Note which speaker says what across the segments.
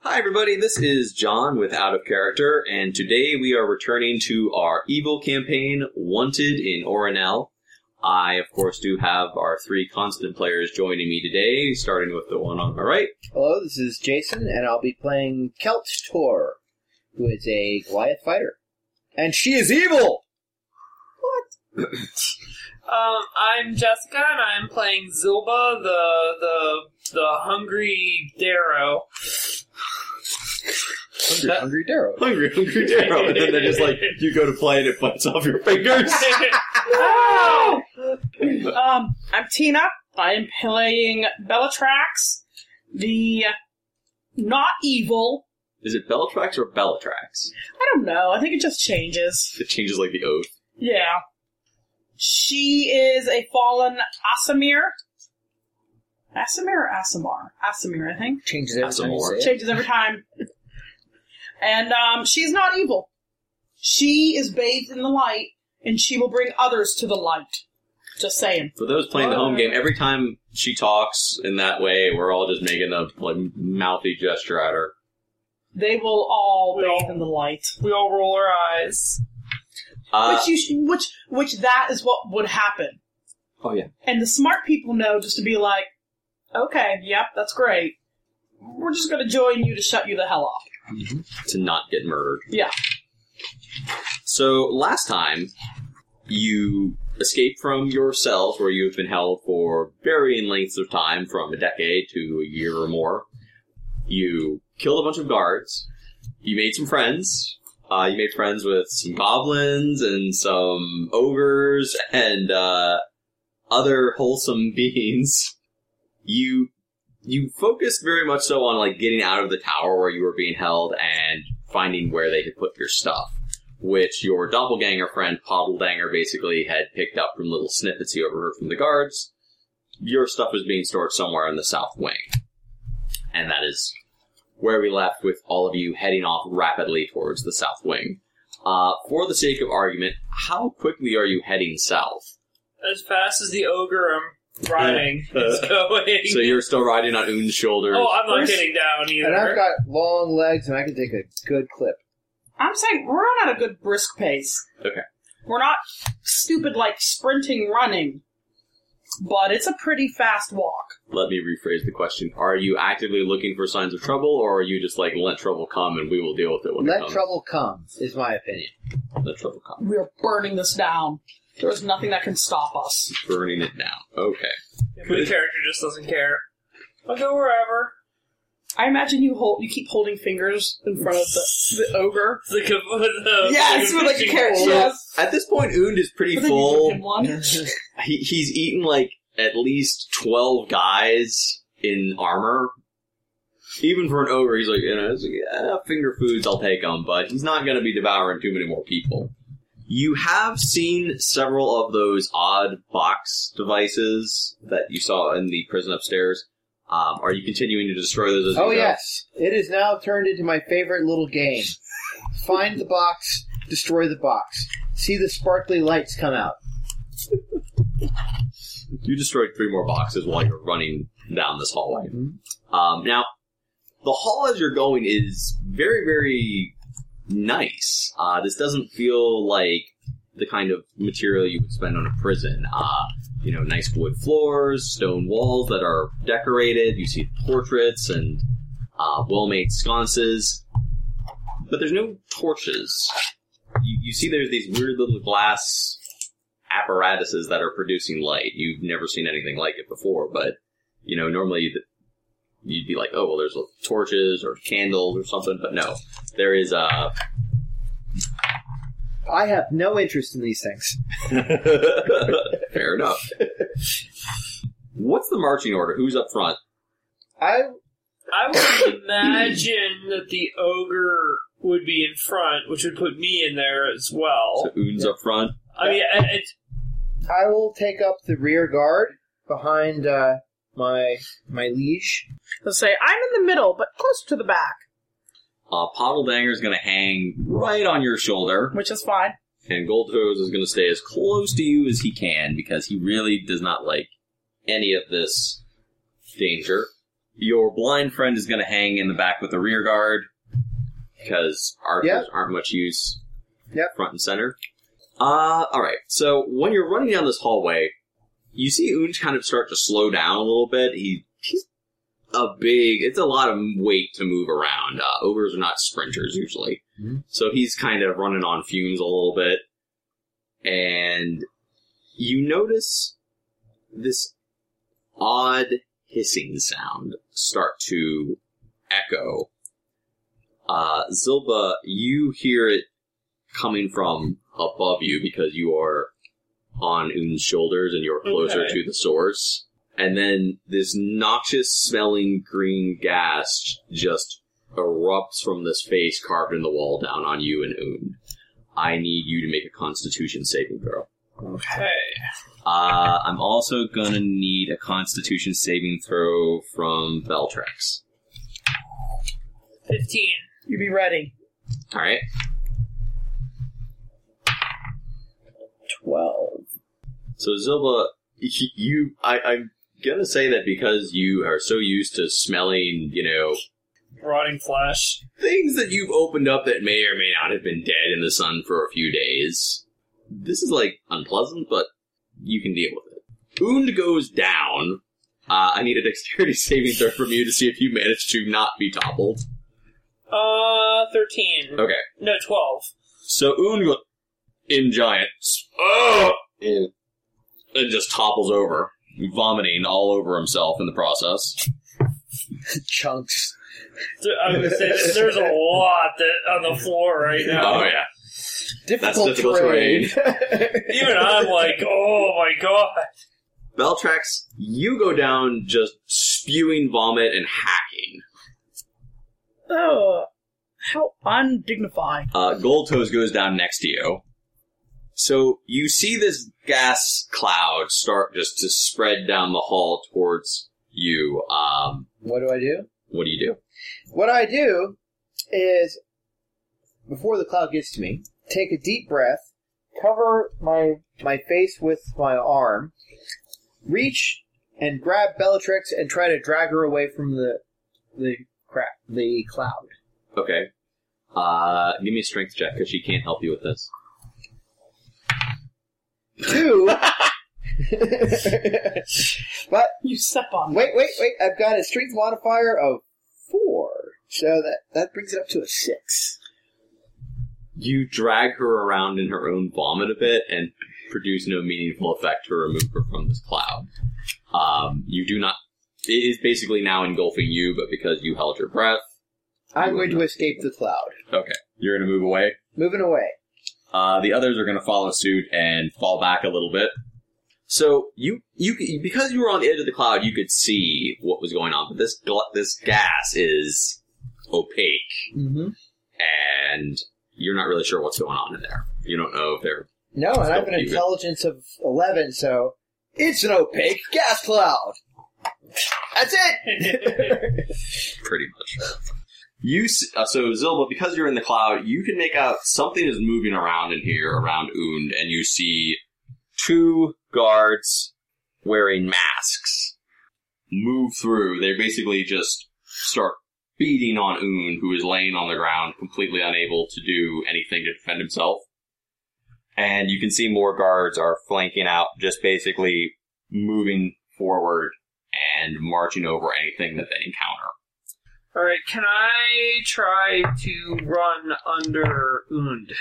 Speaker 1: Hi, everybody. This is John with Out of Character, and today we are returning to our evil campaign, Wanted in Orinel. I, of course, do have our three constant players joining me today, starting with the one on my right.
Speaker 2: Hello, this is Jason, and I'll be playing Kelt Tor, who is a Goliath fighter. And she is evil!
Speaker 3: Um, I'm Jessica, and I'm playing Zilba, the the the hungry Darrow.
Speaker 2: Hungry,
Speaker 3: That-
Speaker 2: hungry Darrow.
Speaker 1: Hungry, hungry Darrow. And then they're just like, you go to play and it bites off your fingers.
Speaker 3: Ow!
Speaker 4: Um, I'm Tina. I'm playing Bellatrax, the not evil.
Speaker 1: Is it Bellatrax or Bellatrax?
Speaker 4: I don't know. I think it just changes.
Speaker 1: It changes like the oath.
Speaker 4: Yeah. She is a fallen Asamir. Asamir or Asimar? Asamir, I think.
Speaker 2: Changes every
Speaker 1: That's
Speaker 2: time you
Speaker 1: more.
Speaker 2: say it.
Speaker 4: Changes every time. And um, she's not evil. She is bathed in the light, and she will bring others to the light. Just saying.
Speaker 1: For those playing the home game, every time she talks in that way, we're all just making a like mouthy gesture at her.
Speaker 4: They will all
Speaker 3: Well-
Speaker 4: bathe in the light.
Speaker 3: We all roll our eyes.
Speaker 1: Uh,
Speaker 4: which you sh- which which that is what would happen.
Speaker 1: oh yeah.
Speaker 4: And the smart people know just to be like, okay, yep, that's great. We're just going to join you to shut you the hell up.
Speaker 1: to not get murdered.
Speaker 4: Yeah.
Speaker 1: So last time, you escaped from your cells where you've been held for varying lengths of time, from a decade to a year or more. You killed a bunch of guards. You made some friends. Uh, you made friends with some goblins and some ogres and uh, other wholesome beings. You you focused very much so on like getting out of the tower where you were being held and finding where they could put your stuff, which your doppelganger friend Poddledanger basically had picked up from little snippets he overheard from the guards. Your stuff was being stored somewhere in the south wing, and that is where we left with all of you heading off rapidly towards the south wing. Uh, for the sake of argument, how quickly are you heading south?
Speaker 3: As fast as the ogre I'm riding is going.
Speaker 1: So you're still riding on Un's shoulders.
Speaker 3: oh, I'm not
Speaker 4: Where's-
Speaker 3: getting down
Speaker 2: And I've
Speaker 3: either.
Speaker 2: got long legs, and I can take a good clip.
Speaker 4: I'm saying we're on at a good brisk pace.
Speaker 1: Okay.
Speaker 4: We're not stupid like sprinting running, but it's a pretty fast walk.
Speaker 1: let me rephrase the question. Are you actively looking for signs of trouble, or are you just like, let trouble come and we will deal with it when it
Speaker 2: Let
Speaker 1: comes?
Speaker 2: trouble come, is my opinion.
Speaker 1: let trouble come.
Speaker 4: We're burning this down. There's nothing that can stop us.
Speaker 1: Burning it down. Okay.
Speaker 3: My character just doesn't care. I'll go wherever.
Speaker 4: I imagine you hold you keep holding fingers in front of the, the ogre.
Speaker 3: It's like a, the,
Speaker 4: Yes, with like a
Speaker 3: fishing
Speaker 4: carrot.
Speaker 3: pole.
Speaker 4: Yes.
Speaker 1: At this point, Und is pretty
Speaker 4: But then you took him
Speaker 1: full.
Speaker 4: one.
Speaker 1: He, he's eaten like at least 12 guys in armor. Even for an ogre, he's like, you know, it's like, "Yeah, finger foods, I'll take them, but he's not going to be devouring too many more people. You have seen several of those odd box devices that you saw in the prison upstairs. Um, are you continuing to destroy those? As you
Speaker 2: oh,
Speaker 1: go?
Speaker 2: yes. It is now turned into my favorite little game. Find the box, destroy the box. See the sparkly lights come out.
Speaker 1: You destroyed three more boxes while you're running down this hallway. Um, now, the hall as you're going is very, very nice. Uh, this doesn't feel like the kind of material you would spend on a prison. Uh, you know, nice wood floors, stone walls that are decorated. You see portraits and uh, well-made sconces, but there's no torches. You, you see, there's these weird little glass apparatuses that are producing light. You've never seen anything like it before, but you know, normally th- you'd be like, oh, well, there's torches or candles or something, but no, there is uh, a.
Speaker 2: I have no interest in these things.
Speaker 1: Fair enough. What's the marching order? Who's up front?
Speaker 2: I
Speaker 3: I would imagine that the ogre would be in front, which would put me in there as well.
Speaker 1: So Un's up front.
Speaker 3: I mean, it, it,
Speaker 2: I will take up the rear guard behind uh, my my liege.
Speaker 4: They'll say, I'm in the middle, but close to the back,
Speaker 1: Uh, Poddledanger is going to hang right on your shoulder,
Speaker 4: which is fine.
Speaker 1: and Goldtoes is going to stay as close to you as he can because he really does not like any of this danger. Your blind friend is going to hang in the back with the rear guard because archers
Speaker 2: Yep.
Speaker 1: aren't much use.
Speaker 2: Yep.
Speaker 1: Front and center. Uh, all right. So when you're running down this hallway, you see Unge kind of start to slow down a little bit. He he's a big. It's a lot of weight to move around. Uh, ogres are not sprinters usually,
Speaker 2: Mhm.
Speaker 1: so he's kind of running on fumes a little bit. And you notice this odd hissing sound start to echo. Uh, Zilba, you hear it coming from above you because you are on Un's shoulders and you're closer
Speaker 3: Okay.
Speaker 1: to the source. And then this noxious smelling green gas just erupts from this face carved in the wall down on you and Un. I need you to make a constitution saving throw.
Speaker 3: Okay.
Speaker 1: Uh, I'm also gonna need a Constitution saving throw from Beltrex.
Speaker 3: 15.
Speaker 4: You be ready.
Speaker 1: All right,
Speaker 4: Twelve.
Speaker 1: so Zilba, y- you, I, I'm gonna say that because you are so used to smelling, you know,
Speaker 3: Rotting flesh.
Speaker 1: things that you've opened up that may or may not have been dead in the sun for a few days. This is like unpleasant, but you can deal with it. Und goes down. Uh, I need a dexterity saving throw from you to see if you manage to not be toppled.
Speaker 3: Uh, 13.
Speaker 1: Okay.
Speaker 3: No, 12.
Speaker 1: So Un in giant, oh, and just topples over, vomiting all over himself in the process.
Speaker 2: Chunks.
Speaker 3: Th- I would say that there's a lot that on the floor right now.
Speaker 1: Oh yeah,
Speaker 2: Difficult,
Speaker 1: difficult terrain.
Speaker 3: Even I'm like, oh my god.
Speaker 1: Beltrax, you go down just spewing vomit and hacking.
Speaker 4: Oh, how undignified.
Speaker 1: Uh, Gold Toes goes down next to you. So you see this gas cloud start just to spread down the hall towards you. Um,
Speaker 2: what do I do?
Speaker 1: what do you do?
Speaker 2: What I do is, before the cloud gets to me, take a deep breath, cover my my face with my arm, reach and grab Bellatrix and try to drag her away from the the crap the cloud.
Speaker 1: Okay. Uh, give me a strength check because she can't help you with this.
Speaker 2: Two. but
Speaker 4: You step on
Speaker 2: wait, wait, wait! I've got a strength modifier of four, so that that brings it up to a six.
Speaker 1: You drag her around in her own vomit a bit and produce no meaningful effect to remove her from this cloud. Um, you do not. It is basically now engulfing you, but because you held your breath,
Speaker 2: I'm going to escape the cloud,
Speaker 1: you're going to move away.
Speaker 2: moving away.
Speaker 1: Uh, the others are going to follow suit and fall back a little bit. So you you c- because you were on the edge of the cloud, you could see what was going on. But this gl- this gas is opaque.
Speaker 2: Mm-hmm.
Speaker 1: and you're not really sure what's going on in there. You don't know if they're
Speaker 2: No, and I have an
Speaker 1: Don't even.
Speaker 2: intelligence of 11, so it's an opaque gas cloud. That's it!
Speaker 1: pretty much. You s- uh, so Zilba, because you're in the cloud, you can make out something is moving around in here around Und, and you see two guards wearing masks move through. They basically just start beating on Und, who is laying on the ground, completely unable to do anything to defend himself. And you can see more guards are flanking out, just basically moving forward and marching over anything that they encounter.
Speaker 3: Alright, can I try to run under Und?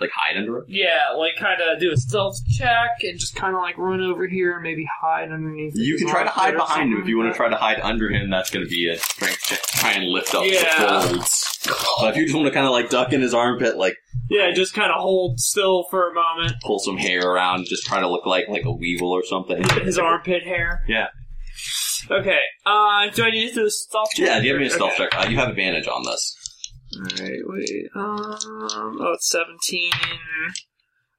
Speaker 1: Like hide under it.
Speaker 3: Yeah, like kind of do a stealth check and just kind of like run over here and maybe hide underneath.
Speaker 1: You
Speaker 3: his
Speaker 1: can try to hide
Speaker 3: armpit or
Speaker 1: behind him if you want to
Speaker 3: something
Speaker 1: try to hide under him. That's going to be a strength check. Try and lift up
Speaker 3: Yeah.
Speaker 1: the folds. But if you just want to kind of like duck in his armpit, like
Speaker 3: like that. Yeah, just kind of hold still for a moment.
Speaker 1: pull some hair around, just try to look like like a weevil or something.
Speaker 3: His armpit hair.
Speaker 1: Yeah.
Speaker 3: Okay. Uh, do I need to do a stealth check?
Speaker 1: Yeah, give me a stealth
Speaker 3: Okay.
Speaker 1: check. Uh, you have advantage on this.
Speaker 3: Alright, wait. Um, oh, it's 17.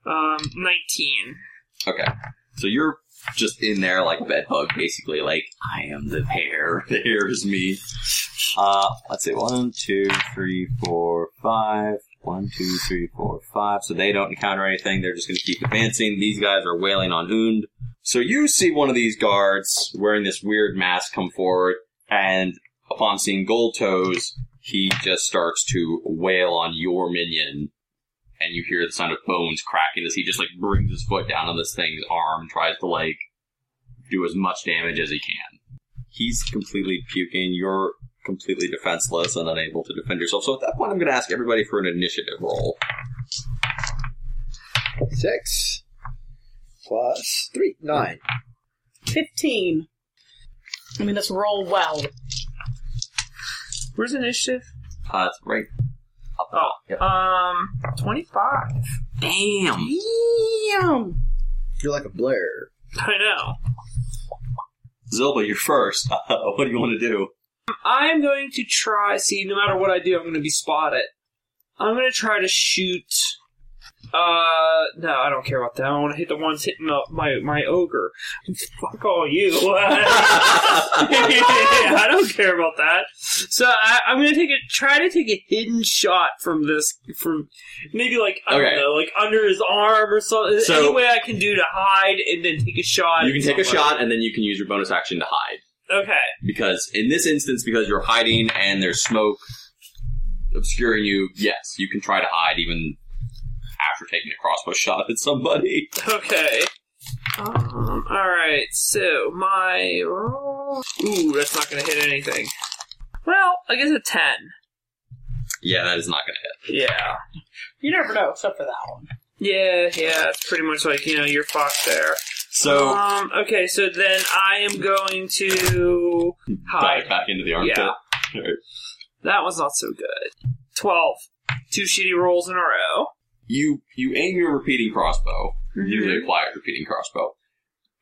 Speaker 3: Um, 19.
Speaker 1: Okay, so you're just in there like a bed bug, basically. Like I am the hair. The hair is me. Uh, let's see. One, two, three, four, five. One, two, three, four, five. So they don't encounter anything. They're just going to keep advancing. These guys are wailing on Und. So you see one of these guards wearing this weird mask come forward, and upon seeing Gold Toes, he just starts to wail on your minion, and you hear the sound of bones cracking as he just like brings his foot down on this thing's arm and tries to like do as much damage as he can. He's completely puking. You're completely defenseless and unable to defend yourself. So at that point, I'm going to ask everybody for an initiative roll.
Speaker 2: Six plus three, nine.
Speaker 4: 15. I mean, let's roll well.
Speaker 3: Where's initiative?
Speaker 1: Uh, it's right up
Speaker 3: Oh,
Speaker 1: top. Yep.
Speaker 3: um, twenty-five.
Speaker 1: Damn.
Speaker 4: Damn.
Speaker 2: You're like a Blair.
Speaker 3: I know.
Speaker 1: Zilba, you're first. what do you want to do?
Speaker 3: I'm going to try. See, no matter what I do, I'm going to be spotted. I'm going to try to shoot. Uh, no, I don't care about that. I want to hit the ones hitting the, my my ogre. Fuck all you. I don't care about that. So I, I'm going to take a try to take a hidden shot from this from maybe like I
Speaker 1: Okay.
Speaker 3: don't know, like under his arm or something.
Speaker 1: So-
Speaker 3: Any way I can do to hide and then take a shot.
Speaker 1: You can
Speaker 3: at
Speaker 1: take a
Speaker 3: someone.
Speaker 1: shot, and then you can use your bonus action to hide.
Speaker 3: Okay.
Speaker 1: Because in this instance, because you're hiding and there's smoke obscuring you, yes, you can try to hide even after taking a crossbow shot at somebody.
Speaker 3: Okay. Um, alright, so my roll. Ooh, that's not gonna hit anything. Well, I guess a 10.
Speaker 1: Yeah, that is not going to hit.
Speaker 3: Yeah.
Speaker 4: You never know, except for that one.
Speaker 3: Yeah, yeah, that's pretty much like, you know, you're fucked there.
Speaker 1: So,
Speaker 3: Um, okay, so then I am going to
Speaker 1: dive
Speaker 3: hide.
Speaker 1: back into the armpit.
Speaker 3: Ah. Yeah.
Speaker 1: Alright.
Speaker 3: That was not so good. 12. Two shitty rolls in a row.
Speaker 1: You you aim your repeating crossbow,
Speaker 3: Mm-hmm.
Speaker 1: usually a quiet repeating crossbow.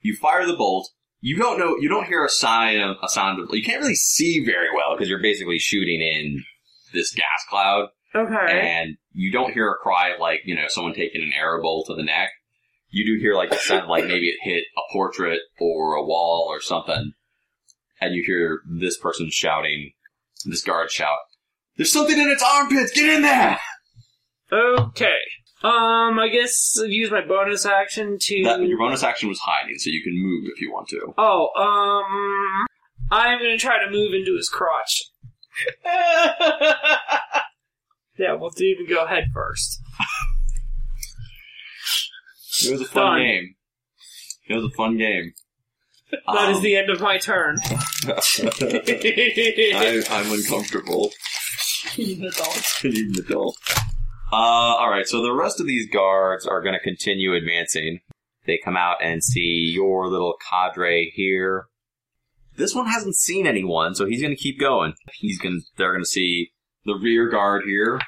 Speaker 1: You fire the bolt. You don't know. You don't hear a sign of a sound of. You can't really see very well because you're basically shooting in this gas cloud.
Speaker 3: Okay.
Speaker 1: and you don't hear a cry of like you know someone taking an arrow bolt to the neck. You do hear like the sound of, like maybe it hit a portrait or a wall or something, and you hear this person shouting, this guard shout, "There's something in its armpits! Get in there!"
Speaker 3: Okay. Um, I guess I've used my bonus action to.
Speaker 1: That, your bonus action was hiding, so you can move if you want to.
Speaker 3: Oh, um, I'm gonna try to move into his crotch. yeah, we'll do to go head first.
Speaker 1: It was a fun
Speaker 3: Fun.
Speaker 1: game. It was a fun game.
Speaker 3: That is
Speaker 1: Um,
Speaker 3: the end of my turn.
Speaker 1: Um, I, I'm uncomfortable.
Speaker 4: He's an adult.
Speaker 1: I need an adult. Uh, all right. So the rest of these guards are going to continue advancing. They come out and see your little cadre here. This one hasn't seen anyone, so he's going to keep going. He's going. to They're going to see the rear guard here.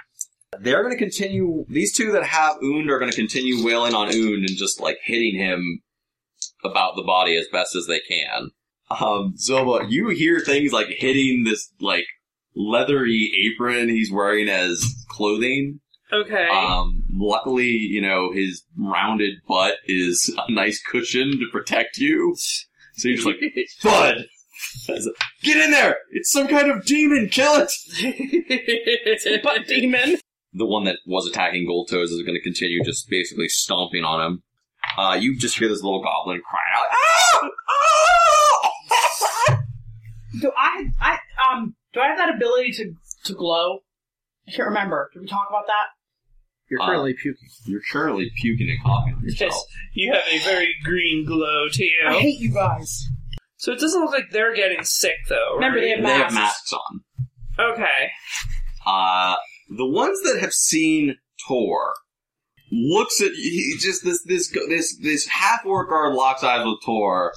Speaker 1: They're going to continue. These two that have Oond are going to continue wailing on Oond and just like hitting him about the body as best as they can. Um, Zoba, you hear things like hitting this like leathery apron he's wearing as clothing.
Speaker 3: okay.
Speaker 1: Um, luckily, you know, his rounded butt is a nice cushion to protect you. So you're just like, Bud! Get in there! It's some kind of demon! Kill it!
Speaker 4: But demon.
Speaker 1: The one that was attacking Gold Toes is going to continue just basically stomping on him. Uh, you just hear this little goblin crying out, "Ah! Ah!"
Speaker 4: Do I, I, um, do I have that ability to, to glow? I can't remember. Did we talk about that?
Speaker 2: You're
Speaker 1: Uh,
Speaker 2: currently puking.
Speaker 1: You're currently puking and coughing on yourself.
Speaker 3: Yes, you have a very green glow to
Speaker 4: I
Speaker 3: you.
Speaker 4: hate you guys.
Speaker 3: So it doesn't look like they're getting sick, though.
Speaker 4: Remember, they
Speaker 3: right?
Speaker 4: have
Speaker 1: They have masks
Speaker 4: masks.
Speaker 1: on.
Speaker 3: Okay.
Speaker 1: Uh, the ones that have seen Tor looks at he just this this this this half orc guard locks eyes with Tor,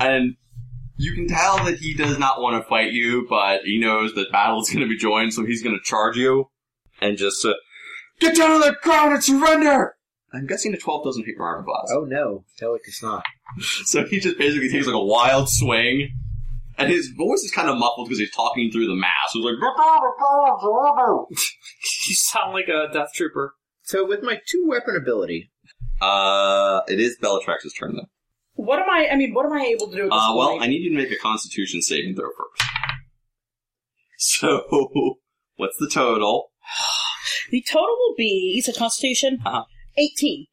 Speaker 1: and you can tell that he does not want to fight you, but he knows that battle is going to be joined, so he's going to charge you and just uh, get down on the ground and surrender. I'm guessing a 12 doesn't hit your armor class.
Speaker 2: Oh no, no, it's not.
Speaker 1: So he just basically takes like a wild swing, and his voice is kind of muffled because he's talking through the mask. He's like, "Get down on the ground and surrender."
Speaker 3: You sound like a death trooper.
Speaker 2: So with my two weapon ability,
Speaker 1: Uh, it is Bellatrix's turn though.
Speaker 4: What am I, I mean, what am I able to do at this
Speaker 1: Uh, well,
Speaker 4: point?
Speaker 1: I need you to make a Constitution saving throw first. So, what's the total?
Speaker 4: the total will be, it's a constitution,
Speaker 1: Uh-huh.
Speaker 4: 18.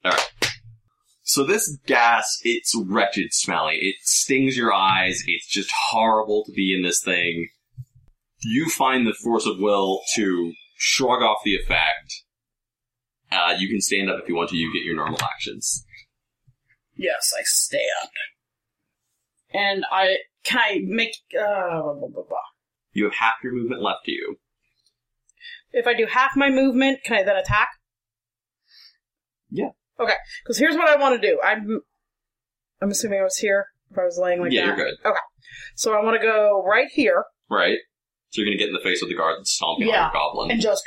Speaker 1: So this gas, it's wretched smelly. It stings your eyes. It's just horrible to be in this thing. You find the force of will to shrug off the effect. Uh, you can stand up if you want to. You get your normal actions.
Speaker 4: Yes, I stand. And I can I make uh, blah, blah, blah, blah.
Speaker 1: You have half your movement left to you.
Speaker 4: if I do half my movement, can I then attack?
Speaker 1: Yeah.
Speaker 4: Okay. Because here's what I want to do. I'm I'm assuming I was here if I was laying like
Speaker 1: yeah,
Speaker 4: that.
Speaker 1: you're good.
Speaker 4: So I want to go right here
Speaker 1: Right? So you're gonna get in the face of the guard that's stomping
Speaker 4: Yeah.
Speaker 1: on your goblin.
Speaker 4: and just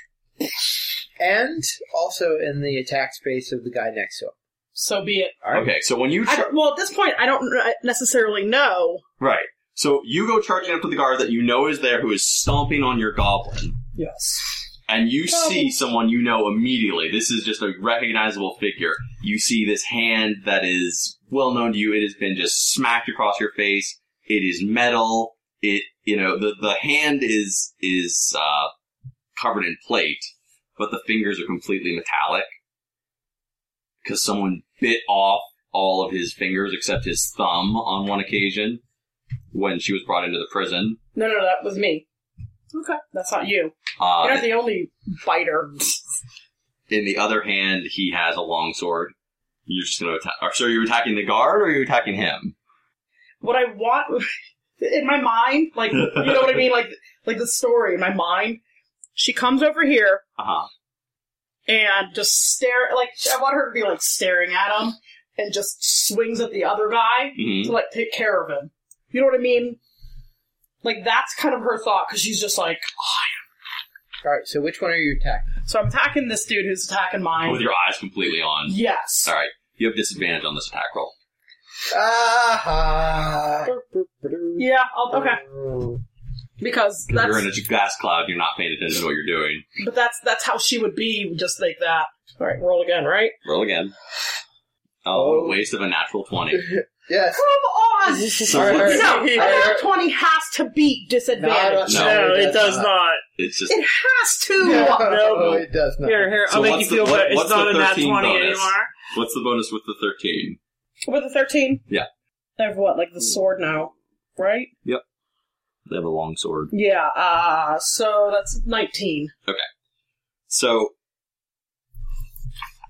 Speaker 2: And also in the attack space of the guy next to him.
Speaker 4: so be it.
Speaker 2: All right.
Speaker 1: Okay, so when you
Speaker 4: I
Speaker 1: char-
Speaker 4: don't- well, at this point, I don't r- necessarily know.
Speaker 1: right, so you go charging up to the guard that you know is there, who is stomping on your goblin.
Speaker 4: Yes.
Speaker 1: and you
Speaker 4: Goblin.
Speaker 1: see someone you know immediately. This is just a recognizable figure. You see this hand that is well known to you. It has been just smacked across your face. It is metal. It you know the the hand is is uh, covered in plate, but the fingers are completely metallic because someone bit off all of his fingers except his thumb on one occasion when she was brought into the prison.
Speaker 4: No, no, that was me. Okay, that's not you.
Speaker 1: Uh,
Speaker 4: You're not the only biter.
Speaker 1: In the other hand, he has a long sword. You're just gonna attack. So are you attacking the guard or are you attacking him?
Speaker 4: what I want in my mind, like you know what I mean, like like the story in my mind. She comes over here.
Speaker 1: Uh huh.
Speaker 4: and just stare like I want her to be like staring at him and just swings at the other guy
Speaker 1: hmm
Speaker 4: to like take care of him. You know what I mean? Like that's kind of her thought because she's just like,
Speaker 2: All right. So which one are you attacking?
Speaker 4: so I'm attacking this dude who's attacking
Speaker 1: With
Speaker 4: mine.
Speaker 1: your eyes completely on.
Speaker 4: Yes.
Speaker 1: All right. You have disadvantage on this attack roll.
Speaker 2: Ah.
Speaker 4: Yeah. I'll, okay. Because
Speaker 1: 'Cause You're in
Speaker 4: that's
Speaker 1: a gas cloud. You're not paying attention to what you're doing.
Speaker 4: but that's that's how she would be just like that. All right, roll again, right?
Speaker 1: Roll again. Oh,
Speaker 2: Oh.
Speaker 1: what a waste of a natural twenty.
Speaker 2: Yes.
Speaker 4: Come on.
Speaker 1: So what's-
Speaker 4: No, a nat twenty has to beat disadvantage.
Speaker 1: No,
Speaker 3: No, it does not.
Speaker 1: It's just
Speaker 4: It has to.
Speaker 2: No, it does not.
Speaker 3: Here, here,
Speaker 1: So
Speaker 3: I'll make
Speaker 1: what's
Speaker 3: you
Speaker 1: the-
Speaker 3: feel
Speaker 1: what-
Speaker 3: better. It's
Speaker 1: what's
Speaker 3: not
Speaker 1: the
Speaker 3: a nat
Speaker 1: 13
Speaker 3: 20
Speaker 1: bonus?
Speaker 3: anymore.
Speaker 1: what's the bonus with the thirteen?
Speaker 4: With a 13?
Speaker 1: Yeah.
Speaker 4: I have what, like the sword now, right?
Speaker 1: They have a long sword.
Speaker 4: Yeah, uh, so that's 19.
Speaker 1: So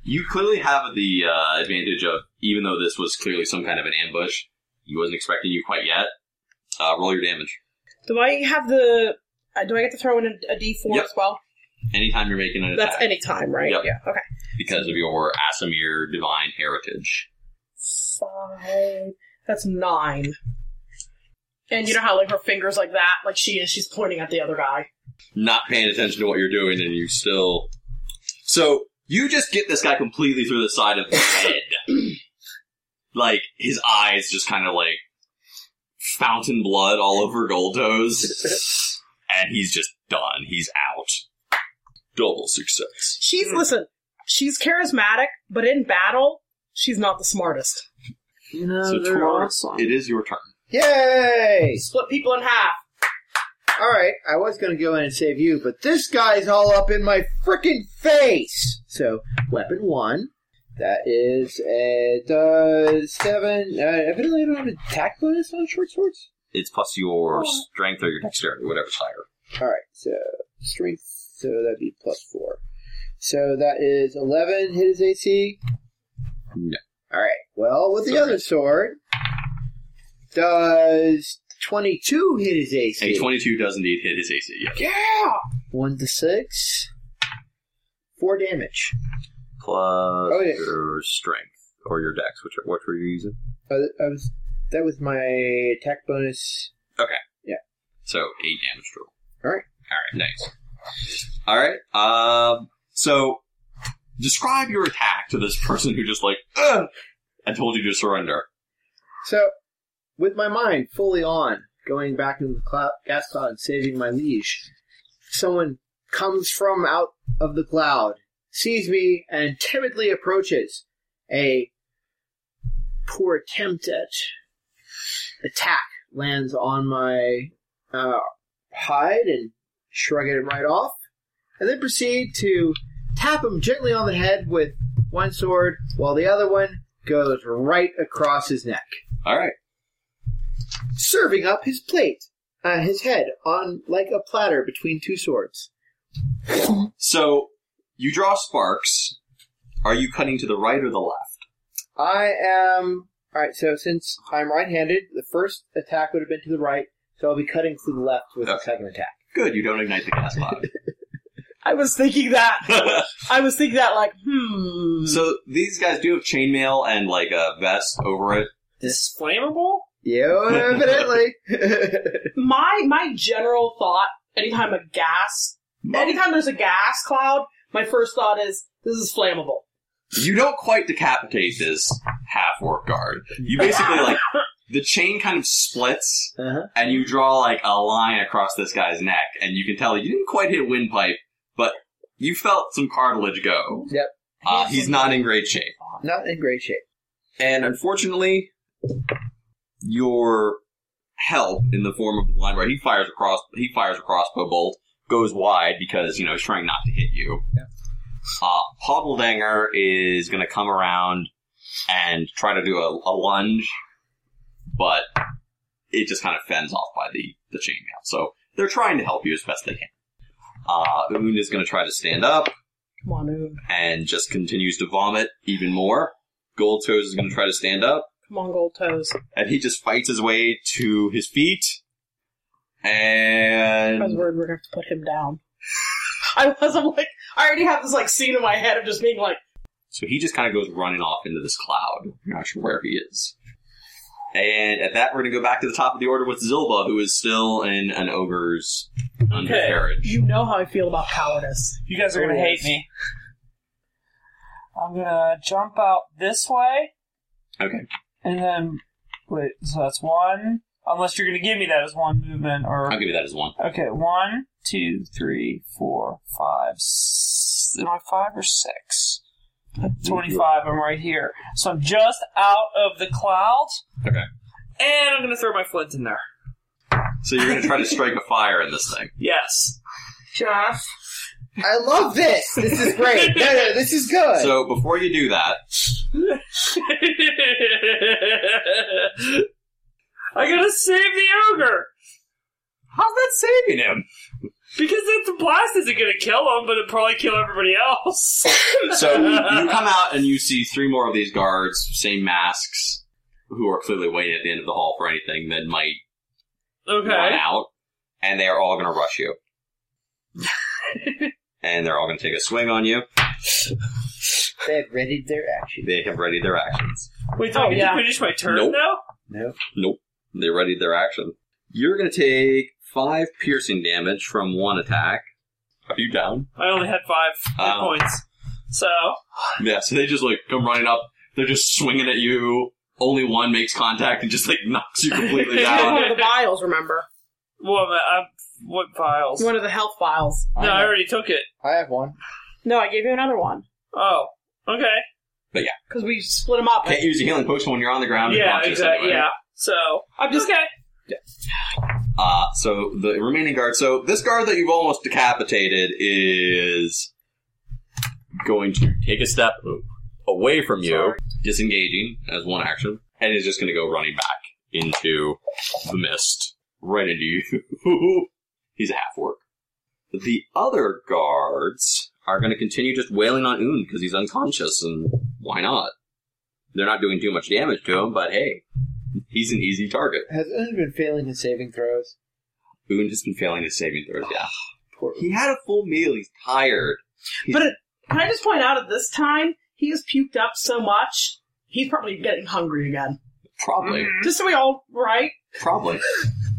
Speaker 1: you clearly have the uh, advantage of, even though this was clearly some kind of an ambush, he wasn't expecting you quite yet. Uh, roll your damage.
Speaker 4: Do I have the. Uh, do I get to throw in a, a d4
Speaker 1: Yep.
Speaker 4: as well?
Speaker 1: Anytime you're making an
Speaker 4: That's
Speaker 1: attack
Speaker 4: any time, right?
Speaker 1: Yep.
Speaker 4: Yeah, okay.
Speaker 1: because of your Asimir divine heritage.
Speaker 4: Five. That's nine. And you know how, like, her fingers like that, like she is, she's pointing at the other guy.
Speaker 1: Not paying attention to what you're doing, and you still. So you just get this guy completely through the side of the head. like his eyes just kind of like fountain blood all over Goldo's, and he's just done. He's out. Double success.
Speaker 4: She's,
Speaker 3: Mm.
Speaker 4: listen, she's charismatic, but in battle, she's not the smartest.
Speaker 3: No,
Speaker 1: So
Speaker 3: they're
Speaker 1: Tor,
Speaker 3: awesome.
Speaker 1: it is your turn.
Speaker 2: Yay!
Speaker 4: Split people in half.
Speaker 2: All right. I was going to go in and save you, but this guy's all up in my freaking face. So weapon one. That is a does seven. Uh, evidently, I don't have an attack bonus on short swords.
Speaker 1: It's plus your strength or your dexterity, whatever's higher.
Speaker 2: All right. So strength. So that'd be plus four. So that is eleven. Hit his AC.
Speaker 1: No.
Speaker 2: All right. Well, with the
Speaker 1: Sorry.
Speaker 2: other sword, does twenty-two hit his AC?
Speaker 1: A twenty-two does indeed hit his AC. Yes.
Speaker 4: Yeah!
Speaker 2: One to six. Four damage.
Speaker 1: Plus
Speaker 2: Oh, yeah.
Speaker 1: your strength or your dex, which which were you using?
Speaker 2: I, I was Uh, that was my attack bonus.
Speaker 1: So eight damage total.
Speaker 2: Alright.
Speaker 1: All right. Nice. All right. Um. So describe your attack to this person who just like Ugh, I told you to surrender.
Speaker 2: So, with my mind fully on going back into the cloud, gas cloud and saving my liege, someone comes from out of the cloud, sees me, and timidly approaches. A poor attempt at attack lands on my uh, hide and shrug it right off, and then proceed to tap him gently on the head with one sword while the other one goes right across his neck,
Speaker 1: All right.
Speaker 2: serving up his plate, uh, his head on like a platter between two swords.
Speaker 1: So you draw sparks. Are you cutting to the right or the left?
Speaker 2: I am all right. So since I'm right-handed, the first attack would have been to the right. So I'll be cutting to the left with the
Speaker 1: Okay.
Speaker 2: second attack.
Speaker 1: Good, you don't ignite the gas cloud.
Speaker 4: I was thinking that. I was thinking that, like, hmm.
Speaker 1: so these guys do have chainmail and like a vest over it.
Speaker 3: This is flammable?
Speaker 2: Yeah, evidently.
Speaker 4: my my general thought, anytime a gas, anytime there's a gas cloud, my first thought is this is flammable.
Speaker 1: You don't quite decapitate this half orc guard. You basically like the chain kind of splits
Speaker 2: uh-huh.
Speaker 1: and you draw like a line across this guy's neck, and you can tell you didn't quite hit windpipe, but you felt some cartilage go.
Speaker 2: Yep.
Speaker 1: Uh, he's not in great shape.
Speaker 2: Not in great shape.
Speaker 1: And unfortunately, your help in the form of the blind rider, he fires across he fires a crossbow bolt, goes wide because, you know, he's trying not to hit you. Uh Hobbledanger is gonna come around and try to do a, a lunge, but it just kind of fends off by the, the chainmail. So they're trying to help you as best they can. Uh Oon is gonna try to stand up
Speaker 4: Come on, Oon.
Speaker 1: and just continues to vomit even more. Gold Toes is going to try to stand up,
Speaker 4: Come on, gold toes.
Speaker 1: and he just fights his way to his feet.
Speaker 4: I was
Speaker 1: And
Speaker 4: worried we are gonna have to put him down. I was. I'm like, I already have this like scene in my head of just being like,
Speaker 1: so he just kind of goes running off into this cloud. You're not sure where he is. And at that, we're going to go back to the top of the order with Zilba, who is still in an ogre's undercarriage.
Speaker 4: you know how I feel about cowardice.
Speaker 3: You guys are
Speaker 1: Oh,
Speaker 3: gonna hate me. I'm gonna jump out this way,
Speaker 1: Okay.
Speaker 3: and then wait. So that's one. Unless you're gonna give me that as one movement, or
Speaker 1: I'll give you that as one.
Speaker 3: okay, one, two, three, four, five. s- Am I five or six? Twenty-five. I'm right here, so I'm just out of the cloud.
Speaker 1: Okay.
Speaker 3: And I'm gonna throw my flint in there.
Speaker 1: So you're going to try to strike a fire in this thing.
Speaker 3: Yes. Jeff.
Speaker 2: I love this. This is great. No, no, this is good.
Speaker 1: So before you do that,
Speaker 3: I gotta save the ogre
Speaker 1: how's that saving him?
Speaker 3: because the blast isn't gonna kill him, but it'll probably kill everybody else.
Speaker 1: So you come out and you see three more of these guards, same masks, who are clearly waiting at the end of the hall for anything that might run
Speaker 3: okay.
Speaker 1: out, and they are all going to rush you. and they're all going to take a swing on you.
Speaker 2: they had readied their action.
Speaker 1: They have readied their actions.
Speaker 3: Wait, do
Speaker 4: Oh,
Speaker 3: I get
Speaker 4: yeah.
Speaker 3: to finish my turn
Speaker 1: Nope.
Speaker 3: now?
Speaker 2: No.
Speaker 1: Nope, they readied their action. You're going to take five piercing damage from one attack. Are you down?
Speaker 3: I only had five hit
Speaker 1: Oh.
Speaker 3: points. So
Speaker 1: Yeah, so they just like come running up. They're just swinging at you. Only one makes contact and just like knocks you completely
Speaker 4: You have
Speaker 1: down.
Speaker 4: one of the vials, remember?
Speaker 3: what? am I- I'm, what files?
Speaker 4: One of the health vials.
Speaker 3: No, I already took it.
Speaker 2: I have one.
Speaker 4: No, I gave you another one
Speaker 3: Oh, okay.
Speaker 4: because we split them up.
Speaker 1: Can't use a healing potion when you're on the ground.
Speaker 3: yeah,
Speaker 1: unconscious
Speaker 3: exactly.
Speaker 1: anyway.
Speaker 3: Yeah. So
Speaker 4: I'm just
Speaker 3: okay.
Speaker 1: Uh, so the remaining guard. So this guard that you've almost decapitated is going to take a step away from you,
Speaker 3: Sorry.
Speaker 1: disengaging as one action, and is just going to go running back into the mist, right into you. He's a half orc. The other guards are going to continue just wailing on Un because he's unconscious, and why not? They're not doing too much damage to him, but hey, he's an easy target.
Speaker 2: Has anyone been failing his saving throws?
Speaker 1: Boone has been failing his saving throws. Yeah,
Speaker 2: Poor.
Speaker 1: he had a full meal. He's tired.
Speaker 4: But it, can I just point out at this time he has puked up so much he's probably getting hungry again.
Speaker 1: Probably,
Speaker 4: Just so we all right.
Speaker 1: probably.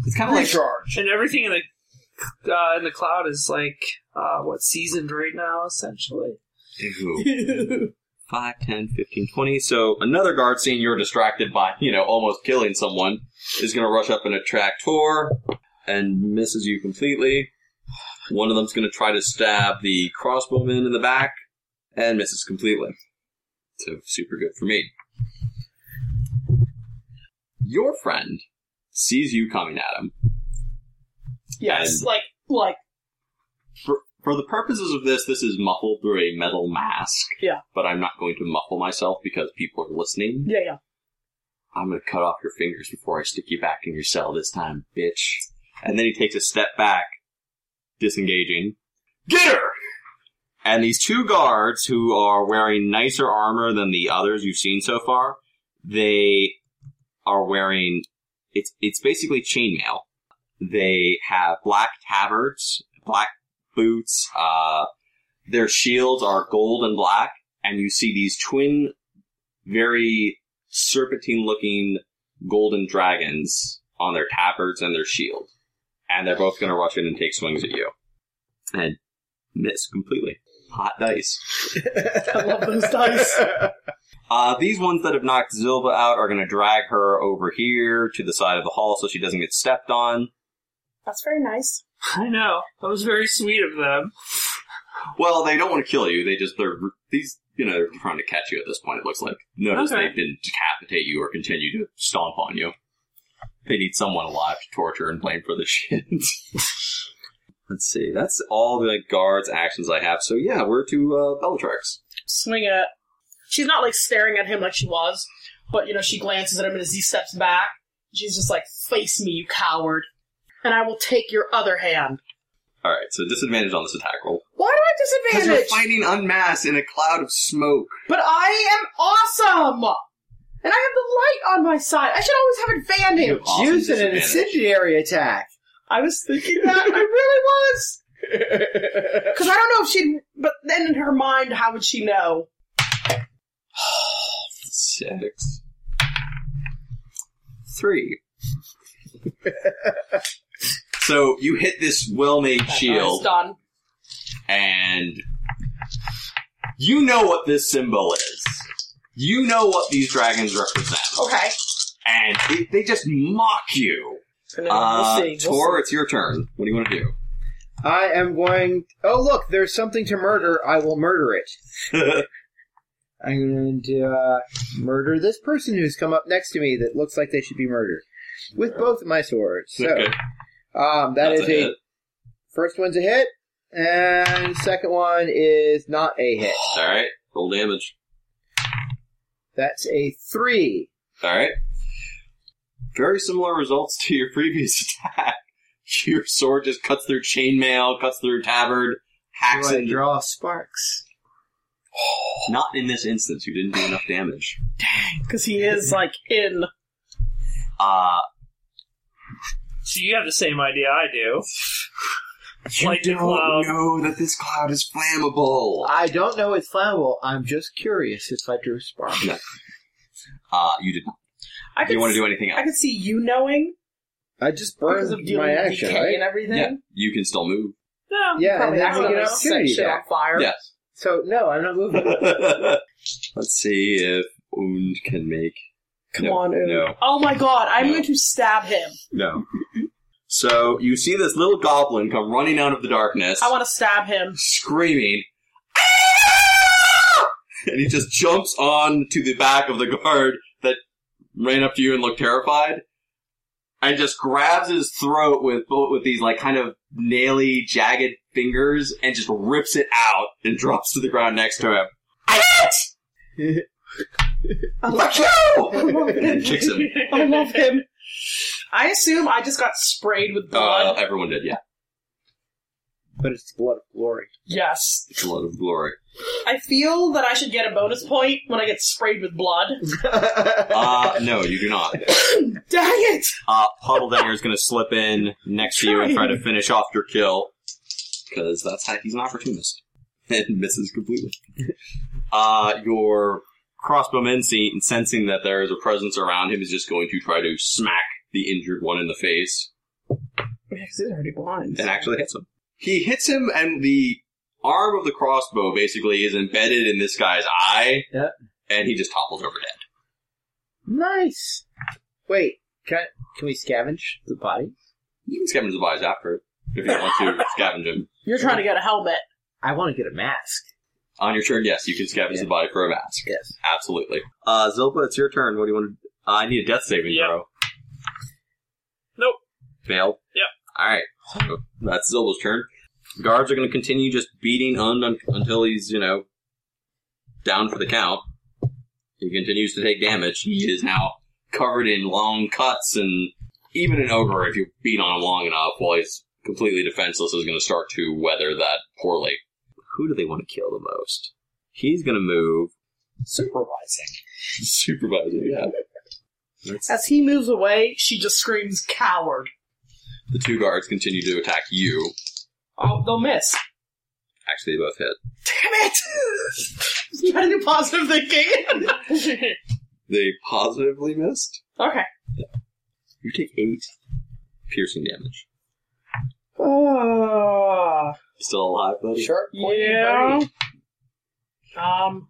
Speaker 1: It's kind of like
Speaker 2: Recharge.
Speaker 3: And everything in the uh, in the cloud is like uh, what seasoned right now, essentially.
Speaker 1: Ew. 5, 10, 15, 20. So another guard, seeing you're distracted by you know almost killing someone, is going to rush up and attract Tor, and misses you completely. One of them's going to try to stab the crossbowman in the back, and misses completely. So super good for me. Your friend sees you coming at him
Speaker 4: Yes,
Speaker 1: And-
Speaker 4: like like
Speaker 1: fir- For the purposes of this, this is muffled through a metal mask.
Speaker 4: Yeah.
Speaker 1: But I'm not going to muffle myself because people are listening.
Speaker 4: Yeah, yeah.
Speaker 1: I'm gonna cut off your fingers before I stick you back in your cell this time, bitch. And then he takes a step back, disengaging. Get her! And these two guards who are wearing nicer armor than the others you've seen so far, they are wearing it's it's basically chainmail. They have black tabards, black boots, uh their shields are gold and black, and you see these twin very serpentine looking golden dragons on their tabards and their shield. And they're both going to rush in and take swings at you. And miss completely. Hot dice.
Speaker 4: I love those dice.
Speaker 1: Uh, these ones that have knocked Zilva out are going to drag her over here to the side of the hall so she doesn't get stepped on.
Speaker 4: That's very nice.
Speaker 3: I know. That was very sweet of them.
Speaker 1: Well, they don't want to kill you. They just, they're, these, you know, they're trying to catch you at this point, it looks like. Notice
Speaker 3: Okay.
Speaker 1: they didn't decapitate you or continue to stomp on you. They need someone alive to torture and blame for the shit. Let's see. That's all the guards' actions I have. So, yeah, we're to uh, Bellatrix.
Speaker 4: Swing at. She's not like staring at him like she was, but you know she glances at him and as he steps back, she's just like, "Face me, you coward!" And I will take your other hand.
Speaker 1: All right, so disadvantage on this attack roll.
Speaker 4: Why do I
Speaker 1: Because we're
Speaker 4: disadvantage?
Speaker 1: fighting unmasked in a cloud of smoke.
Speaker 4: But I am awesome, and I have the light on my side. I should always have advantage.
Speaker 1: You have awesome
Speaker 2: Use it an
Speaker 1: disadvantage.
Speaker 2: incendiary attack.
Speaker 4: I was thinking that. I really was. Because I don't know if she'd. But then in her mind, how would she know?
Speaker 1: Six. Three. so you hit this well made
Speaker 4: It's
Speaker 1: shield,
Speaker 4: done.
Speaker 1: and you know what this symbol is. You know what these dragons represent.
Speaker 4: Okay.
Speaker 1: And it, they just mock you.
Speaker 4: And then
Speaker 1: Uh,
Speaker 4: we'll see. We'll
Speaker 1: Tor, it's your turn. What do you want to do?
Speaker 2: I am going. Oh, look, there's something to murder. I will murder it. I'm going to uh, murder this person who's come up next to me that looks like they should be murdered with both of my swords. So
Speaker 1: Okay,
Speaker 2: um, that
Speaker 1: that's
Speaker 2: is
Speaker 1: a
Speaker 2: a,
Speaker 1: hit.
Speaker 2: first one's a hit, and second one is not a hit.
Speaker 1: All right, roll damage.
Speaker 2: That's a three.
Speaker 1: All right. Very similar results to your previous attack. Your sword just cuts through chainmail, cuts through tabard, hacks
Speaker 2: Do I
Speaker 1: and
Speaker 2: draw sparks.
Speaker 1: Not in this instance. You didn't do enough damage.
Speaker 4: Because he is like in.
Speaker 1: Uh,
Speaker 3: So you have the same idea I do.
Speaker 1: you
Speaker 3: Lightning
Speaker 1: don't
Speaker 3: cloud.
Speaker 1: know that this cloud is flammable.
Speaker 2: I don't know it's flammable. I'm just curious if I drew sparks.
Speaker 1: No. Uh, you did not.
Speaker 4: I
Speaker 1: Do
Speaker 4: could,
Speaker 1: you want to
Speaker 4: s-
Speaker 1: do anything
Speaker 4: I
Speaker 1: else?
Speaker 4: could see you knowing
Speaker 2: I just
Speaker 4: because
Speaker 2: burned
Speaker 4: of dealing
Speaker 2: my
Speaker 4: with
Speaker 2: action,
Speaker 4: decay
Speaker 2: right?
Speaker 4: and everything.
Speaker 1: Yeah, you can still move.
Speaker 3: No.
Speaker 2: Yeah,
Speaker 4: Probably
Speaker 2: and then
Speaker 4: I
Speaker 2: we
Speaker 4: don't
Speaker 2: get
Speaker 4: know,
Speaker 2: an
Speaker 4: set
Speaker 2: opportunity
Speaker 4: shit on
Speaker 2: attack.
Speaker 4: fire.
Speaker 1: Yes.
Speaker 2: So no, I'm not moving.
Speaker 1: Let's see if Und can make.
Speaker 4: Come
Speaker 1: No,
Speaker 4: on, Oom.
Speaker 1: no.
Speaker 4: Oh my god, I'm
Speaker 1: No.
Speaker 4: going to stab him.
Speaker 1: No. So you see this little goblin come running out of the darkness.
Speaker 4: I want to stab him.
Speaker 1: screaming. "Ah!" And he just jumps on to the back of the guard that ran up to you and looked terrified, and just grabs his throat with both with these like kind of naily, jagged fingers, and just rips it out and drops to the ground next to him. I it! Fuck you! and kicks him.
Speaker 4: I love him. I assume I just got sprayed with
Speaker 1: Uh,
Speaker 4: blood.
Speaker 1: everyone did, yeah.
Speaker 2: but it's the blood of glory.
Speaker 4: yes.
Speaker 1: It's a lot of glory.
Speaker 4: I feel that I should get a bonus point when I get sprayed with blood. Ah.
Speaker 1: Uh, no, you do not.
Speaker 4: Dang it!
Speaker 1: Uh, Puddledanger is going to slip in next to you and try to finish off your kill. Because that's how he's an opportunist. And misses completely. Uh, your crossbowman, se- sensing that there is a presence around him, is just going to try to smack the injured one in the face
Speaker 4: Because he's already blind.
Speaker 1: and actually hits him. He hits him, and the arm of the crossbow basically is embedded in this guy's eye.
Speaker 2: Yep.
Speaker 1: And he just topples over dead.
Speaker 2: nice. Wait, can I, can we scavenge the body?
Speaker 1: You can scavenge the bodies after it if you want to scavenge him.
Speaker 4: You're trying to get a helmet.
Speaker 2: I want to get a mask.
Speaker 1: On your turn, yes, you can scavenge the body for a mask.
Speaker 2: Yes.
Speaker 1: Absolutely. Uh, Zilpa, it's your turn. What do you want to? Uh, I need a death saving
Speaker 3: Yep.
Speaker 1: throw.
Speaker 3: Nope.
Speaker 1: Failed.
Speaker 3: Yep.
Speaker 1: All right. So that's Zilpa's turn. Guards are going to continue just beating Und un- until he's, you know, down for the count. He continues to take damage. He is now covered in long cuts, and even an ogre, if you beat on him long enough while he's completely defenseless, is going to start to weather that poorly. Who do they want to kill the most? He's going to move.
Speaker 3: Supervising.
Speaker 1: Supervisor, yeah. That's-
Speaker 4: As he moves away, she just screams, coward.
Speaker 1: the two guards continue to attack you.
Speaker 4: Oh, they'll miss.
Speaker 1: Actually, they both hit.
Speaker 4: Damn it! Try to do positive thinking.
Speaker 1: They positively missed.
Speaker 4: okay.
Speaker 1: You take eight piercing damage.
Speaker 4: Uh,
Speaker 1: Still alive, buddy?
Speaker 2: Sharp point.
Speaker 4: yeah.
Speaker 3: Uh,
Speaker 4: Um,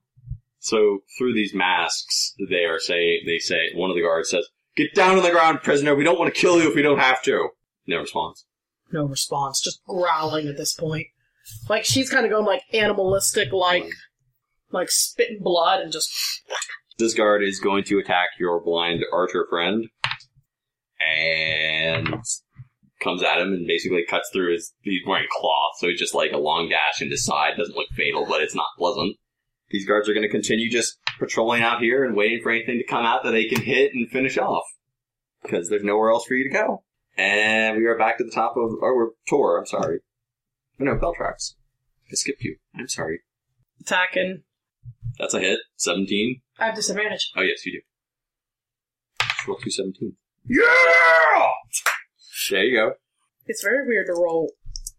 Speaker 1: So through these masks, they are say they say one of the guards says, "Get down on the ground, prisoner. We don't want to kill you if we don't have to." No response.
Speaker 4: no response, just growling at this point. Like, she's kind of going, like, animalistic, like, like spitting blood and just,
Speaker 1: This guard is going to attack your blind archer friend, and comes at him and basically cuts through his. He's wearing cloth, so it's just like a long dash into side. Doesn't look fatal, but it's not pleasant. These guards are going to continue just patrolling out here and waiting for anything to come out that they can hit and finish off, because there's nowhere else for you to go. And we are back to the top of or we're Tor. I'm sorry. No, no, Beltrax. I skipped you. I'm sorry.
Speaker 4: attacking.
Speaker 1: That's a hit. Seventeen.
Speaker 4: I have disadvantage.
Speaker 1: Oh yes, you do. Just Roll two seventeen. Yeah. There you go.
Speaker 4: It's very weird to roll,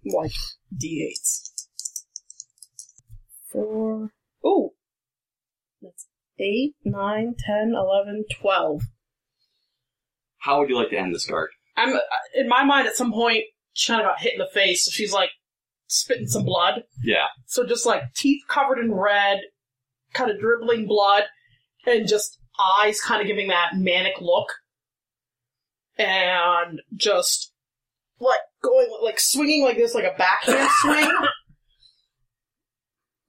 Speaker 4: like, d8s. Four. Ooh! That's eight, nine, ten, eleven, twelve.
Speaker 1: How would you like to end this guard?
Speaker 4: I'm uh, in my mind at some point. She kind of got hit in the face, so she's like spitting some blood.
Speaker 1: Yeah.
Speaker 4: So just like teeth covered in red, kind of dribbling blood, and just eyes kind of giving that manic look, and just like going like swinging like this, like a backhand swing.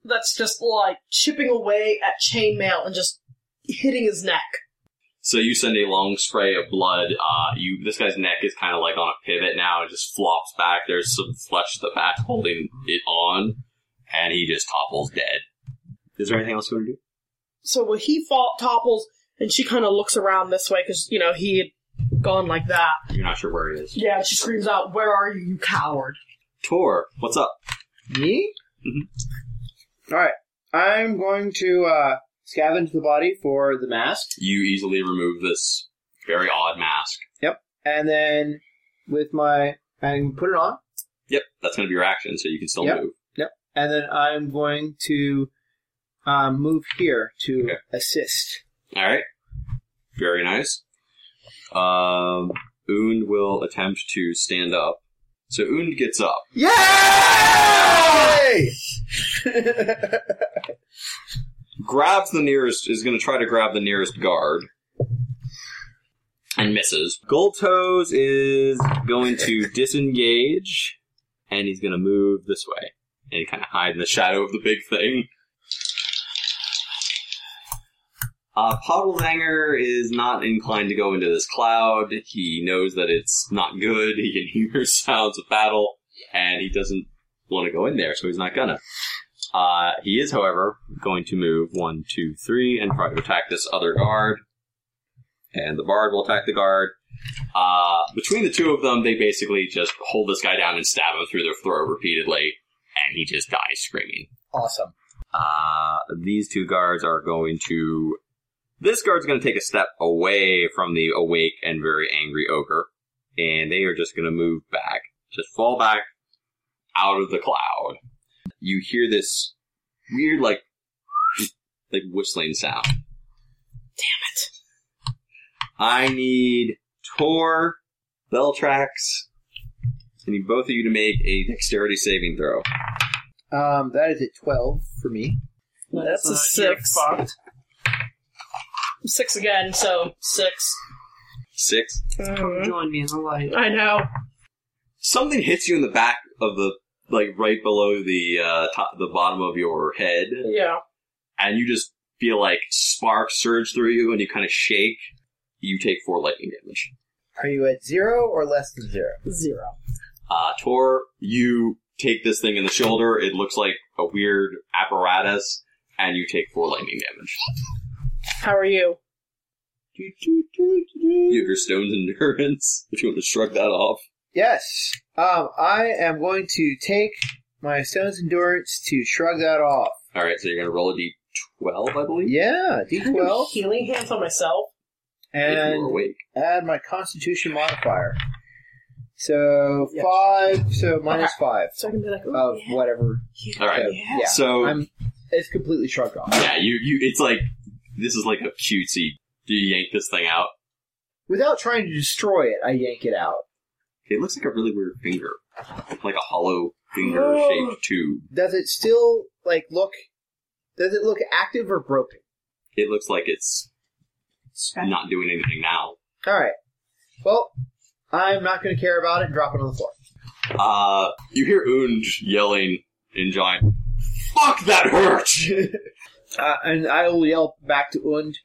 Speaker 4: That's just like chipping away at chainmail and just hitting his neck.
Speaker 1: So you send a long spray of blood. Uh, you this guy's neck is kind of like on a pivot now. It just flops back. There's some flesh to the back holding it on, and he just topples dead. Is there anything else you want to do?
Speaker 4: so when he fall, topples and she kind of looks around this way because you know he had gone like that
Speaker 1: You're not sure where he is.
Speaker 4: yeah and she screams out where are you you coward
Speaker 1: Tor, what's up?
Speaker 2: Me? All right. I'm going to uh, scavenge the body for the mask,
Speaker 1: You easily remove this very odd mask.
Speaker 2: and then with my and put it on,
Speaker 1: Yep, that's going to be your action, so you can still
Speaker 2: Yep.
Speaker 1: move.
Speaker 2: and then I'm going to um, move here to
Speaker 1: Okay.
Speaker 2: assist.
Speaker 1: All right. Very nice. Um, Und will attempt to stand up. So Und gets up.
Speaker 2: Yay!
Speaker 1: Grabs the nearest, is going to try to grab the nearest guard. And misses. Gold Toes is going to disengage. And he's going to move this way. And kind of hide in the shadow of the big thing. Uh, Pottlehanger is not inclined to go into this cloud. He knows that it's not good. He can hear sounds of battle, and he doesn't want to go in there, so he's not gonna. Uh, he is, however, going to move one, two, three, and try to attack this other guard. And the bard will attack the guard. Uh, between the two of them, they basically just hold this guy down and stab him through their throat repeatedly, and he just dies screaming.
Speaker 2: awesome.
Speaker 1: Uh, these two guards are going to. This guard's going to take a step away from the awake and very angry ogre, and they are just going to move back. Just fall back out of the cloud. You hear this weird, like, like whistling sound. Damn it. I need Tor, Beltrax. I need both of you to make a dexterity saving throw.
Speaker 2: Um, that is a twelve for me.
Speaker 4: that's, a
Speaker 3: Uh, you're
Speaker 4: six
Speaker 3: fucked.
Speaker 4: six again so 6
Speaker 1: Six.
Speaker 3: Come
Speaker 4: Mm-hmm.
Speaker 3: join me in the light.
Speaker 4: i know
Speaker 1: something hits you in the back of the like right below the uh, top, the bottom of your head,
Speaker 4: yeah
Speaker 1: and you just feel like sparks surge through you, and you kind of shake. You take four lightning damage.
Speaker 2: Are you at zero or less than zero?
Speaker 4: zero
Speaker 1: Uh, Tor, you take this thing in the shoulder. It looks like a weird apparatus, and you take four lightning damage.
Speaker 4: How are you?
Speaker 1: You have your stone's endurance. If you want to shrug that off,
Speaker 2: Yes. Um, I am going to take my stone's endurance to shrug that off.
Speaker 1: all right. So you're gonna roll a d12, I believe.
Speaker 2: Yeah,
Speaker 4: Well,
Speaker 2: D12,
Speaker 4: healing hands on myself.
Speaker 1: If you were
Speaker 2: and
Speaker 1: awake.
Speaker 2: add my Constitution modifier. So
Speaker 4: Yeah.
Speaker 2: five, so minus five
Speaker 4: So I can be like, oh,
Speaker 2: of
Speaker 4: yeah,
Speaker 2: whatever.
Speaker 4: yeah,
Speaker 1: All right.
Speaker 4: yeah.
Speaker 2: Yeah.
Speaker 1: So
Speaker 2: I'm. It's completely shrugged off
Speaker 1: yeah, you you. It's like this is like a cutesy. Do you yank this thing out?
Speaker 2: without trying to destroy it. I yank it out.
Speaker 1: It looks like a really weird finger, like a hollow finger-shaped tube.
Speaker 2: Does it still like look? Does it look active or broken?
Speaker 1: It looks like it's not doing anything now.
Speaker 2: All right. Well, I'm not going to care about it and drop it on the floor.
Speaker 1: Uh, you hear Und yelling in giant. Fuck that hurt!
Speaker 2: Uh, and I will yell back to Und,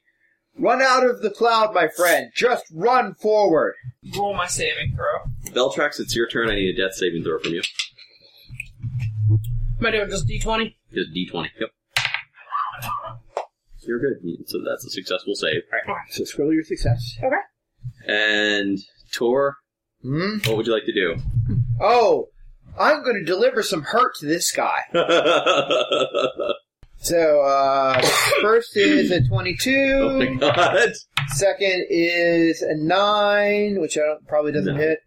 Speaker 2: "Run out of the cloud, my friend! Just run forward!"
Speaker 3: Roll my saving throw.
Speaker 1: Beltrax, it's your turn. I need a death saving throw from you.
Speaker 4: Am I doing just D20?
Speaker 1: Just D twenty. Yep. You're good. So that's a successful save.
Speaker 2: So scroll your success.
Speaker 1: And Tor,
Speaker 2: Hmm.
Speaker 1: what would you like to do?
Speaker 2: Oh, I'm going to deliver some hurt to this guy.
Speaker 1: oh
Speaker 2: So uh, first is a
Speaker 1: Oh my
Speaker 2: twenty-two.
Speaker 1: god!
Speaker 2: Second is a nine, which I don't, probably doesn't
Speaker 1: No.
Speaker 2: hit.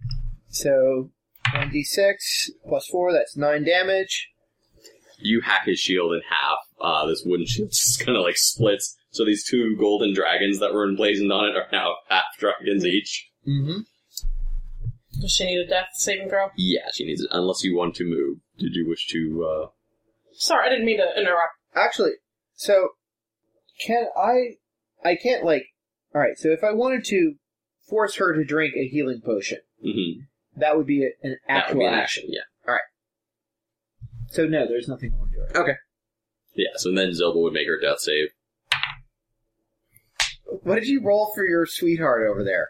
Speaker 2: So one d six plus four. That's nine damage.
Speaker 1: You hack his shield in half. Uh, this wooden shield just kind of like splits. So these two golden dragons that were emblazoned on it are now half dragons each.
Speaker 2: Mm-hmm.
Speaker 4: Does she need a death saving throw?
Speaker 1: Yeah, she needs it. Unless you want to move. Did you wish to? uh...
Speaker 4: Sorry, I didn't mean to interrupt.
Speaker 2: Actually, so can I? I can't like. All right. So if I wanted to force her to drink a healing potion,
Speaker 1: mhm.
Speaker 2: that would be a- an
Speaker 1: That would
Speaker 2: actual
Speaker 1: be an
Speaker 2: action.
Speaker 1: action. Yeah.
Speaker 2: So no, there's nothing I want to do. Right now.
Speaker 1: Yeah. So then Zelda would make her death save.
Speaker 2: What did you roll for your sweetheart over there?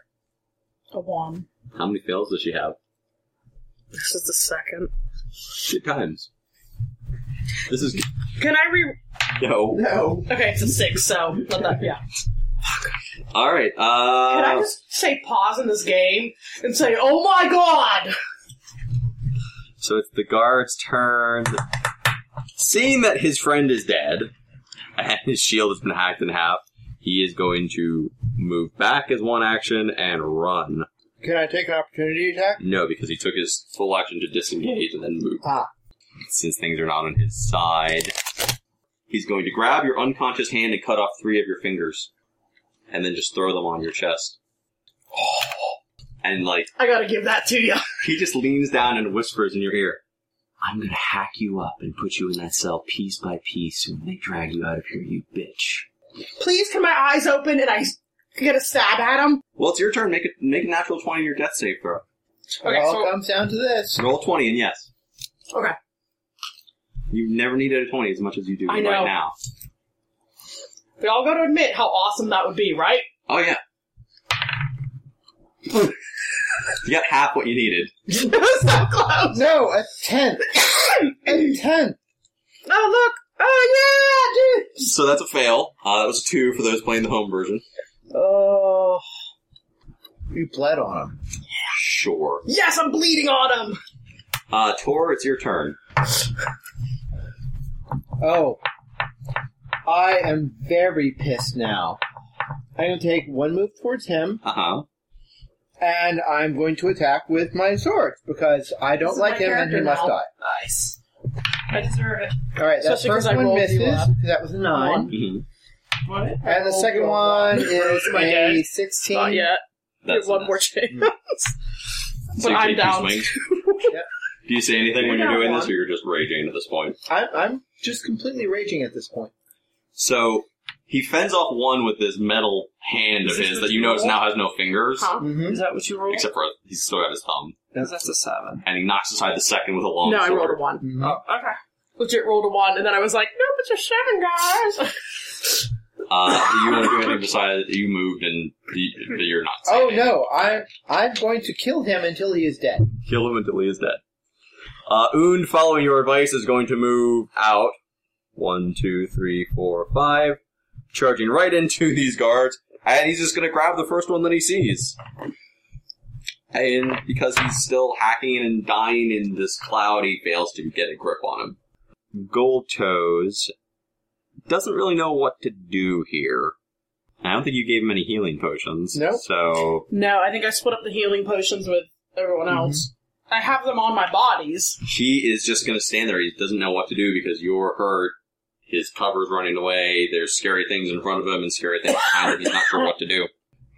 Speaker 4: A one.
Speaker 1: How many fails does she have?
Speaker 4: This is the second.
Speaker 1: Shit times. This is
Speaker 4: Can I re?
Speaker 1: no.
Speaker 2: No.
Speaker 4: Okay, it's a six. So let that. Yeah.
Speaker 1: All right. Uh,
Speaker 4: Can I just say pause in this game and say, "Oh my god"?
Speaker 1: So it's the guard's turn. Seeing that his friend is dead and his shield has been hacked in half, he is going to move back as one action and run.
Speaker 2: Can I take an opportunity attack?
Speaker 1: No, because he took his full action to disengage and then move.
Speaker 2: Ah.
Speaker 1: Since things are not on his side, he's going to grab your unconscious hand and cut off three of your fingers, and then just throw them on your chest. And like
Speaker 4: I gotta give that to you.
Speaker 1: he just leans down and whispers in your ear, I'm gonna hack you up and put you in that cell piece by piece when they drag you out of here, you bitch.
Speaker 4: Please, can my eyes open and I s- get a stab at him?
Speaker 1: Well, it's your turn. Make a, make a natural 20 in your death save throw.
Speaker 2: It
Speaker 4: Okay,
Speaker 2: all
Speaker 4: so
Speaker 2: comes down to this.
Speaker 1: Roll 20 and yes.
Speaker 4: okay,
Speaker 1: You never needed a 20 as much as you do
Speaker 4: I
Speaker 1: right
Speaker 4: know.
Speaker 1: now.
Speaker 4: we all got to admit how awesome that would be, right?
Speaker 1: Oh, yeah. you got half what you needed.
Speaker 4: so close.
Speaker 2: No, a ten. a ten.
Speaker 4: Oh look! Oh yeah, dude.
Speaker 1: So that's a fail. Uh, that was a 2 for those playing the home version.
Speaker 4: Oh
Speaker 2: You bled on him.
Speaker 1: Sure.
Speaker 4: yes, I'm bleeding on him.
Speaker 1: Uh, Tor, it's your turn.
Speaker 2: Oh. I am very pissed now. I'm going to take one move towards him,
Speaker 1: Uh huh.
Speaker 2: and I'm going to attack with my sword because I don't
Speaker 4: This is
Speaker 2: like
Speaker 4: my
Speaker 2: him and he
Speaker 4: character
Speaker 2: must
Speaker 4: now.
Speaker 2: die.
Speaker 4: Nice. I deserve it.
Speaker 2: All right, that
Speaker 4: Especially 'cause
Speaker 2: first
Speaker 4: I
Speaker 2: one
Speaker 4: rolled you
Speaker 2: misses.
Speaker 4: up.
Speaker 2: 'cause That was a nine,
Speaker 4: One.
Speaker 1: Mm-hmm.
Speaker 4: What?
Speaker 2: and the second one is
Speaker 4: Am I
Speaker 2: a
Speaker 4: dead?
Speaker 2: sixteen.
Speaker 4: Not yet. There's one more chance.
Speaker 2: Mm.
Speaker 1: So
Speaker 4: but
Speaker 1: you
Speaker 4: I'm
Speaker 1: take two
Speaker 4: down.
Speaker 1: swings.
Speaker 2: Yep.
Speaker 1: Do you say anything when you're
Speaker 4: We're down
Speaker 1: doing this,
Speaker 4: one.
Speaker 1: or you're just raging at this point?
Speaker 2: I'm, I'm just completely raging at this point.
Speaker 1: So he fends off one with this metal hand
Speaker 3: Is
Speaker 1: of
Speaker 3: this
Speaker 1: his
Speaker 3: what
Speaker 1: that you
Speaker 3: you
Speaker 1: notice
Speaker 3: roll?
Speaker 1: now has no fingers,
Speaker 4: Huh?
Speaker 2: Mm-hmm.
Speaker 3: Is that what you rolled?
Speaker 1: except for he's still got his thumb,
Speaker 3: Because that's a seven.
Speaker 1: and he knocks aside the second with a long
Speaker 4: No, I
Speaker 1: sword.
Speaker 4: rolled a one.
Speaker 2: Mm-hmm.
Speaker 3: Oh, okay.
Speaker 4: Legit rolled a one, and then I was like, "No, but you're seven, guys."
Speaker 1: Uh, do you want to do anything besides you moved and you, you're not?
Speaker 2: Oh
Speaker 1: saying
Speaker 2: no! I I'm going to kill him until he is dead.
Speaker 1: anything. Kill him until he is dead. Uh, Und, following your advice, is going to move out. One, two, three, four, five. Charging right into these guards, and he's just going to grab the first one that he sees. And because he's still hacking and dying in this cloud, he fails to get a grip on him. Gold Toes doesn't really know what to do here. I don't think you gave him any healing potions.
Speaker 2: Nope.
Speaker 1: So
Speaker 4: No, I think I split up the healing potions with everyone else. I have them on my bodies.
Speaker 1: She is just going to stand there. He doesn't know what to do because you're hurt. His cover's running away. There's scary things in front of him and scary things behind him. He's not sure what to do.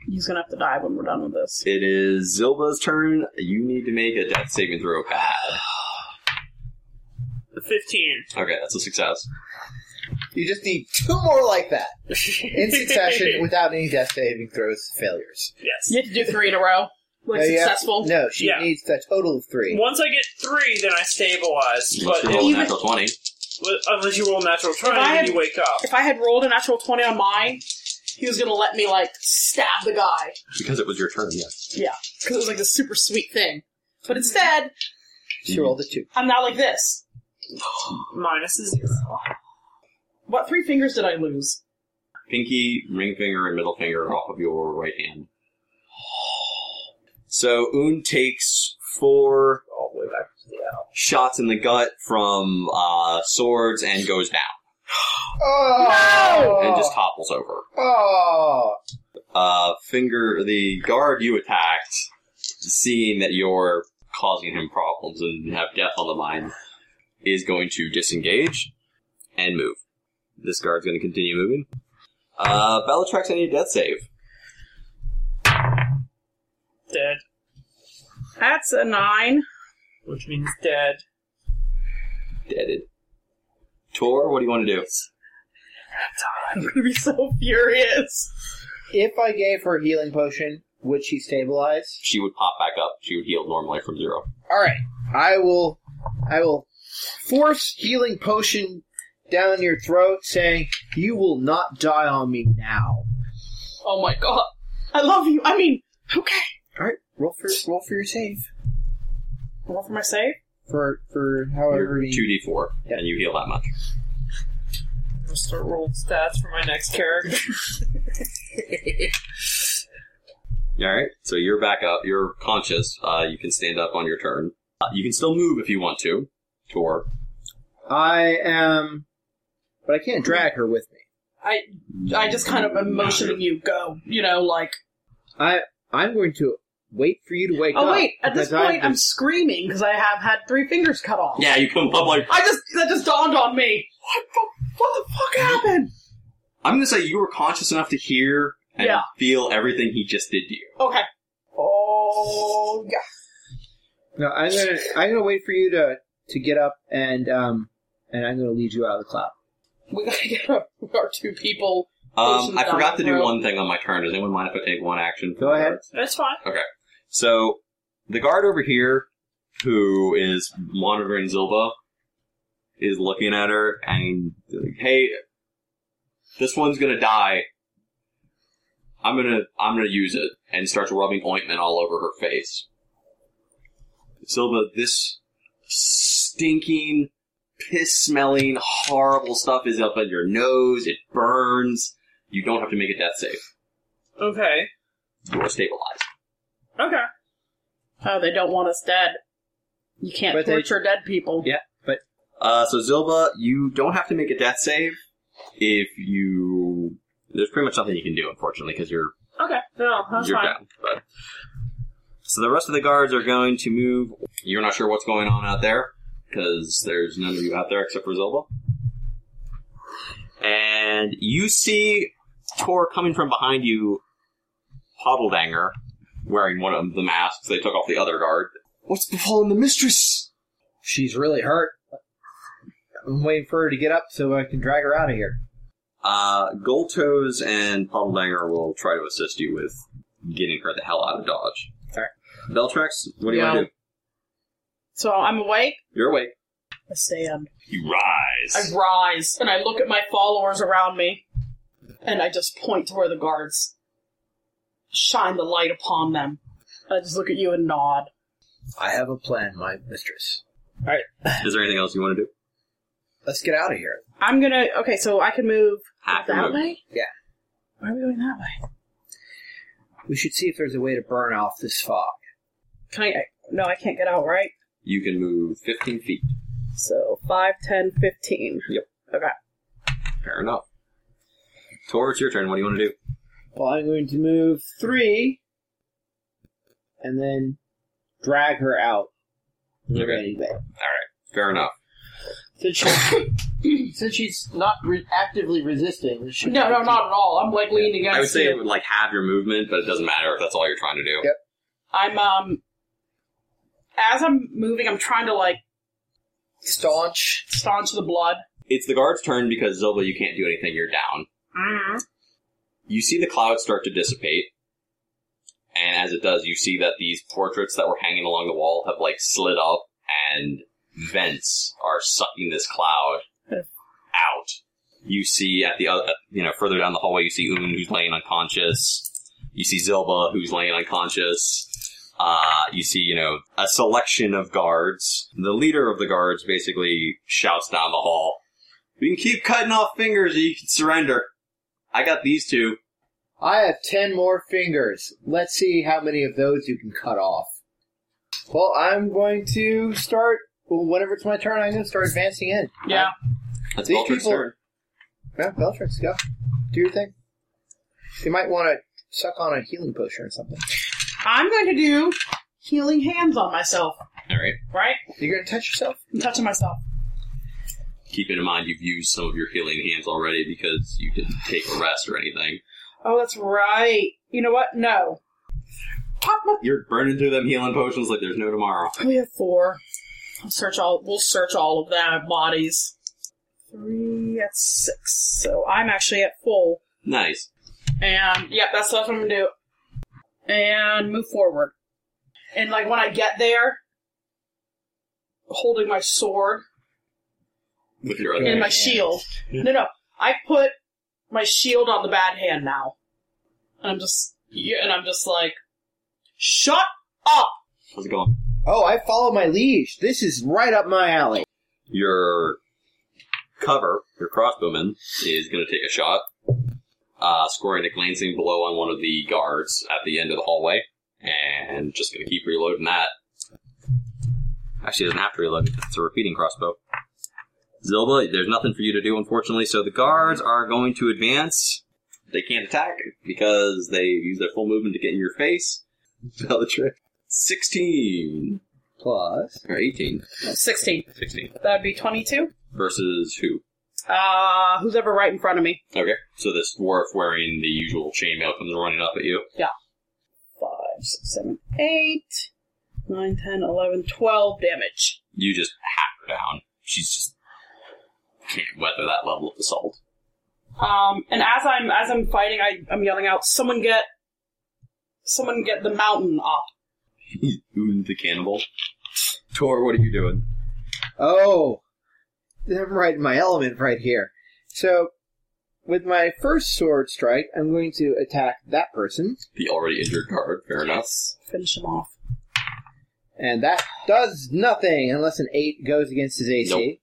Speaker 4: He's gonna have to die when we're done with this.
Speaker 1: It is Zilba's turn. You need to make a death saving throw. Pat.
Speaker 3: Fifteen.
Speaker 1: Okay, that's a success.
Speaker 2: You just need two more like that in succession without any death saving throws failures.
Speaker 3: Yes.
Speaker 4: You have to do three in a row. Like
Speaker 2: No, you have-
Speaker 4: successful.
Speaker 2: no, she
Speaker 3: Yeah.
Speaker 2: needs a total of three.
Speaker 3: Once I get three, then I stabilize.
Speaker 1: Unless
Speaker 3: But
Speaker 1: you roll a
Speaker 4: even-
Speaker 1: natural 20.
Speaker 3: it- unless you roll a natural twenty,
Speaker 4: I
Speaker 3: then
Speaker 4: had-
Speaker 3: you wake up.
Speaker 4: If I had rolled a natural twenty on mine, he was gonna let me like stab the guy
Speaker 1: Because it was your turn, yes.
Speaker 4: because it was like this super sweet thing. But instead,
Speaker 2: She rolled a two.
Speaker 4: I'm now like this.
Speaker 3: Minus a zero.
Speaker 4: What three fingers did I lose?
Speaker 1: Pinky, ring finger, and middle finger off of your right hand. So Un takes four
Speaker 3: All the way back to the L.
Speaker 1: shots in the gut from uh, swords and goes down
Speaker 2: Oh!
Speaker 1: and just topples over.
Speaker 2: oh!
Speaker 1: uh, finger the guard you attacked, seeing that you're causing him problems and have death on the mind, is going to disengage and move. This guard's going to continue moving. Uh, Bellatrix, I need a death save.
Speaker 3: Dead,
Speaker 4: That's a nine.
Speaker 3: which means dead.
Speaker 1: Deaded. Tor, what do you want to do?
Speaker 4: I'm gonna be so furious.
Speaker 2: If I gave her healing potion, would she stabilize?
Speaker 1: She would pop back up. She would heal normally from zero.
Speaker 2: All right, I will, I will force healing potion down your throat, saying you will not die on me now.
Speaker 4: Oh my god. I love you. I mean, okay.
Speaker 2: All right, roll for roll for your save
Speaker 4: Roll for my save.
Speaker 2: for for
Speaker 1: You're
Speaker 2: however many.
Speaker 1: 2d4,
Speaker 2: Yeah.
Speaker 1: and you heal that much.
Speaker 3: I'm gonna start rolling stats for my next character.
Speaker 1: Alright, so you're back up. You're conscious. Uh, you can stand up on your turn. Uh, you can still move if you want to. Tor,
Speaker 2: I am, but I can't drag her with me.
Speaker 4: I I just kind of am motioning you go. You know, like
Speaker 2: I I'm going to wait for you to wake up.
Speaker 4: oh wait. At this
Speaker 2: because
Speaker 4: point, I'm screaming because I have had three fingers cut off.
Speaker 1: Yeah, you come up like
Speaker 4: I just that just dawned on me. What the what the fuck happened?
Speaker 1: I'm gonna say you were conscious enough to hear and
Speaker 4: Yeah.
Speaker 1: feel everything he just did to you.
Speaker 4: Okay. Oh yeah.
Speaker 2: No, I'm gonna I'm gonna wait for you to to get up and um and I'm gonna lead you out of the cloud.
Speaker 4: We gotta get our, our two people.
Speaker 1: Um,
Speaker 4: Potion
Speaker 1: I forgot to do
Speaker 4: down.
Speaker 1: one thing on my turn. Does anyone mind if I take one action?
Speaker 2: Go ahead.
Speaker 3: That's fine.
Speaker 1: So the guard over here, who is monitoring Zilba, is looking at her and like, hey, this one's gonna die. I'm gonna I'm gonna use it and starts rubbing ointment all over her face. Zilba, this stinking, piss smelling, horrible stuff is up at your nose, it burns. You don't have to make a death save.
Speaker 3: Okay.
Speaker 1: You're stabilized.
Speaker 3: Okay.
Speaker 4: Oh, they don't want us dead. You can't
Speaker 2: But they-
Speaker 4: torture dead people.
Speaker 2: Yeah, but
Speaker 1: Uh, so Zilba, you don't have to make a death save if you. There's pretty much nothing you can do, unfortunately, because you're
Speaker 3: Okay. No, that's
Speaker 1: you're
Speaker 3: fine.
Speaker 1: down. But so the rest of the guards are going to move. You're not sure what's going on out there because there's none of you out there except for Zilba. And you see Tor coming from behind you, Hoddledanger, wearing one of the masks. They took off the other guard. What's befallen the mistress?
Speaker 2: she's really hurt. I'm waiting for her to get up so I can drag her out of here.
Speaker 1: Uh, Goltos and Puddledanger will try to assist you with getting her the hell out of Dodge.
Speaker 2: Alright.
Speaker 1: Beltrax, what do you
Speaker 4: Yeah.
Speaker 1: want to do?
Speaker 4: So I'm awake.
Speaker 1: You're awake.
Speaker 4: I stand.
Speaker 1: You
Speaker 4: I
Speaker 1: rise.
Speaker 4: rise and I look at my followers around me, and I just point to where the guards shine the light upon them. I just look at you and nod.
Speaker 2: I have a plan, my mistress.
Speaker 1: Is there anything else you want to do?
Speaker 2: Let's get out of here.
Speaker 4: I'm gonna. Okay, so I can move
Speaker 1: Half your
Speaker 4: that
Speaker 1: move.
Speaker 4: way.
Speaker 2: Yeah.
Speaker 4: Why are we going that way?
Speaker 2: We should see if there's a way to burn off this fog.
Speaker 4: Can I? No, I can't get out. Right.
Speaker 1: You can move 15 feet.
Speaker 4: So 5, 10, 15.
Speaker 1: Yep.
Speaker 4: Okay.
Speaker 1: Fair enough. Tor, it's your turn. What do you want to do?
Speaker 2: Well, I'm going to move three, and then drag her out.
Speaker 1: Okay.
Speaker 2: Anyway.
Speaker 1: Fair enough.
Speaker 2: Since she's, since she's not re- actively resisting, this should
Speaker 4: No,
Speaker 2: be-
Speaker 4: no, not at all. I'm like leaning against.
Speaker 1: I would say
Speaker 4: you.
Speaker 1: it would like halve your movement, but it doesn't matter if that's all you're trying to do.
Speaker 2: Yep.
Speaker 4: I'm um. As I'm moving, I'm trying to like
Speaker 2: staunch.
Speaker 4: staunch the blood.
Speaker 1: It's the guard's turn because Zilda, you can't do anything. You're down.
Speaker 4: Mm-hmm.
Speaker 1: You see the cloud start to dissipate, and as it does, you see that these portraits that were hanging along the wall have like slid up, and vents are sucking this cloud out. You see at the other, you know, further down the hallway, you see Un who's laying unconscious. You see Zilba who's laying unconscious. Uh, you see, you know, a selection of guards. The leader of the guards basically shouts down the hall, "We can keep cutting off fingers, or you can surrender." I got these two.
Speaker 2: I have ten more fingers. Let's see how many of those you can cut off. Well, I'm going to start. Well, whenever it's my turn, I'm going to start advancing in.
Speaker 4: Yeah.
Speaker 1: That's
Speaker 2: These
Speaker 1: Baldur's
Speaker 2: people-
Speaker 1: turn.
Speaker 2: Yeah, Beltrix, go. Do your thing. You might want to suck on a healing potion or something.
Speaker 4: I'm going to do healing hands on myself.
Speaker 1: All right.
Speaker 4: Right.
Speaker 2: You're going to touch yourself?
Speaker 4: I'm touching myself.
Speaker 1: Keeping in mind you've used some of your healing hands already because you didn't take a rest or anything.
Speaker 4: Oh, that's right. You know what? No. Pop my-
Speaker 1: You're burning through them healing potions like there's no tomorrow.
Speaker 4: We have four. I'll search all. We'll search all of them bodies. Three. That's six. So I'm actually at full.
Speaker 1: Nice.
Speaker 4: And yep, that's what I'm gonna do. And move forward. And like when I get there, holding my sword
Speaker 1: With your
Speaker 2: Right
Speaker 1: other
Speaker 4: and my
Speaker 2: hand.
Speaker 4: shield. No, no, I put my shield on the bad hand now, and I'm just yeah, and I'm just like, shut up.
Speaker 1: how's it going?
Speaker 2: Oh, I follow my liege. This is right up my alley.
Speaker 1: Your cover, your crossbowman, is going to take a shot, uh, scoring a glancing blow on one of the guards at the end of the hallway, and just going to keep reloading that. Actually, it doesn't have to reload because it's a repeating crossbow. Zilba, there's nothing for you to do, unfortunately. So the guards are going to advance. They can't attack because they use their full movement to get in your face. Spell the trick. 16.
Speaker 2: Plus,
Speaker 1: Or 18.
Speaker 4: Sixteen.
Speaker 1: 16.
Speaker 4: That'd be twenty-two.
Speaker 1: Versus who?
Speaker 4: Uh, who's ever right in front of me?
Speaker 1: Okay. So this dwarf wearing the usual chainmail comes running up at you.
Speaker 4: Five, six, seven, eight, nine, ten, eleven, twelve damage.
Speaker 1: You just hack her down. She's just can't weather that level of assault.
Speaker 4: Um, and as I'm as I'm fighting, I, I'm yelling out, "Someone get, someone get the mountain up!"
Speaker 1: Who's the cannibal? Tor, what are you doing?
Speaker 2: oh, I'm right in my element right here. So, with my first sword strike, I'm going to attack that person,
Speaker 1: The already injured guard. Fair enough.
Speaker 4: Finish him off.
Speaker 2: and that does nothing unless an eight goes against his AC.
Speaker 1: Nope.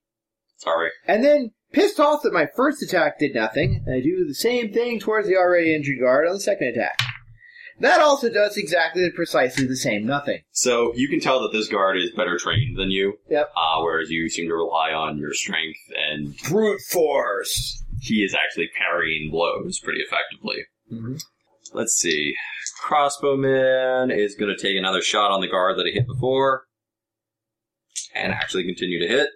Speaker 1: Sorry.
Speaker 2: And then, pissed off that my first attack did nothing, I do the same thing towards the already injured guard on the second attack. That also does exactly and precisely the same nothing.
Speaker 1: So you can tell that this guard is better trained than you.
Speaker 2: Yep.
Speaker 1: Uh, whereas you seem to rely on your strength, and
Speaker 2: Brute force.
Speaker 1: he is actually parrying blows pretty effectively.
Speaker 2: Mhm.
Speaker 1: Let's see. Crossbowman is going to take another shot on the guard that he hit before. And actually continue to hit.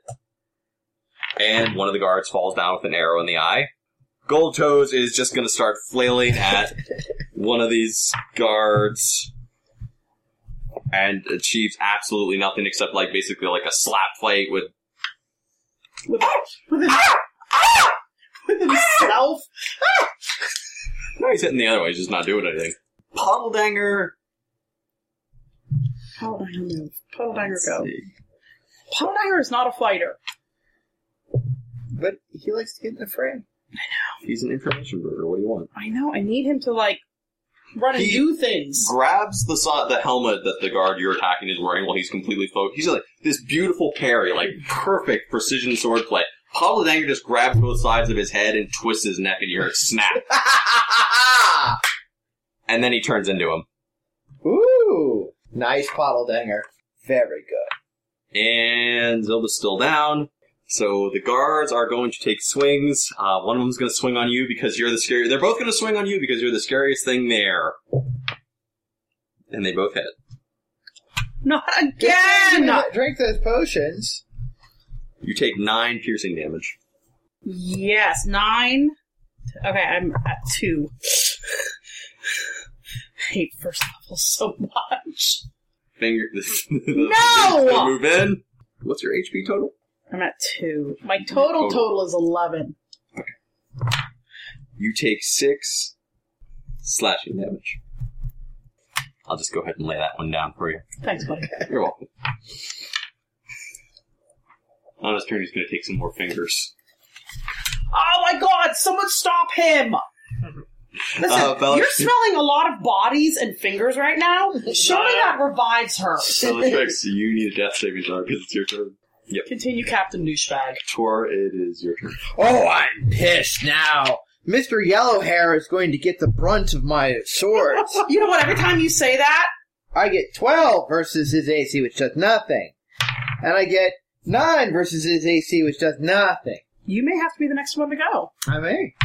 Speaker 1: And one of the guards falls down with an arrow in the eye. Gold Toes is just going to start flailing at one of these guards. And achieves absolutely nothing except, like, basically, like a slap fight with.
Speaker 4: With, with, his, with himself.
Speaker 1: No, he's hitting the other way, he's just not doing anything. Puddledanger.
Speaker 4: Puddledanger move. Puddledanger
Speaker 1: Let's
Speaker 4: go.
Speaker 1: see.
Speaker 4: Puddledanger is not a fighter.
Speaker 2: But he likes to get in the fray.
Speaker 1: He's an information burger. What do you want?
Speaker 4: I know. I need him to like Run and
Speaker 1: He-
Speaker 4: do things.
Speaker 1: grabs the so- the helmet that the guard you're attacking is wearing while he's completely focused. He's like this beautiful parry, like perfect precision swordplay. Pablo Danger just grabs both sides of his head and twists his neck, and you hear it snap. and then he turns into him.
Speaker 2: Ooh, nice pottle danger. Very good.
Speaker 1: And Zilda's still down. So the guards are going to take swings. Uh, one of them's going to swing on you because you're the scary. They're both going to swing on you because you're the scariest thing there. And they both hit.
Speaker 4: Not
Speaker 2: Drink
Speaker 4: again!
Speaker 2: that- drink those potions.
Speaker 1: You take nine piercing damage.
Speaker 4: Yes, nine. Okay, I'm at two. I hate first level so much.
Speaker 1: finger. The, the
Speaker 4: No!
Speaker 1: fingers that Move in. What's your HP total?
Speaker 4: I'm at two. My
Speaker 1: Total.
Speaker 4: total total is 11.
Speaker 1: You take six slashing damage. I'll just go ahead and lay that one down for you.
Speaker 4: Thanks, buddy.
Speaker 1: You're welcome. On his turn, he's going to take some more fingers.
Speaker 4: Oh my god, someone stop him! Listen,
Speaker 1: Uh, Bella-
Speaker 4: you're smelling a lot of bodies and fingers right now. Show me that revives her.
Speaker 1: Bellatrix, you need a death saving throw because it's your turn.
Speaker 4: Continue, Captain Douchebag.
Speaker 1: Tor, it is your turn.
Speaker 2: Oh, I'm pissed now. Mr. Yellowhair is going to get the brunt of my swords.
Speaker 4: You know what? Every time you say that,
Speaker 2: I get 12 versus his AC, which does nothing. And I get 9 versus his AC, which does nothing.
Speaker 4: you may have to be the next one to go.
Speaker 2: I may.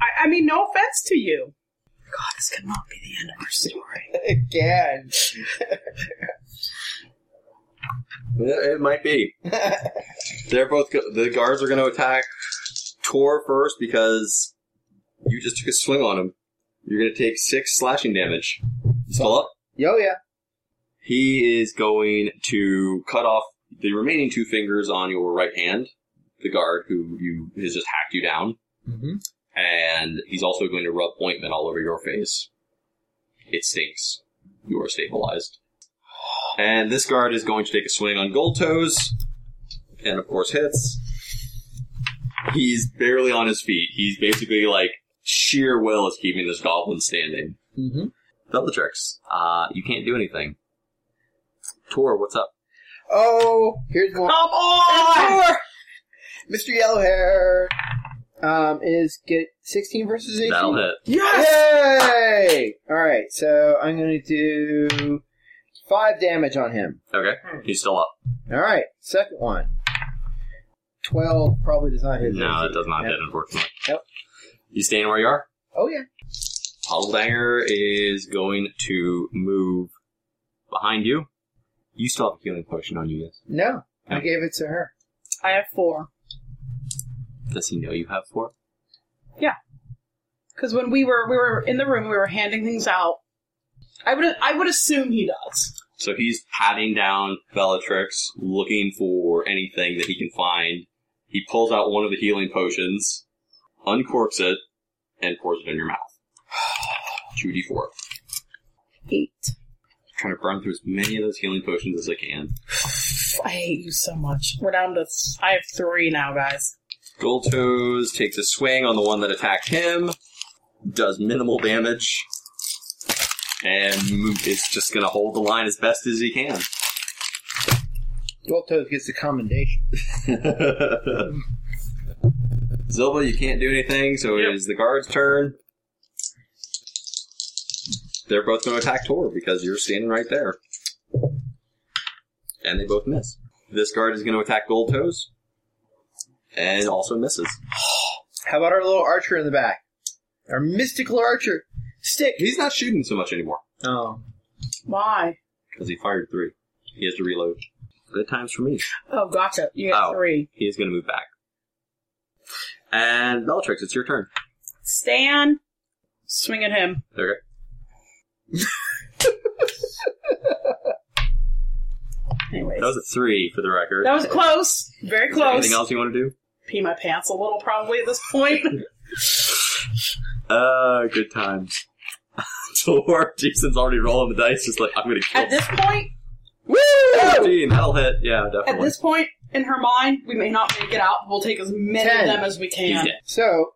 Speaker 4: I, I mean, no offense to you. God, this cannot be the end of our story.
Speaker 2: Again.
Speaker 1: It, it might be. They're both. Go- the guards are going to attack Tor first because you just took a swing on him. You're going to take six slashing damage. Still up?
Speaker 2: Yo, yeah.
Speaker 1: He is going to cut off the remaining two fingers on your right hand. The guard who you has just hacked you down,
Speaker 2: Mm-hmm.
Speaker 1: and he's also going to rub ointment all over your face. It stinks. You are stabilized. And this guard is going to take a swing on Gold Toes, and of course hits. He's barely on his feet. He's basically like sheer will is keeping this goblin standing.
Speaker 2: Mm-hmm.
Speaker 1: Bellatrix, uh, you can't do anything. Tor, what's up?
Speaker 2: Oh, here's
Speaker 4: Come
Speaker 2: one.
Speaker 4: on!
Speaker 2: Mr. Yellowhair um, is get 16 versus 18.
Speaker 1: That'll hit.
Speaker 4: Yes!
Speaker 2: Yay! Alright, so I'm going to do 5 damage on him.
Speaker 1: Okay,
Speaker 2: Hmm.
Speaker 1: he's still up.
Speaker 2: Alright, second one. 12 probably does not hit.
Speaker 1: No,
Speaker 2: AC.
Speaker 1: that does not
Speaker 2: Yeah.
Speaker 1: hit, unfortunately.
Speaker 2: Yep.
Speaker 1: You staying where you are?
Speaker 2: Oh, yeah.
Speaker 1: Huddledanger is going to move behind you. You still have a healing potion on you, yes?
Speaker 2: No, I
Speaker 1: No.
Speaker 2: gave it to her.
Speaker 4: I have four.
Speaker 1: Does he know you have four?
Speaker 4: Because when we were we were in the room, we were handing things out. I would I would assume he does.
Speaker 1: So he's patting down Bellatrix, looking for anything that he can find. He pulls out one of the healing potions, uncorks it, and pours it in your mouth. 2d4.
Speaker 4: Eight.
Speaker 1: trying to burn through as many of those healing potions as I can.
Speaker 4: I hate you so much. We're down to I have three now, guys.
Speaker 1: Gold Toes takes a swing on the one that attacked him, does minimal damage, and is just going to hold the line as best as he can.
Speaker 2: Gold gets the commendation.
Speaker 1: Zilba, you can't do anything, so
Speaker 3: Yep.
Speaker 1: it is the guard's turn. They're both going to attack Tor because you're standing right there. And they both miss. This guard is going to attack Gold Toes and also misses.
Speaker 2: How about our little archer in the back? Our mystical archer. Stick.
Speaker 1: He's not shooting so much anymore
Speaker 2: Oh.
Speaker 4: Why?
Speaker 1: because he fired three. He has to reload. Good times for me.
Speaker 4: Oh, gotcha. You got
Speaker 1: Oh.
Speaker 4: three.
Speaker 1: He is going to move back. And Bellatrix, it's your turn.
Speaker 4: Stan, swing at him.
Speaker 1: Okay.
Speaker 4: Anyways,
Speaker 1: That was a three for the record.
Speaker 4: that was close. Very close.
Speaker 1: Anything else you want to do?
Speaker 4: Pee my pants a little probably at this point.
Speaker 1: Uh, good times. Tor, Jason's already rolling the dice, just like, I'm gonna kill
Speaker 4: at this point,
Speaker 2: Woo!
Speaker 1: 15, that'll hit. Yeah,
Speaker 4: at
Speaker 1: definitely.
Speaker 4: this point in her mind, we may not make it out. We'll take as many
Speaker 2: Ten.
Speaker 4: of them as we
Speaker 1: He's
Speaker 4: can.
Speaker 1: dead.
Speaker 2: So,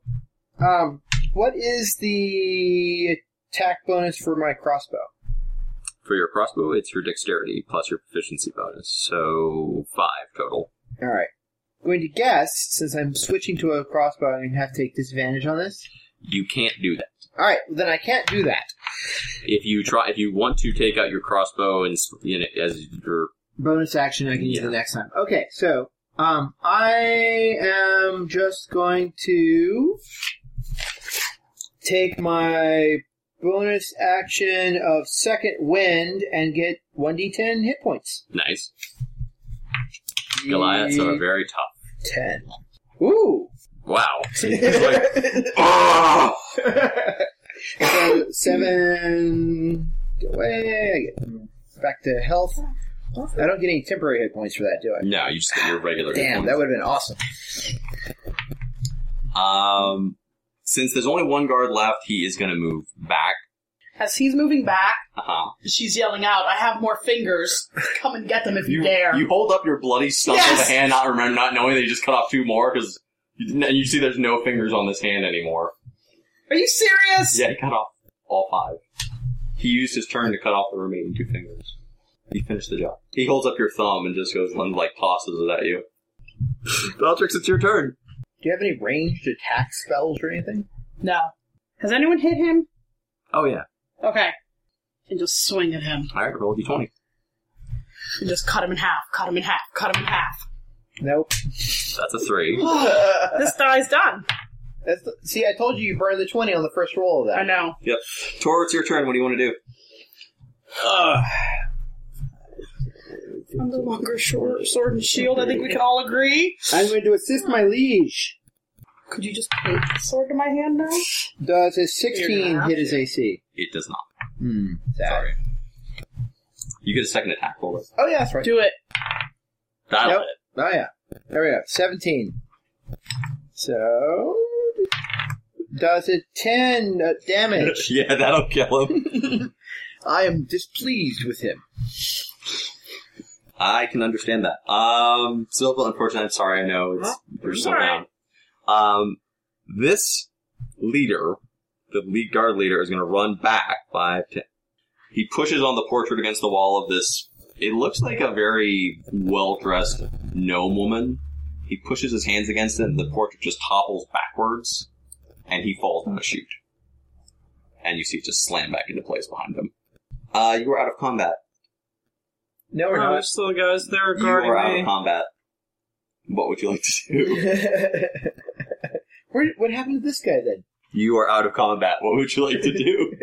Speaker 2: um, what is the attack bonus for my crossbow.
Speaker 1: For your crossbow, it's your dexterity plus your proficiency bonus. So five total.
Speaker 2: All right. Going to guess since I'm switching to a crossbow, I'm going to have to take disadvantage on this.
Speaker 1: You can't do that.
Speaker 2: All right, then I can't do that.
Speaker 1: If you try, if you want to take out your crossbow and s- you know, as your
Speaker 2: Bonus action I can do
Speaker 1: Yeah.
Speaker 2: the next time. Okay, so um, I am just going to take my bonus action of second wind and get 1d10 hit points.
Speaker 1: nice Goliaths are very tough.
Speaker 2: 10. Ooh!
Speaker 1: Wow. So you're like, "Oh!"
Speaker 2: So seven. Get away. I get back to health. I don't get any temporary hit points for that, do I?
Speaker 1: No, you just get your regular. hit
Speaker 2: Damn,
Speaker 1: points.
Speaker 2: that would have been awesome.
Speaker 1: Um, since there's only one guard left, he is going to move back.
Speaker 4: As he's moving back,
Speaker 1: Uh huh.
Speaker 4: she's yelling out, I have more fingers. Come and get them if you, dare.
Speaker 1: You hold up your bloody stump of
Speaker 4: Yes!
Speaker 1: a hand, not remember, not knowing that you just cut off two more because, and you see there's no fingers on this hand anymore.
Speaker 4: Are you serious?
Speaker 1: Yeah, he cut off all five. He used his turn to cut off the remaining two fingers. He finished the job. He holds up your thumb and just goes and like tosses it at you. Beltrix, it's your turn.
Speaker 2: Do you have any ranged attack spells or anything?
Speaker 4: No. Has anyone hit him?
Speaker 1: Oh yeah.
Speaker 4: Okay. And just swing at him.
Speaker 1: All right, roll d twenty.
Speaker 4: And just cut him in half, cut him in half, cut him in half.
Speaker 2: Nope.
Speaker 1: That's a three.
Speaker 4: This die's done.
Speaker 2: That's the, see, I told you you burned the 20 on the first roll of that.
Speaker 4: I know.
Speaker 1: Yep. Tor, it's your turn. What do you want to do?
Speaker 4: I'm no longer short, sword and shield. I think we can all agree.
Speaker 2: I'm going to assist my liege.
Speaker 4: Could you just take the sword to my hand now?
Speaker 2: Does a
Speaker 4: You're gonna
Speaker 2: 16
Speaker 4: have
Speaker 2: hit his AC?
Speaker 1: It does not.
Speaker 2: Hmm. sad.
Speaker 1: Sorry. You get a second attack roll. it.
Speaker 2: Oh, yeah, that's right.
Speaker 4: Do it.
Speaker 1: That'll
Speaker 2: Nope. Oh, yeah. There we go. 17. So. Does a 10 uh,
Speaker 1: hit.
Speaker 2: damage?
Speaker 1: yeah, that'll kill him.
Speaker 2: I am displeased with him.
Speaker 1: I can understand that. Um, Silva, unfortunately, I'm sorry. I know it's, you're still down.
Speaker 4: Alright.
Speaker 1: Um, this leader, the lead guard leader, is going to run back five ten. He pushes on the portrait against the wall of this. It looks like a very well dressed gnome woman. He pushes his hands against it, and the portrait just topples backwards, and he falls down a chute. And you see it just slam back into place behind him. Uh, you are out of combat.
Speaker 2: No, we're
Speaker 3: Oh,
Speaker 2: not.
Speaker 3: there's still guys there
Speaker 1: You are out
Speaker 3: guarding
Speaker 1: of
Speaker 3: me.
Speaker 1: combat. What would you like to do?
Speaker 2: Where, what happened to this guy then?
Speaker 1: you are out of combat. What would you like to do?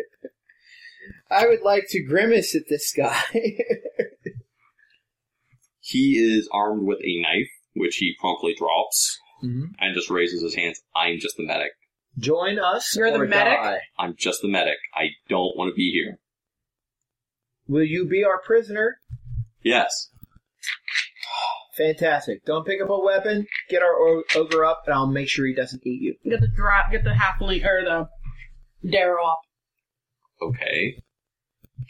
Speaker 2: I would like to grimace at this guy.
Speaker 1: he is armed with a knife, which he promptly drops
Speaker 2: Mhm.
Speaker 1: and just raises his hands. I'm just the medic.
Speaker 2: Join us.
Speaker 4: You're the
Speaker 2: or
Speaker 4: medic?
Speaker 2: die.
Speaker 1: I'm just the medic. I don't want to be here.
Speaker 2: Will you be our prisoner?
Speaker 1: Yes.
Speaker 2: Fantastic. Don't pick up a weapon. Get our o- ogre up, and I'll make sure he doesn't eat you.
Speaker 4: Get the drop. Get the halfling or the Darrow up.
Speaker 1: Okay.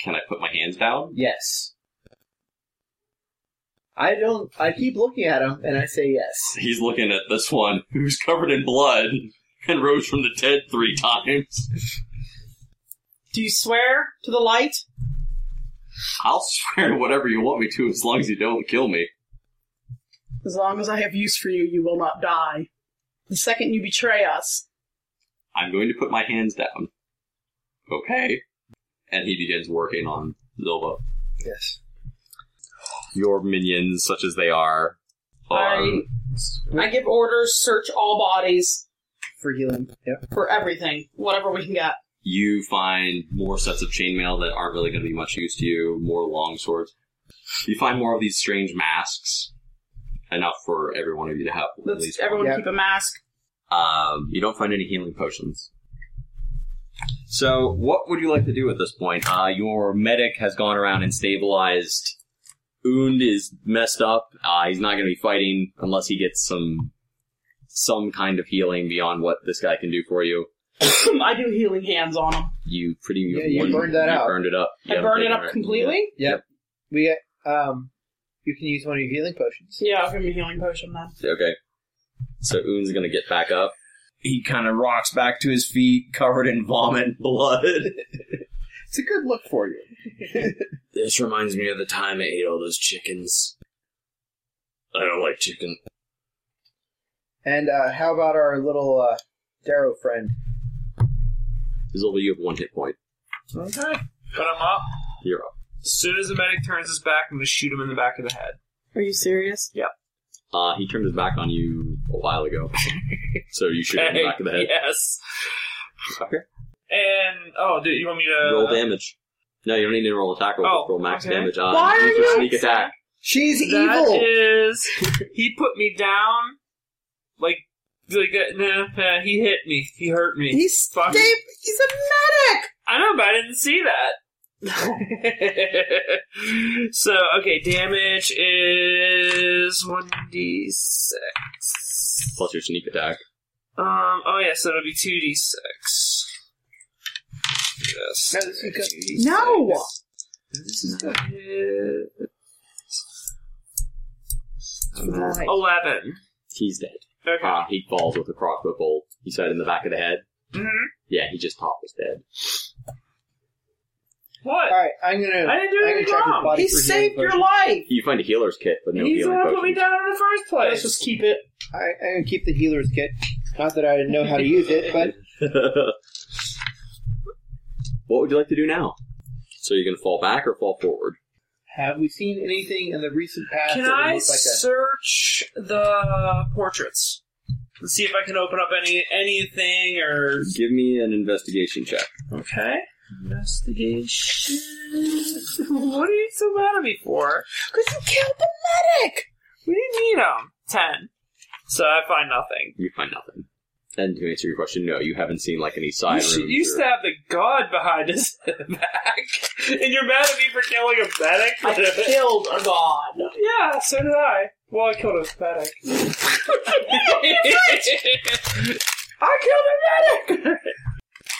Speaker 1: Can I put my hands down?
Speaker 2: Yes. I don't. I keep looking at him, and I say yes.
Speaker 1: He's looking at this one who's covered in blood and rose from the dead three times.
Speaker 4: Do you swear to the light?
Speaker 1: I'll swear to whatever you want me to as long as you don't kill me.
Speaker 4: As long as I have use for you, you will not die. The second you betray us,
Speaker 1: I'm going to put my hands down. Okay. And he begins working on Zilva.
Speaker 2: Yes.
Speaker 1: Your minions, such as they are, are
Speaker 4: I, I give orders, search all bodies
Speaker 2: For healing. Yep.
Speaker 4: for everything, whatever we can get.
Speaker 1: you find more sets of chainmail that aren't really going to be much use to you, more long swords. You find more of these strange masks, enough for every one of you to have at
Speaker 4: Let's
Speaker 1: least
Speaker 4: everyone
Speaker 2: Yeah.
Speaker 4: keep a mask.
Speaker 1: one. Um, you don't find any healing potions. So, what would you like to do at this point? Uh, your medic has gone around and stabilized. Und is messed up. Uh, he's not going to be fighting unless he gets some some kind of healing beyond what this guy can do for you.
Speaker 4: I do healing hands on them.
Speaker 1: You pretty
Speaker 2: Yeah, you burned that
Speaker 1: you
Speaker 2: out.
Speaker 1: Burned it up. You
Speaker 4: I
Speaker 1: haven't
Speaker 4: burn it
Speaker 1: taken
Speaker 4: up completely?
Speaker 1: Yep.
Speaker 2: We get. Um. You can use one of your healing potions.
Speaker 4: Yeah, I'll give him a healing potion then.
Speaker 1: Okay. So Un's gonna get back up.
Speaker 5: he kind of rocks back to his feet, covered in vomit and blood.
Speaker 2: It's a good look for you.
Speaker 1: This reminds me of the time I ate all those chickens. I don't like chicken.
Speaker 2: And uh, how about our little uh, Darrow friend?
Speaker 1: Zolba, you have one hit point.
Speaker 3: Okay. But I'm up.
Speaker 1: You're up.
Speaker 3: As soon as the medic turns his back, I'm going to shoot him in the back of the head.
Speaker 4: Are you serious?
Speaker 1: Uh, he turned his back on you a while ago. so you shoot him in the back of the head.
Speaker 3: Yes.
Speaker 1: Okay.
Speaker 3: And, oh, dude, you want me to.
Speaker 1: roll damage. No, you don't need to roll attack roll.
Speaker 3: Oh,
Speaker 1: just roll max
Speaker 3: okay.
Speaker 1: damage. Uh,
Speaker 4: Why
Speaker 1: use
Speaker 4: are
Speaker 1: your
Speaker 4: you
Speaker 1: sneak attack?
Speaker 2: She's
Speaker 3: That
Speaker 2: evil.
Speaker 3: is, he put me down, like, like that. Nah, nah, he hit me. He hurt me.
Speaker 2: He's
Speaker 3: Fuck.
Speaker 2: Dave, he's a medic.
Speaker 3: I know, but I didn't see that. so, okay, damage is 1d6.
Speaker 1: Plus your sneak attack.
Speaker 3: Um, oh yeah, so it'll be 2d6. Yes.
Speaker 2: No, this is good.
Speaker 3: 2d6.
Speaker 4: No.
Speaker 2: This is good.
Speaker 3: Uh,
Speaker 2: Right.
Speaker 3: 11.
Speaker 1: He's dead.
Speaker 3: Okay.
Speaker 2: Ah.
Speaker 1: Uh, he falls with a crossbow bolt. He's shot in the back of the head.
Speaker 3: Mhm.
Speaker 1: Yeah, he just topples dead.
Speaker 2: All
Speaker 3: What?
Speaker 2: right, I'm gonna.
Speaker 3: I didn't do
Speaker 2: I'm gonna
Speaker 3: anything
Speaker 2: check his
Speaker 3: wrong.
Speaker 2: body
Speaker 4: He
Speaker 2: for
Speaker 4: saved
Speaker 2: healing
Speaker 4: your
Speaker 2: potions.
Speaker 4: life.
Speaker 1: You find a healer's kit, but no
Speaker 3: He's the
Speaker 1: healing
Speaker 3: one who put me
Speaker 1: potions.
Speaker 3: down in the first
Speaker 4: Let's
Speaker 3: place.
Speaker 4: just keep it.
Speaker 2: I, I'm gonna keep the healer's kit. Not that I know how to use it, but
Speaker 1: what would you like to do now? So you're going to fall back or fall forward?
Speaker 2: have we seen anything in the recent past
Speaker 3: Can
Speaker 2: that would
Speaker 3: I
Speaker 2: look like a?
Speaker 3: search the portraits and see if I can open up any anything or?
Speaker 1: Give me an investigation check.
Speaker 3: Okay. Investigation. what are you so mad at me for?
Speaker 4: Because you killed the medic.
Speaker 3: We didn't need them. Ten. So I find nothing.
Speaker 1: You find nothing. And to answer your question, no, you haven't seen like any side
Speaker 3: You, sh-
Speaker 1: rooms
Speaker 3: you
Speaker 1: or-
Speaker 3: stabbed a god behind his back, and you're mad at me for killing a medic.
Speaker 4: I killed a god.
Speaker 3: yeah, so did I. Well, I killed a medic. I killed a medic.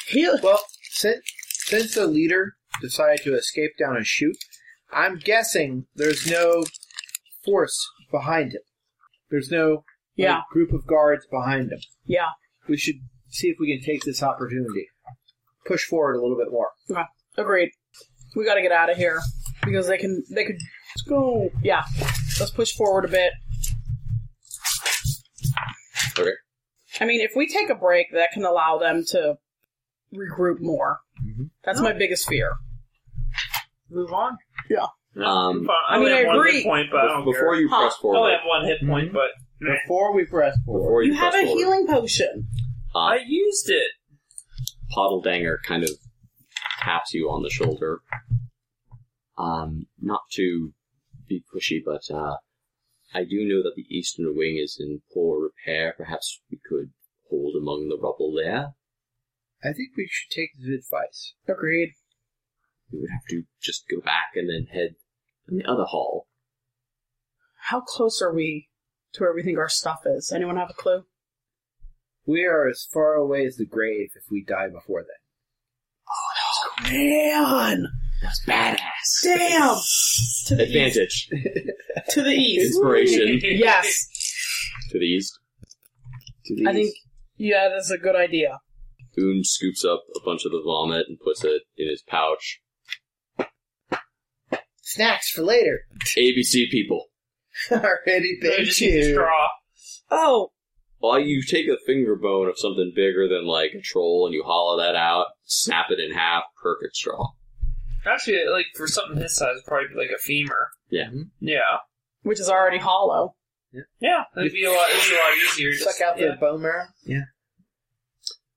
Speaker 2: Heal. Well, since since the leader decided to escape down a chute, I'm guessing there's no force behind him. There's no like,
Speaker 4: Yeah.
Speaker 2: group of guards behind him.
Speaker 4: Yeah.
Speaker 2: We should see if we can take this opportunity. Push forward a little bit more.
Speaker 4: Agreed. We got to get out of here because they can. They could. Let's go. Yeah. Let's push forward a bit.
Speaker 1: Okay.
Speaker 4: I mean, if we take a break, that can allow them to regroup more. That's my biggest fear.
Speaker 3: Move on.
Speaker 1: Um,
Speaker 3: Fine, I,
Speaker 4: I mean,
Speaker 3: only
Speaker 4: I
Speaker 3: have one
Speaker 4: agree. Mm-hmm.
Speaker 3: hit point, but I don't
Speaker 1: before
Speaker 3: care. Oh,
Speaker 1: you
Speaker 4: Huh.
Speaker 1: press
Speaker 3: I only
Speaker 1: forward,
Speaker 3: have one hit point, but
Speaker 2: Before we press forward,
Speaker 1: before you,
Speaker 4: You have
Speaker 1: press
Speaker 4: a
Speaker 1: forward,
Speaker 4: healing potion.
Speaker 1: uh,
Speaker 3: I used it.
Speaker 1: Poddledanger kind of taps you on the shoulder. Um, not to be pushy, but uh, I do know that the eastern wing is in poor repair. Perhaps we could hold among the rubble there.
Speaker 2: I think we should take his advice.
Speaker 4: Agreed.
Speaker 1: We would have to just go back and then head in the other hall.
Speaker 4: How close are we to where we think our stuff is? Anyone have a clue?
Speaker 2: We are as far away as the grave if we die before then.
Speaker 4: Oh, Man,
Speaker 1: That's badass.
Speaker 4: damn. To the east.
Speaker 1: Advantage.
Speaker 4: To the east.
Speaker 1: Inspiration
Speaker 4: Yes,
Speaker 1: to the east. To the
Speaker 4: I think. Yeah, that's a good idea.
Speaker 1: Boone scoops up a bunch of the vomit and puts it in his pouch.
Speaker 2: Snacks for later.
Speaker 1: ABC people.
Speaker 2: Already,
Speaker 3: I
Speaker 2: thank
Speaker 3: just used a
Speaker 2: you.
Speaker 3: straw.
Speaker 4: Oh,
Speaker 1: Well, you take a finger bone of something bigger than like a troll and you hollow that out, snap it in half, perk it straw.
Speaker 3: Actually, like for something his size, it'd probably be like a femur.
Speaker 1: Yeah.
Speaker 3: Yeah.
Speaker 4: which is already hollow.
Speaker 3: Yeah. It'd be a lot. It'd be a lot easier. Just,
Speaker 2: Suck out
Speaker 3: yeah.
Speaker 2: the bone marrow. Yeah.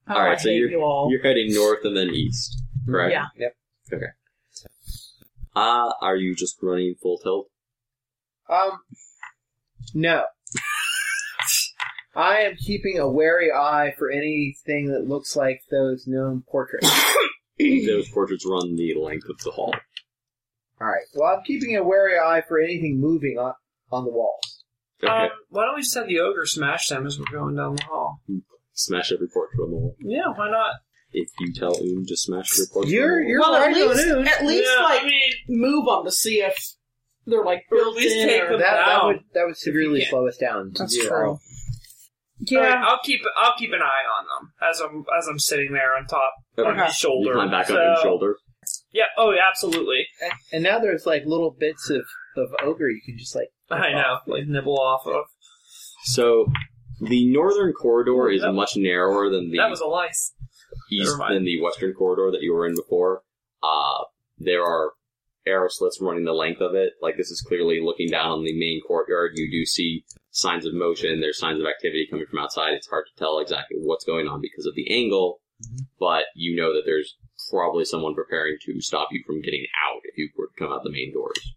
Speaker 4: Oh,
Speaker 1: All right,
Speaker 4: I
Speaker 1: so
Speaker 4: hate
Speaker 1: you're-
Speaker 4: you all.
Speaker 1: You're heading north and then east, correct?
Speaker 4: Yeah.
Speaker 2: Yep.
Speaker 1: Okay. Uh, are you just running full tilt?
Speaker 2: Um, no. I am keeping a wary eye for anything that looks like those known portraits.
Speaker 1: Those portraits run the length of the hall.
Speaker 2: All right. Well, I'm keeping a wary eye for anything moving on on the walls.
Speaker 1: Okay.
Speaker 3: Um, why don't we just have the ogre smash them as we're going down the hall?
Speaker 1: smash every portrait on the wall.
Speaker 3: Yeah, why not?
Speaker 1: If you tell Oom to smash every portrait on
Speaker 2: You're
Speaker 1: the wall.
Speaker 2: you're
Speaker 4: well, at
Speaker 2: right on
Speaker 4: least,
Speaker 2: it.
Speaker 4: at least
Speaker 3: yeah,
Speaker 4: like
Speaker 3: I mean,
Speaker 4: move them to see if they're like
Speaker 3: Or at
Speaker 4: built
Speaker 3: least
Speaker 4: in
Speaker 3: take
Speaker 4: or-
Speaker 3: them-
Speaker 2: That, that
Speaker 3: Wow.
Speaker 2: would that would severely
Speaker 3: can't-
Speaker 2: slow us down. To
Speaker 4: That's
Speaker 2: zero.
Speaker 4: true.
Speaker 3: All right, I'll keep I'll keep an eye on them as I'm as I'm sitting there on top on
Speaker 1: Okay.
Speaker 3: his shoulder.
Speaker 1: You climb back
Speaker 3: so,
Speaker 1: on his shoulder.
Speaker 3: Yeah. Oh, yeah, absolutely.
Speaker 2: And now there's like little bits of, of ogre you can just like.
Speaker 3: I know. Like nibble off of.
Speaker 1: So the northern corridor is
Speaker 3: Oh, That-
Speaker 1: much narrower than the
Speaker 3: That was a lice.
Speaker 1: east
Speaker 3: Never mind.
Speaker 1: than the western corridor that you were in before. Uh, there are arrow slits running the length of it. Like this is clearly looking down on the main courtyard. You do see signs of motion. There's signs of activity coming from outside. It's hard to tell exactly what's going on because of the angle,
Speaker 3: Mm-hmm.
Speaker 1: but you know that there's probably someone preparing to stop you from getting out if you were to come out the main doors.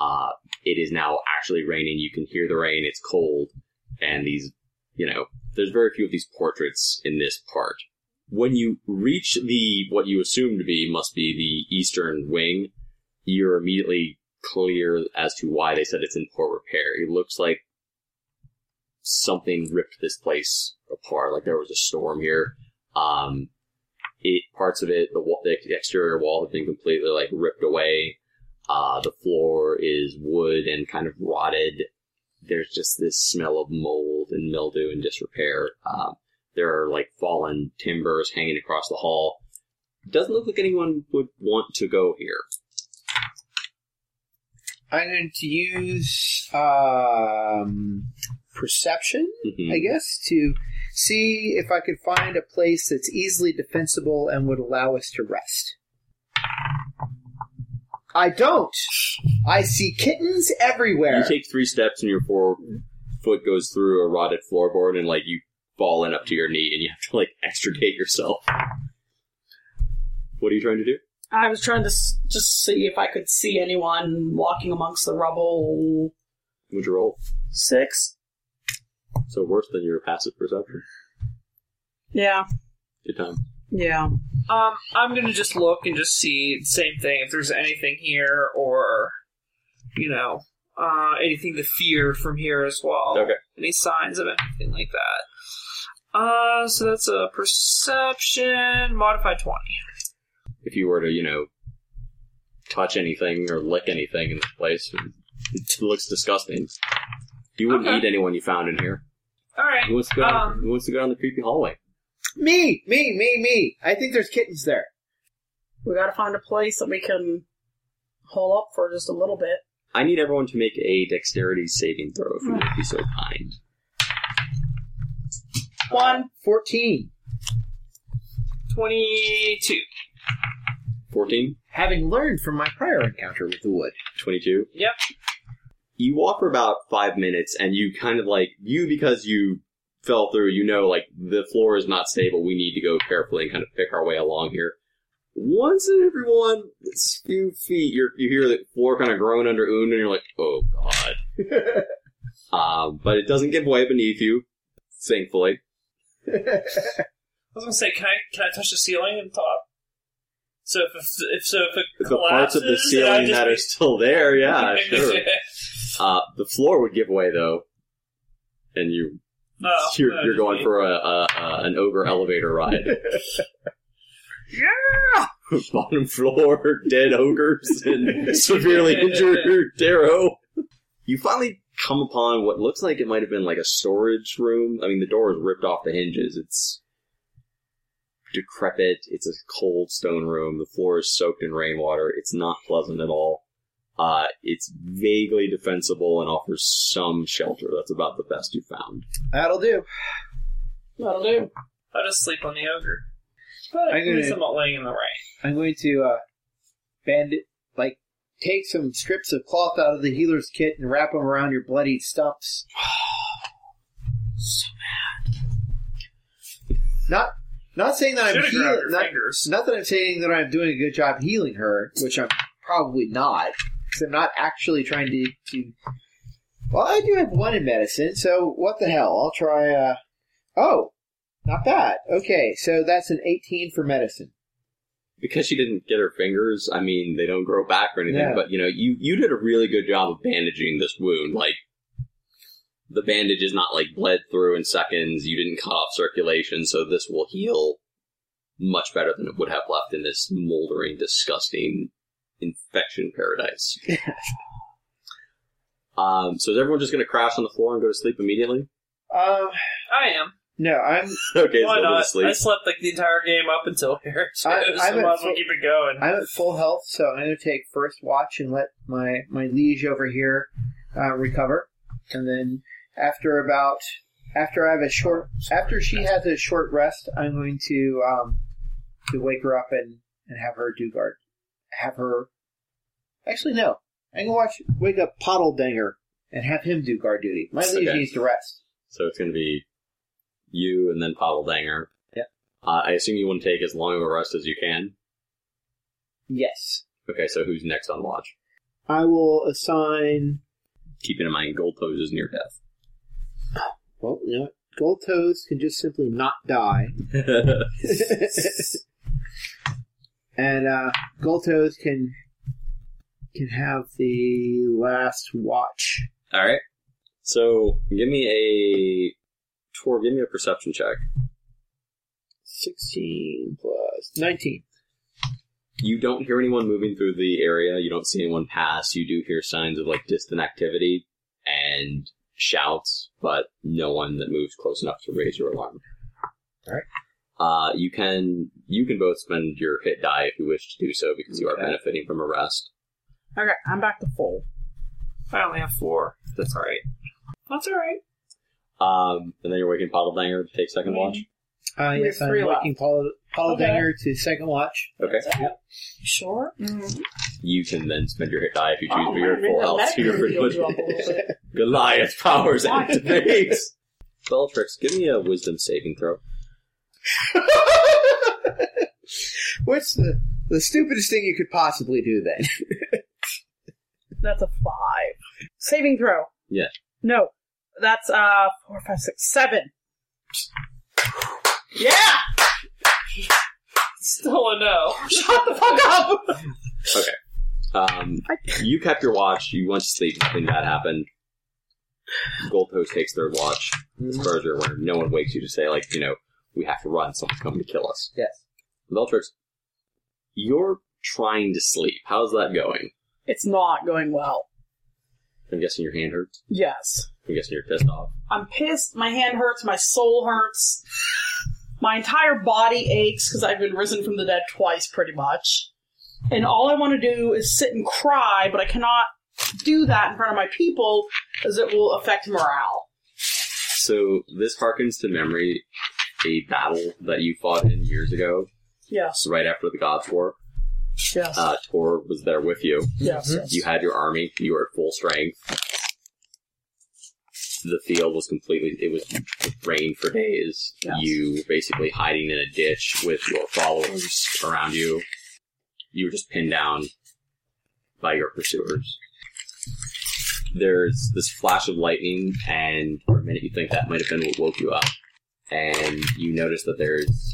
Speaker 1: Uh, it is now actually raining. You can hear the rain. It's cold, and these, you know, there's very few of these portraits in this part when you reach the what you assume to be must be the eastern wing, you're immediately clear as to why they said it's in poor repair. It looks like something ripped this place apart, like there was a storm here. Um, it parts of it, the, wa- the exterior wall has been completely like ripped away. Uh, the floor is wood and kind of rotted. There's just this smell of mold and mildew and disrepair. Um, there are like fallen timbers hanging across the hall. Doesn't look like anyone would want to go here.
Speaker 2: I'm going to use um, perception,
Speaker 1: Mhm.
Speaker 2: I guess, to see if I could find a place that's easily defensible and would allow us to rest. I don't. I see kittens everywhere.
Speaker 1: You take three steps and your four foot goes through a rotted floorboard and like you fall in up to your knee and you have to like extricate yourself. What are you trying to do?
Speaker 4: I was trying to s- just see if I could see anyone walking amongst the rubble.
Speaker 1: Would you roll?
Speaker 4: Six.
Speaker 1: So worse than your passive perception.
Speaker 4: Yeah.
Speaker 1: Good time.
Speaker 4: Yeah.
Speaker 3: Um, I'm gonna just look and just see same thing if there's anything here or, you know, uh, anything to fear from here as well.
Speaker 1: Okay.
Speaker 3: Any signs of anything like that? Uh, so that's a perception modified twenty.
Speaker 1: If you were to, you know, touch anything or lick anything in this place, it looks disgusting. You wouldn't
Speaker 3: Okay.
Speaker 1: eat anyone you found in here.
Speaker 3: All right.
Speaker 1: Who wants to go? Down,
Speaker 3: Um,
Speaker 1: who wants to go down the creepy hallway?
Speaker 2: me, me, me, me. I think there's kittens there.
Speaker 4: We gotta find a place that we can hole up for just a little bit.
Speaker 1: I need everyone to make a dexterity saving throw if you would be so kind.
Speaker 4: One.
Speaker 2: 14.
Speaker 3: Twenty-two.
Speaker 1: 14,
Speaker 2: Having learned from my prior encounter with the wood.
Speaker 1: 22.
Speaker 3: Yep.
Speaker 1: You walk for about five minutes and you kind of like, you because you fell through, you know, like the floor is not stable. We need to go carefully and kind of pick our way along here. Once in every one few feet, you're, you hear the floor kind of groan under Oon and you're like, oh god. Um, but it doesn't give way beneath you, thankfully.
Speaker 3: I was gonna say, can I can I touch the ceiling and top? So if if, if so if it
Speaker 1: The parts
Speaker 3: collapses,
Speaker 1: of the
Speaker 3: then I
Speaker 1: ceiling
Speaker 3: just
Speaker 1: that
Speaker 3: be-
Speaker 1: are still there, yeah, sure. Uh, the floor would give way though, and you
Speaker 3: No,
Speaker 1: you're,
Speaker 3: no,
Speaker 1: you're
Speaker 3: just
Speaker 1: going
Speaker 3: me.
Speaker 1: for a, a, a an ogre elevator ride.
Speaker 3: yeah.
Speaker 1: Bottom floor, dead ogres and severely injured Darrow. You finally come upon what looks like it might have been like a storage room. I mean, the door is ripped off the hinges. It's decrepit. It's a cold stone room. The floor is soaked in rainwater. It's not pleasant at all. Uh, it's vaguely defensible and offers some shelter. That's about the best you found.
Speaker 2: That'll do.
Speaker 4: That'll do.
Speaker 3: I'll just sleep on the ogre. But
Speaker 2: I
Speaker 3: at
Speaker 2: get
Speaker 3: least
Speaker 2: it.
Speaker 3: I'm not laying in the rain.
Speaker 2: I'm going to uh, bend it, like, take some strips of cloth out of the healer's kit and wrap them around your bloodied stumps. so mad. Not, not saying that I'm
Speaker 3: Should've grabbed
Speaker 2: healing.
Speaker 3: her
Speaker 2: Not,
Speaker 3: fingers.
Speaker 2: not that I'm saying that I'm doing a good job healing her, which I'm probably not, because I'm not actually trying to, to. Well, I do have one in medicine, so what the hell? I'll try. Uh... Oh, not bad. Okay, so that's an 18 for medicine.
Speaker 1: because she didn't get her fingers, I mean, they don't grow back or anything,
Speaker 2: Yeah.
Speaker 1: but you know, you, you did a really good job of bandaging this wound. Like, the bandage is not like bled through in seconds. You didn't cut off circulation, so this will heal much better than it would have left in this moldering, disgusting infection paradise. um, so is everyone just going to crash on the floor and go to sleep immediately?
Speaker 3: Uh,
Speaker 2: Um,
Speaker 3: I am.
Speaker 2: no, I'm
Speaker 1: Okay,
Speaker 3: Why
Speaker 1: so
Speaker 3: not?
Speaker 1: we'll sleep.
Speaker 3: I slept like the entire game up until here, so
Speaker 2: I-
Speaker 3: I,
Speaker 2: I
Speaker 3: might as
Speaker 2: haven't-
Speaker 3: well keep it going.
Speaker 2: I'm at full health, so I'm going to take first watch and let my my liege over here uh, recover, and then after about after I have a short after she has a short rest, I'm going to um to wake her up and and have her do guard, have her. Actually, no, I'm gonna watch wake up Poddledanger and have him do guard duty. My liege
Speaker 1: Okay.
Speaker 2: needs to rest.
Speaker 1: So it's going to be you and then Poddledanger.
Speaker 2: Yeah.
Speaker 1: Uh, I assume you want to take as long of a rest as you can.
Speaker 2: Yes,
Speaker 1: Okay, so who's next on watch?
Speaker 2: I will assign.
Speaker 1: Keeping in mind, Gold Toes is near
Speaker 2: Well, you know, what? gold toes can just simply not die.
Speaker 1: death.
Speaker 2: and uh, Goltos can can have the last watch.
Speaker 1: All right. So give me a tour. Give me a perception check.
Speaker 2: Sixteen plus nineteen.
Speaker 1: You don't hear anyone moving through the area. You don't see anyone pass. You do hear signs of like distant activity and shouts, but no one that moves close enough to raise your alarm.
Speaker 2: All right.
Speaker 1: Uh, you can you can both spend your hit die if you wish to do so because you are
Speaker 2: Okay.
Speaker 1: benefiting from a rest.
Speaker 4: Okay, I'm back to full.
Speaker 3: I only have four. That's all right.
Speaker 4: That's all right.
Speaker 1: Um, and then you're waking Pottlebanger to take second watch.
Speaker 4: Mm-hmm.
Speaker 2: Uh,
Speaker 4: We
Speaker 2: yes,
Speaker 4: have
Speaker 2: I'm
Speaker 4: three
Speaker 2: looking Paul Paul
Speaker 4: Okay.
Speaker 2: Danger to second watch.
Speaker 1: Okay.
Speaker 4: Sure.
Speaker 1: You can then spend your hit die if you choose,
Speaker 4: Oh,
Speaker 1: but you're
Speaker 4: man,
Speaker 1: at full
Speaker 4: maybe
Speaker 1: health,
Speaker 4: that
Speaker 1: so you're pretty
Speaker 4: heals
Speaker 1: much
Speaker 4: you up a little bit.
Speaker 1: Goliath powers
Speaker 4: Why?
Speaker 1: activates. Bellatrix, give me a wisdom saving throw.
Speaker 2: What's the the stupidest thing you could possibly do then?
Speaker 4: That's a five. Saving throw.
Speaker 1: Yeah.
Speaker 4: No. That's uh four, five, six, seven. Yeah.
Speaker 3: Still a no.
Speaker 4: Shut the fuck up.
Speaker 1: Um, you kept your watch. You went to sleep. Nothing bad happened. Gold Post takes third watch. As far as you're aware, no one wakes you to say, like, you know, we have to run. Someone's coming to kill us.
Speaker 2: Yes.
Speaker 1: Beltrix, you're trying to sleep. How's that going?
Speaker 4: It's not going well.
Speaker 1: I'm guessing your hand hurts.
Speaker 4: Yes.
Speaker 1: I'm guessing you're pissed off.
Speaker 4: I'm pissed. My hand hurts. My soul hurts. My entire body aches because I've been risen from the dead twice, pretty much. And all I want to do is sit and cry, but I cannot do that in front of my people, as it will affect morale.
Speaker 1: So this harkens to memory a battle that you fought in years ago,
Speaker 4: Yes.
Speaker 1: right after the Gods War.
Speaker 4: Yes.
Speaker 1: Uh, Tor was there with you.
Speaker 4: yes. yes.
Speaker 1: You had your army. You were at full strength. The field was completely. It was it rained for days.
Speaker 4: Yes.
Speaker 1: You were basically hiding in a ditch with your followers around you. You were just pinned down by your pursuers. There's this flash of lightning, and for a minute you think that might have been what woke you up, and you notice that there's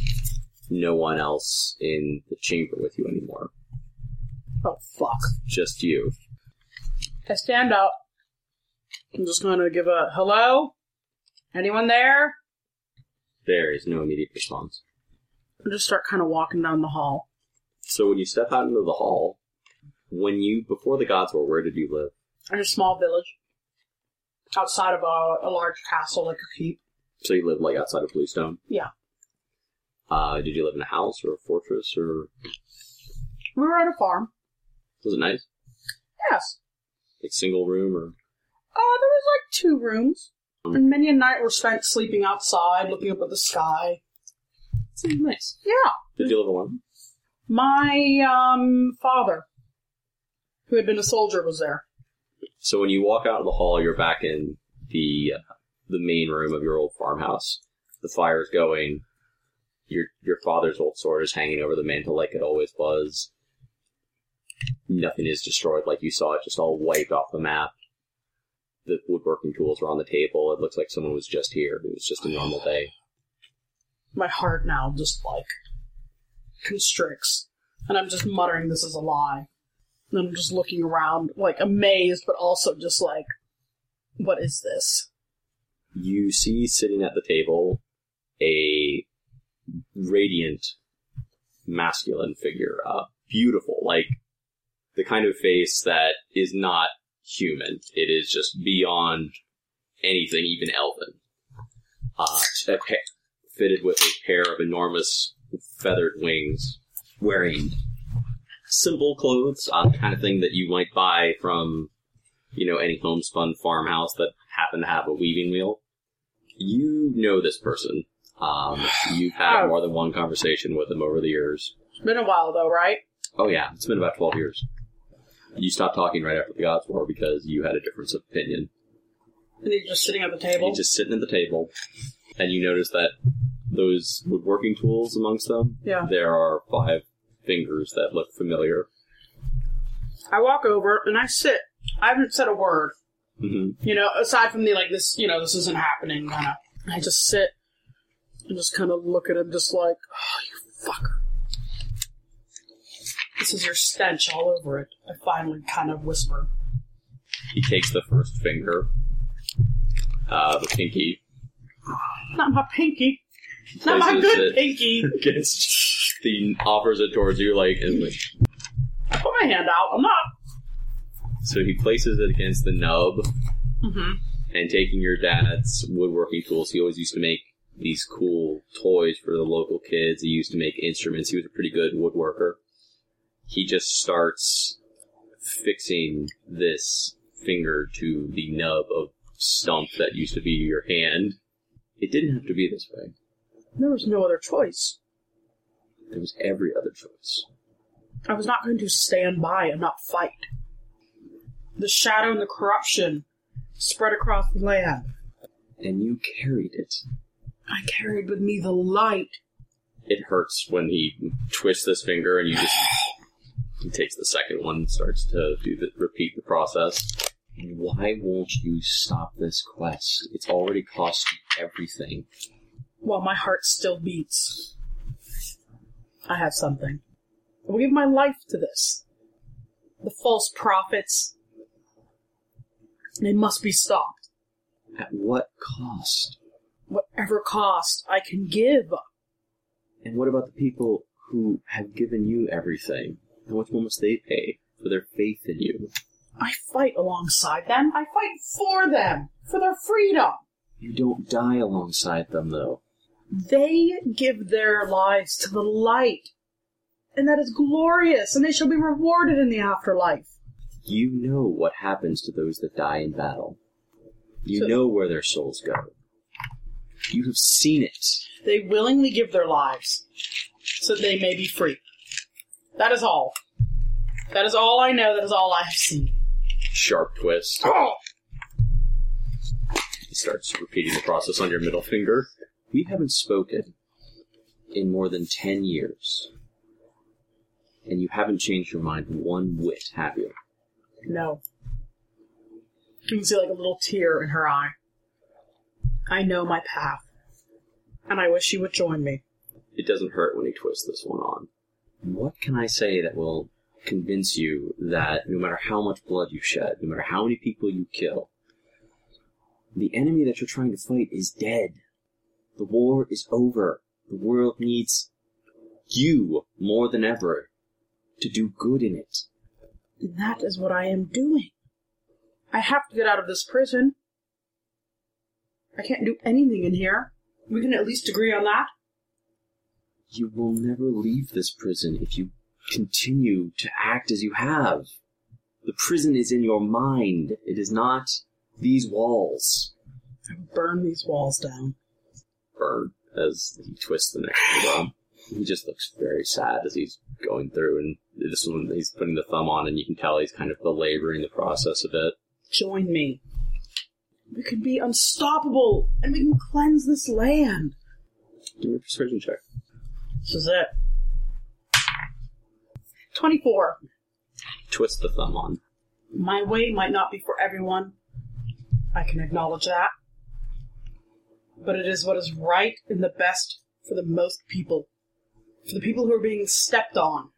Speaker 1: no one else in the chamber with you anymore.
Speaker 4: Oh fuck.
Speaker 1: Just you.
Speaker 4: I stand up. I'm just gonna give a hello. Anyone there?
Speaker 1: There is no immediate response.
Speaker 4: And just start kind of walking down the hall.
Speaker 1: So when you step out into the hall, when you before the gods were, where did you live?
Speaker 4: In a small village, outside of a, a large castle, like a keep.
Speaker 1: So you lived like outside of Bluestone.
Speaker 4: Yeah.
Speaker 1: Uh, did you live in a house or a fortress or
Speaker 4: We were on a farm.
Speaker 1: was it nice?
Speaker 4: Yes.
Speaker 1: Like single room or
Speaker 4: Uh, there was like two rooms, and many a night were spent sleeping outside, looking up at the sky.
Speaker 1: seemed nice.
Speaker 4: Yeah,
Speaker 1: Did you live alone?
Speaker 4: my um father, who had been a soldier, was there.
Speaker 1: So when you walk out of the hall, you're back in the uh, the main room of your old farmhouse. The fire is going. Your your father's old sword is hanging over the mantle like it always was. Nothing is destroyed like you saw it, just all wiped off the map. The woodworking tools are on the table. It looks like someone was just here. It was just a normal day.
Speaker 4: My heart now just like constricts, and I'm just muttering, "This is a lie." And I'm just looking around, like amazed, but also just like, "What is this?"
Speaker 1: You see sitting at the table a radiant masculine figure, uh, beautiful, like the kind of face that is not human. It is just beyond anything, even elven. uh, a pa- fitted with a pair of enormous feathered wings, wearing simple clothes, uh, the kind of thing that you might buy from, you know, any homespun farmhouse that happened to have a weaving wheel. You know this person. Um, you've had more than one conversation with him over the years.
Speaker 4: It's been a while though, right?
Speaker 1: Oh yeah, it's been about twelve years. You stopped talking right after the Gods War because you had a difference of opinion.
Speaker 4: And he's just sitting at the
Speaker 1: And
Speaker 4: table.
Speaker 1: He's just sitting at the table, and you notice that those woodworking tools amongst them,
Speaker 4: Yeah.
Speaker 1: there are five fingers that look familiar.
Speaker 4: I walk over and I sit. I haven't said a word.
Speaker 1: Mm-hmm.
Speaker 4: You know, aside from the like this, you know, this isn't happening kind of. I just sit and just kind of look at him, just like, oh, you fucker. This is your stench all over it. I finally kind of whisper.
Speaker 1: He takes the first finger, uh, the pinky,
Speaker 4: Not my pinky. Not my
Speaker 1: Places
Speaker 4: good
Speaker 1: it.
Speaker 4: pinky.
Speaker 1: gets the offers it towards you, like and like-
Speaker 4: I put my hand out. I'm not.
Speaker 1: so he places it against the nub,
Speaker 4: Mm-hmm.
Speaker 1: and taking your dad's woodworking tools. He always used to make these cool toys for the local kids. He used to make instruments. He was a pretty good woodworker. He just starts fixing this finger to the nub of stump that used to be your hand. It didn't have to be this way.
Speaker 4: There was no other choice.
Speaker 1: There was every other choice.
Speaker 4: I was not going to stand by and not fight. The shadow and the corruption spread across the land.
Speaker 1: And you carried it.
Speaker 4: I carried with me the light.
Speaker 1: It hurts when he twists this finger and you just. He takes the second one and starts to do the, repeat the process. And why won't you stop this quest? It's already cost you everything.
Speaker 4: While my heart still beats, I have something. I will give my life to this. The false prophets. They must be stopped.
Speaker 1: At what cost?
Speaker 4: Whatever cost I can give.
Speaker 1: And what about the people who have given you everything? How much more must they pay for their faith in you?
Speaker 4: I fight alongside them. I fight for them. For their freedom.
Speaker 1: You don't die alongside them, though.
Speaker 4: They give their lives to the light. And that is glorious, and they shall be rewarded in the afterlife.
Speaker 1: You know what happens to those that die in battle. You
Speaker 4: So-
Speaker 1: know where their souls go. You have seen it.
Speaker 4: They willingly give their lives so that they may be free. That is all. That is all I know. That is all I have seen.
Speaker 1: sharp twist.
Speaker 4: Oh,
Speaker 1: He starts repeating the process on your middle finger. We haven't spoken in more than ten years. And you haven't changed your mind one whit, have you?
Speaker 4: no. You can see like a little tear in her eye. I know my path. And I wish you would join me.
Speaker 1: It doesn't hurt when he twists this one on. What can I say that will convince you that no matter how much blood you shed, no matter how many people you kill, the enemy that you're trying to fight is dead. The war is over. The world needs you more than ever to do good in it.
Speaker 4: And that is what I am doing. I have to get out of this prison. I can't do anything in here. We can at least agree on that.
Speaker 1: You will never leave this prison if you continue to act as you have. The prison is in your mind. It is not these walls.
Speaker 4: Burn these walls down.
Speaker 1: Bird, as he twists the next thumb. He just looks very sad as he's going through, and this one he's putting the thumb on, and you can tell he's kind of belaboring the process a bit.
Speaker 4: Join me. We can be unstoppable, and we can cleanse this land.
Speaker 1: Give me a persuasion check.
Speaker 4: This is it. 24.
Speaker 1: Twist the thumb on.
Speaker 4: My way might not be for everyone. I can acknowledge that. But it is what is right and the best for the most people. For the people who are being stepped on.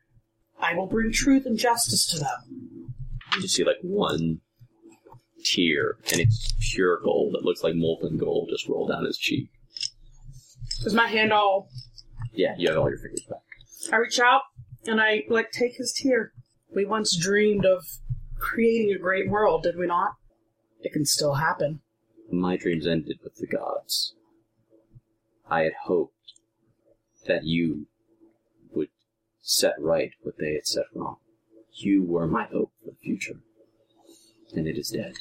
Speaker 4: I will bring truth and justice to them.
Speaker 1: You just see like one tear, and it's pure gold. It looks like molten gold just roll down his cheek.
Speaker 4: Is my hand all
Speaker 1: Yeah, you have all your fingers back.
Speaker 4: I reach out and I like take his tear. We once dreamed of creating a great world, did we not? It can still happen.
Speaker 1: My dreams ended with the gods. I had hoped that you would set right what they had set wrong. You were my hope for the future, and it is dead.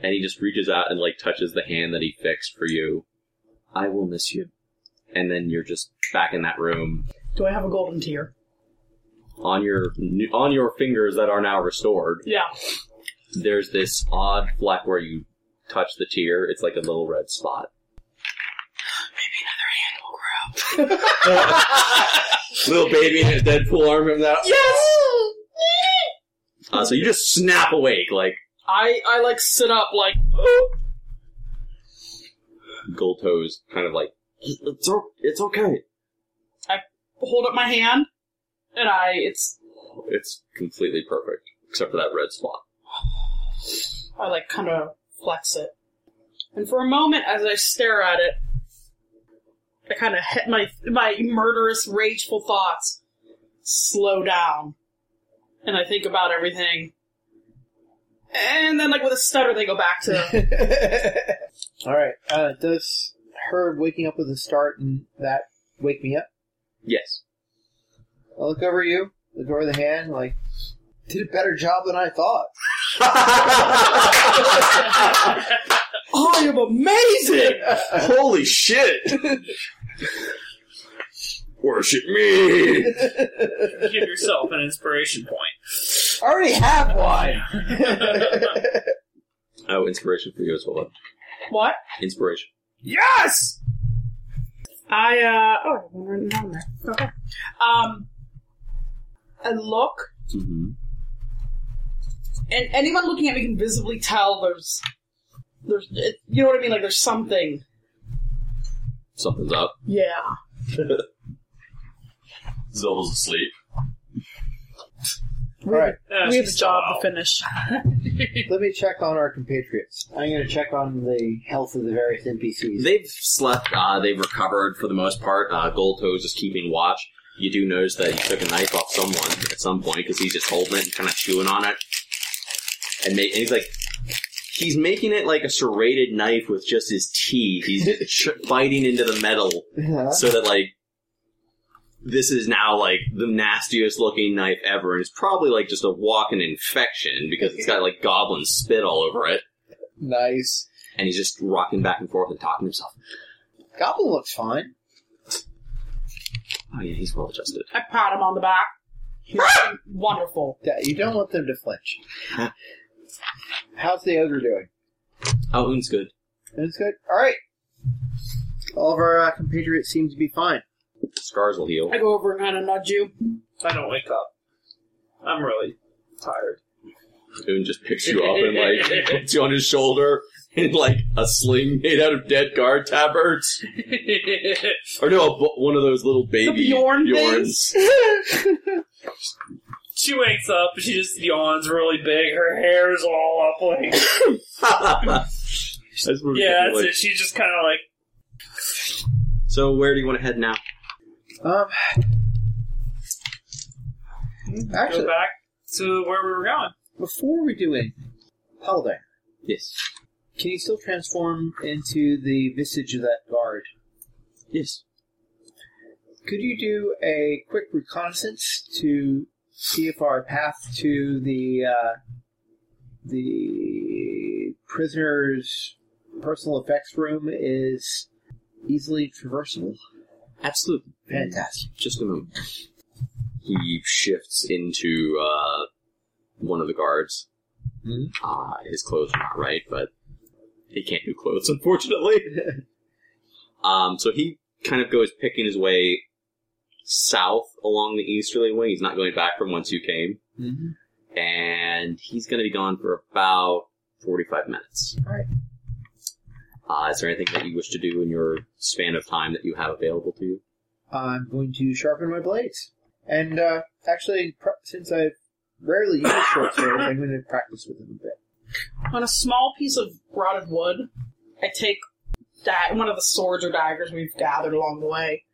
Speaker 1: And he just reaches out and like touches the hand that he fixed for you. I will miss you. And then you're just back in that room
Speaker 4: Do I have a golden tear?
Speaker 1: on your on your fingers that are now restored.
Speaker 4: Yeah.
Speaker 1: there's this odd fleck where you touch the tear. It's like a little red spot. Maybe another hand will grow. little baby in a Deadpool arm from that.
Speaker 4: Yes.
Speaker 1: Uh, so you just snap awake like
Speaker 4: I I like sit up like
Speaker 1: gold toes, kind of like it's o- it's okay.
Speaker 4: hold up my hand, and I it's
Speaker 1: It's completely perfect except for that red spot.
Speaker 4: I like kind of flex it, and for a moment as I stare at it, I kind of hit my my murderous, rageful thoughts slow down, and I think about everything, and then like with a stutter they go back to
Speaker 2: All right. Uh, does her waking up with a start and that wake me up?
Speaker 1: Yes.
Speaker 2: I look over you, look over the hand, like did a better job than I thought.
Speaker 4: I am amazing.
Speaker 1: Holy shit! Worship me.
Speaker 3: Give yourself an inspiration point.
Speaker 2: I already have one.
Speaker 1: Oh, inspiration for you as well.
Speaker 4: What?
Speaker 1: Inspiration.
Speaker 3: Yes!
Speaker 4: I uh oh, I have one written down there. Okay. Um, I look,
Speaker 1: Mm-hmm.
Speaker 4: and anyone looking at me can visibly tell there's there's it, you know what I mean. Like there's something.
Speaker 1: Something's up.
Speaker 4: Yeah.
Speaker 1: Zill's asleep.
Speaker 2: All right.
Speaker 3: That's
Speaker 4: we have a
Speaker 3: just
Speaker 4: job
Speaker 3: wild.
Speaker 4: to finish.
Speaker 2: Let me check on our compatriots. I'm going to check on the health of the various NPCs.
Speaker 1: They've slept. Uh, they've recovered for the most part. Uh, Gold Toes is keeping watch. You do notice that he took a knife off someone at some point because he's just holding it and kind of chewing on it. And, ma- and he's like, he's making it like a serrated knife with just his teeth. He's just ch- biting into the metal so that like this is now like the nastiest looking knife ever, and it's probably like just a walking infection because it's got like goblin spit all over it.
Speaker 2: nice.
Speaker 1: And he's just rocking back and forth and talking to himself.
Speaker 2: Goblin looks fine.
Speaker 1: Oh yeah, he's well adjusted.
Speaker 4: I pat him on the back. He's wonderful.
Speaker 2: Yeah, you don't want them to flinch. How's the ogre doing?
Speaker 1: Oh, Un's good.
Speaker 2: That's good. All right. All of our uh, compatriots seem to be fine.
Speaker 1: Scars will heal.
Speaker 4: I go over and kind of nudge you.
Speaker 3: I don't wake up. I'm really tired.
Speaker 1: Un just picks you up and like puts you on his shoulder in like a sling made out of dead guard tabards. Or no, a bu- one of those little baby
Speaker 4: Bjorn
Speaker 1: Bjorns.
Speaker 3: she wakes up, she just yawns really big, her hair's all up like
Speaker 1: That's what we're
Speaker 3: Yeah, that's
Speaker 1: like-
Speaker 3: it. She's just kinda like
Speaker 1: So where do you want to head now?
Speaker 2: Um,
Speaker 3: go
Speaker 2: actually,
Speaker 3: back to where we were going.
Speaker 2: before we do it, Haldane,
Speaker 1: Yes.
Speaker 2: can you still transform into the visage of that guard?
Speaker 1: Yes.
Speaker 2: Could you do a quick reconnaissance to see if our path to the uh, the prisoner's personal effects room is easily traversable?
Speaker 1: Absolutely.
Speaker 2: Fantastic.
Speaker 1: Just a moment. He shifts into uh, one of the guards.
Speaker 2: Hmm?
Speaker 1: Uh, his clothes are not right, but he can't do clothes, unfortunately. um, so he kind of goes picking his way south along the easterly wing. He's not going back from whence you came.
Speaker 2: Mm-hmm.
Speaker 1: And he's going to be gone for about 45 minutes.
Speaker 2: All right.
Speaker 1: Uh, is there anything that you wish to do in your span of time that you have available to you?
Speaker 2: I'm going to sharpen my blades, and uh, actually, pr- since I rarely use short swords, I'm going to practice with them a bit.
Speaker 4: On a small piece of rotted wood, I take that one of the swords or daggers we've gathered along the way,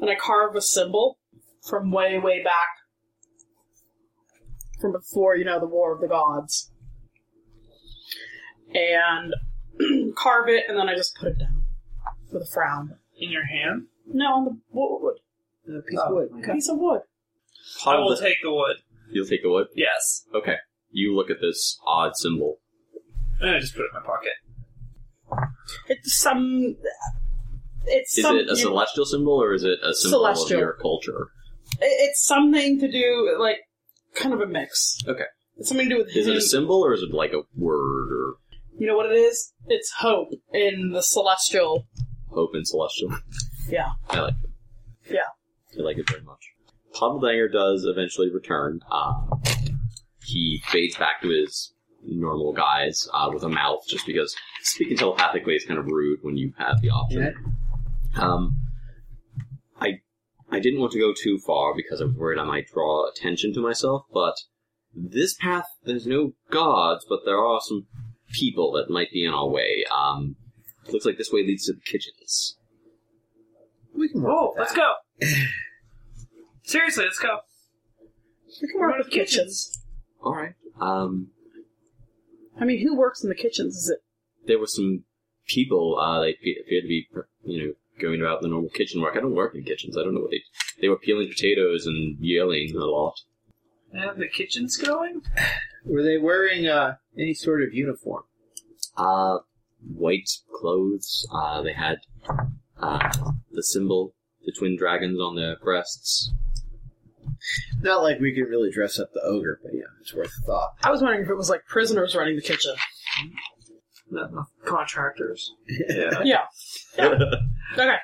Speaker 4: and I carve a symbol from way, way back from before, you know, the War of the Gods. And carve it, and then I just put it down. with a frown.
Speaker 3: in your hand.
Speaker 4: No, on the wo- wood.
Speaker 2: A piece of wood.
Speaker 4: Piece of wood.
Speaker 3: I will
Speaker 1: Pile the-
Speaker 3: take the wood.
Speaker 1: You'll take a look.
Speaker 3: Yes.
Speaker 1: Okay. You look at this odd symbol.
Speaker 3: And I just put it in my pocket.
Speaker 4: It's some. It's
Speaker 1: Is
Speaker 4: some,
Speaker 1: it a
Speaker 4: you-
Speaker 1: celestial symbol or is it a symbol
Speaker 4: Celestial.
Speaker 1: of your culture?
Speaker 4: it- It's something to do like kind of a mix.
Speaker 1: Okay.
Speaker 4: It's something to do with
Speaker 1: Is it
Speaker 4: him-
Speaker 1: a symbol or is it like a word or
Speaker 4: You know what it is? It's hope in the celestial.
Speaker 1: hope in celestial?
Speaker 4: Yeah.
Speaker 1: I like it.
Speaker 4: Yeah.
Speaker 1: I like it very much. Puddledanger does eventually return. Uh, he fades back to his normal guise uh, with a mouth just because speaking telepathically is kind of rude when you have the option. Um, I I didn't want to go too far because I was worried I might draw attention to myself, but this path, there's no gods, but there are some people that might be in our way. Um, looks like this way leads to the kitchens.
Speaker 2: We can work
Speaker 3: Whoa,
Speaker 2: with
Speaker 3: Oh, let's
Speaker 2: that.
Speaker 3: go. Seriously, let's go.
Speaker 4: We can work
Speaker 3: What
Speaker 4: with
Speaker 3: kitchens?
Speaker 4: kitchens.
Speaker 1: All right. Um,
Speaker 4: I mean, who works in the kitchens? Is it?
Speaker 1: there were some people. Uh, they pe- appeared to be, you know, going about the normal kitchen work. I don't work in kitchens. I don't know what they. They were peeling potatoes and yelling a lot.
Speaker 3: They have the kitchen's going?
Speaker 2: Were they wearing uh, any sort of uniform?
Speaker 1: Uh, white clothes. Uh, they had uh, the symbol, the twin dragons on their breasts.
Speaker 2: Not like we can really dress up the ogre, but yeah, it's worth a thought.
Speaker 4: I was wondering if it was like prisoners running the kitchen.
Speaker 3: No, no, contractors.
Speaker 2: Yeah.
Speaker 4: Yeah. yeah. okay.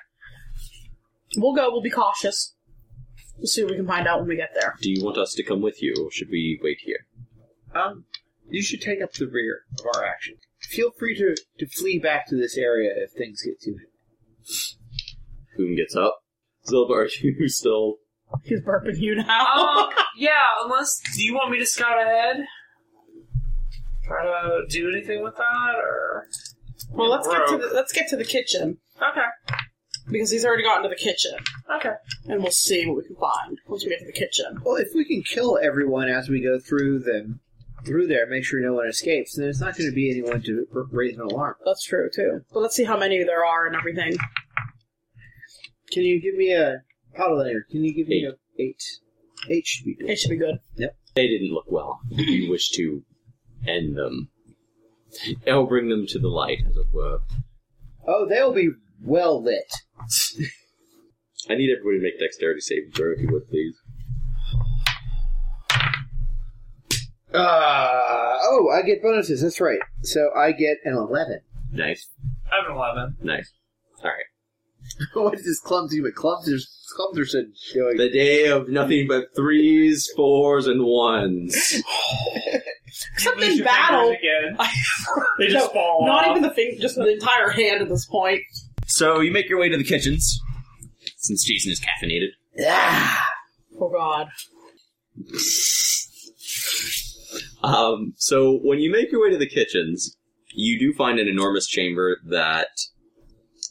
Speaker 4: We'll go. We'll be cautious. We'll see what we can find out when we get there.
Speaker 1: Do you want us to come with you, or should we wait here?
Speaker 2: Um, you should take up the rear of our action. Feel free to, to flee back to this area if things get too.
Speaker 1: Whom gets up? Zilba, are you still?
Speaker 4: He's burping you now.
Speaker 3: Um, yeah, unless. Do you want me to scout ahead? Try to do anything with that, or.
Speaker 4: well, let's get to
Speaker 3: rogue.
Speaker 4: the, let's get to the kitchen
Speaker 3: Okay,
Speaker 4: because he's already gotten to the kitchen,
Speaker 3: okay.
Speaker 4: and we'll see what we can find once we get to the kitchen.
Speaker 2: Well, if we can kill everyone as we go through them, through there, make sure no one escapes, then it's not going to be anyone to r- raise an alarm.
Speaker 4: That's true too. But let's see how many there are and everything.
Speaker 2: Can you give me a paddle layer? Can you give me a eight? Eight should be good.
Speaker 4: It should be good.
Speaker 1: They didn't look well. Do you wish to end them? I'll bring them to the light, as it were.
Speaker 2: Oh, they'll be well lit.
Speaker 1: I need everybody to make dexterity saving throw, if you would, please.
Speaker 2: Uh, oh, I get bonuses. That's right. So I get an eleven.
Speaker 1: Nice,
Speaker 3: I have an 11.
Speaker 1: nice. All right.
Speaker 2: what is this clumsy McClumsers Clumserson doing?
Speaker 1: The day of nothing but threes, fours, and ones.
Speaker 4: Except
Speaker 3: Lose
Speaker 4: in
Speaker 3: your
Speaker 4: battle,
Speaker 3: fingers Again. They just
Speaker 4: No,
Speaker 3: fall
Speaker 4: Not
Speaker 3: off.
Speaker 4: even the thing, just the entire hand at this point.
Speaker 1: So you make your way to the kitchens, since Jason is caffeinated.
Speaker 2: Ah!
Speaker 4: Oh god.
Speaker 1: Um, so when you make your way to the kitchens, you do find an enormous chamber that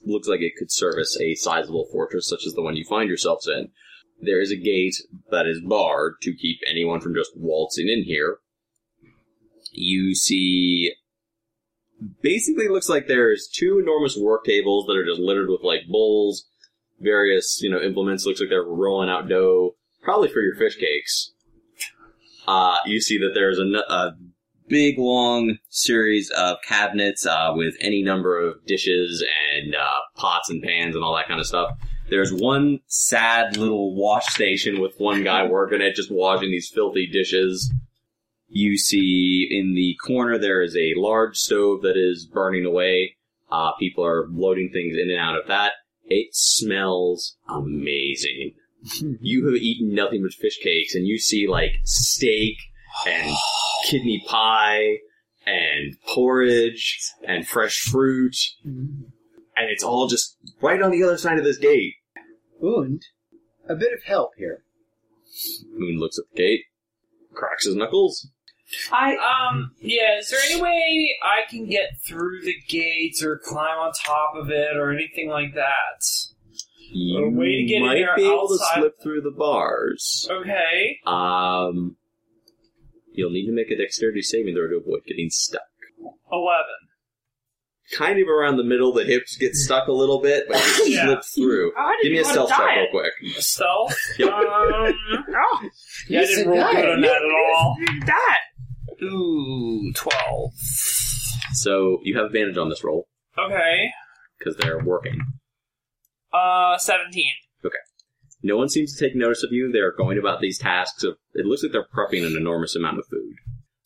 Speaker 1: looks like it could service a sizable fortress such as the one you find yourselves in. There is a gate that is barred to keep anyone from just waltzing in here. You see basically looks like there's two enormous work tables that are just littered with like bowls, various, you know, implements. Looks like they're rolling out dough, probably for your fish cakes uh, you see that there's a, nu- a big long series of cabinets uh, with any number of dishes and uh, pots and pans and all that kind of stuff. There's one sad little wash station with one guy working it, just washing these filthy dishes. You see in the corner there is a large stove that is burning away. Uh, people are loading things in and out of that. It smells amazing you have eaten nothing but fish cakes and you see like steak and kidney pie and porridge and fresh fruit and it's all just right on the other side of this gate
Speaker 2: And a bit of help here.
Speaker 1: moon looks at the gate cracks his knuckles
Speaker 4: I
Speaker 3: Um, yeah, is there any way I can get through the gates or climb on top of it or anything like that?
Speaker 1: you
Speaker 3: way to get in
Speaker 1: might
Speaker 3: there
Speaker 1: be able
Speaker 3: outside.
Speaker 1: to slip through the bars
Speaker 3: Okay.
Speaker 1: um you'll need to make a dexterity saving throw to avoid getting stuck
Speaker 3: 11.
Speaker 1: kind of around the middle. The hips get stuck a little bit, but you
Speaker 3: Yeah.
Speaker 1: slip through.
Speaker 4: I didn't
Speaker 1: Give me a
Speaker 4: want
Speaker 1: stealth
Speaker 4: to
Speaker 1: check
Speaker 4: die.
Speaker 1: real quick.
Speaker 3: Stealth.
Speaker 1: Yep.
Speaker 3: Um, oh, yeah, I
Speaker 2: Yes,
Speaker 3: didn't roll
Speaker 2: it
Speaker 3: good on
Speaker 2: does.
Speaker 3: that at all.
Speaker 4: That.
Speaker 3: Ooh, twelve.
Speaker 1: So you have advantage on this roll
Speaker 3: Okay.
Speaker 1: because they're working.
Speaker 3: Uh, seventeen.
Speaker 1: No one seems to take notice of you. They're going about these tasks. Of, it looks like they're prepping an enormous amount of food.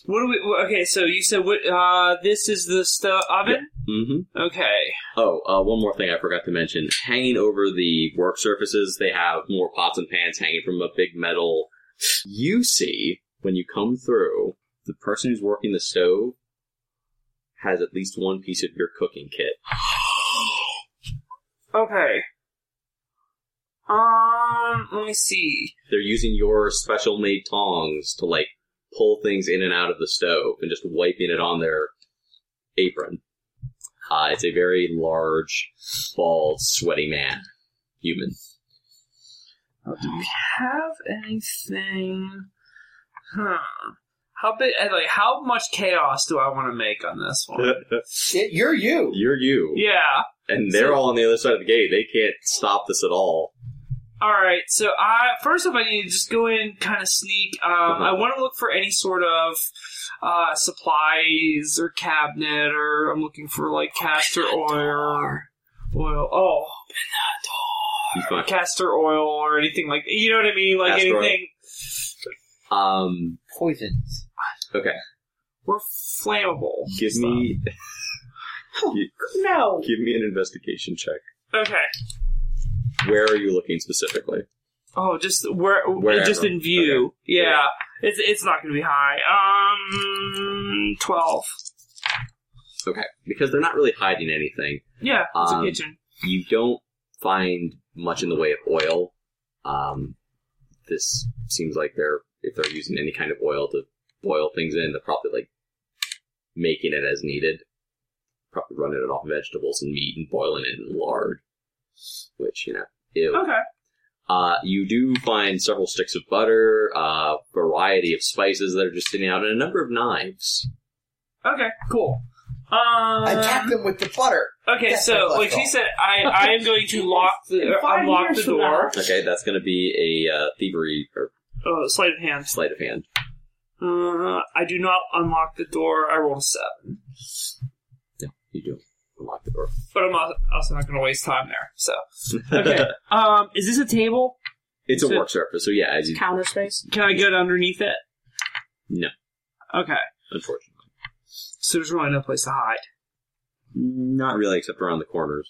Speaker 3: What do we? wh- Okay, so you said what? Uh, this is the stu- oven.
Speaker 1: Mm-hmm.
Speaker 3: Okay.
Speaker 1: Oh, uh, one more thing I forgot to mention. Hanging over the work surfaces, they have more pots and pans hanging from a big metal. You see, when you come through, the person who's working the stove has at least one piece of your cooking kit.
Speaker 3: Okay. Um, let me see.
Speaker 1: They're using your special made tongs to, like, pull things in and out of the stove and just wiping it on their apron. Uh, it's a very large, bald, sweaty man. Human.
Speaker 3: Do we have anything? Huh. How big? and, Like, how much chaos do I want to make on this one?
Speaker 2: Shit, you're you.
Speaker 1: You're you.
Speaker 3: yeah.
Speaker 1: And they're all on the other side of the gate. They can't stop this at all.
Speaker 3: All right. So I first off, I need to just go in, kind of sneak. Um, I want to look for any sort of uh, supplies or cabinet, or I'm looking for like castor oil, oil. Oh,
Speaker 1: You find-
Speaker 3: castor oil or anything like you know what I mean, like
Speaker 1: Castor oil.
Speaker 3: anything.
Speaker 1: Um,
Speaker 2: Poisons.
Speaker 1: okay.
Speaker 3: We're flammable.
Speaker 1: Give
Speaker 3: stuff.
Speaker 1: me
Speaker 4: No.
Speaker 1: give me an investigation check.
Speaker 3: Okay.
Speaker 1: Where are you looking specifically?
Speaker 3: Oh, just where?
Speaker 1: Wherever.
Speaker 3: Just in view. Yeah.
Speaker 1: Yeah.
Speaker 3: It's it's not gonna be high. Um, twelve.
Speaker 1: Okay. Because they're not really hiding anything.
Speaker 3: Yeah, it's
Speaker 1: Um,
Speaker 3: a kitchen.
Speaker 1: You don't find much in the way of oil. Um, this seems like they're if they're using any kind of oil to boil things in, they're probably like making it as needed. Probably running it off vegetables and meat and boiling it in lard. Which, you know, ew.
Speaker 3: Okay.
Speaker 1: Uh, you do find several sticks of butter, uh, variety of spices that are just sitting out, and a number of knives.
Speaker 3: Okay. Cool. Um,
Speaker 4: Uh.
Speaker 2: Attack them with the butter.
Speaker 3: Okay,
Speaker 2: Yes,
Speaker 3: so
Speaker 2: that's
Speaker 3: like
Speaker 2: all.
Speaker 3: she said, I, I am going to lock the
Speaker 4: In five
Speaker 3: unlock the
Speaker 4: years from now.
Speaker 3: door.
Speaker 1: Okay, that's going to be a uh, thievery or
Speaker 3: Oh, sleight of hand.
Speaker 1: sleight of hand.
Speaker 3: Uh, I do not unlock the door. I rolled a seven,
Speaker 1: You do unlock the door.
Speaker 3: but I'm al- also not going to waste time there. So okay, um, is this a table?
Speaker 1: It's a
Speaker 3: So-
Speaker 1: work surface, so yeah, as you
Speaker 4: Counter space.
Speaker 3: Can I get underneath it?
Speaker 1: No.
Speaker 3: Okay,
Speaker 1: unfortunately
Speaker 3: so there's really no place to hide.
Speaker 1: not really, except around the corners.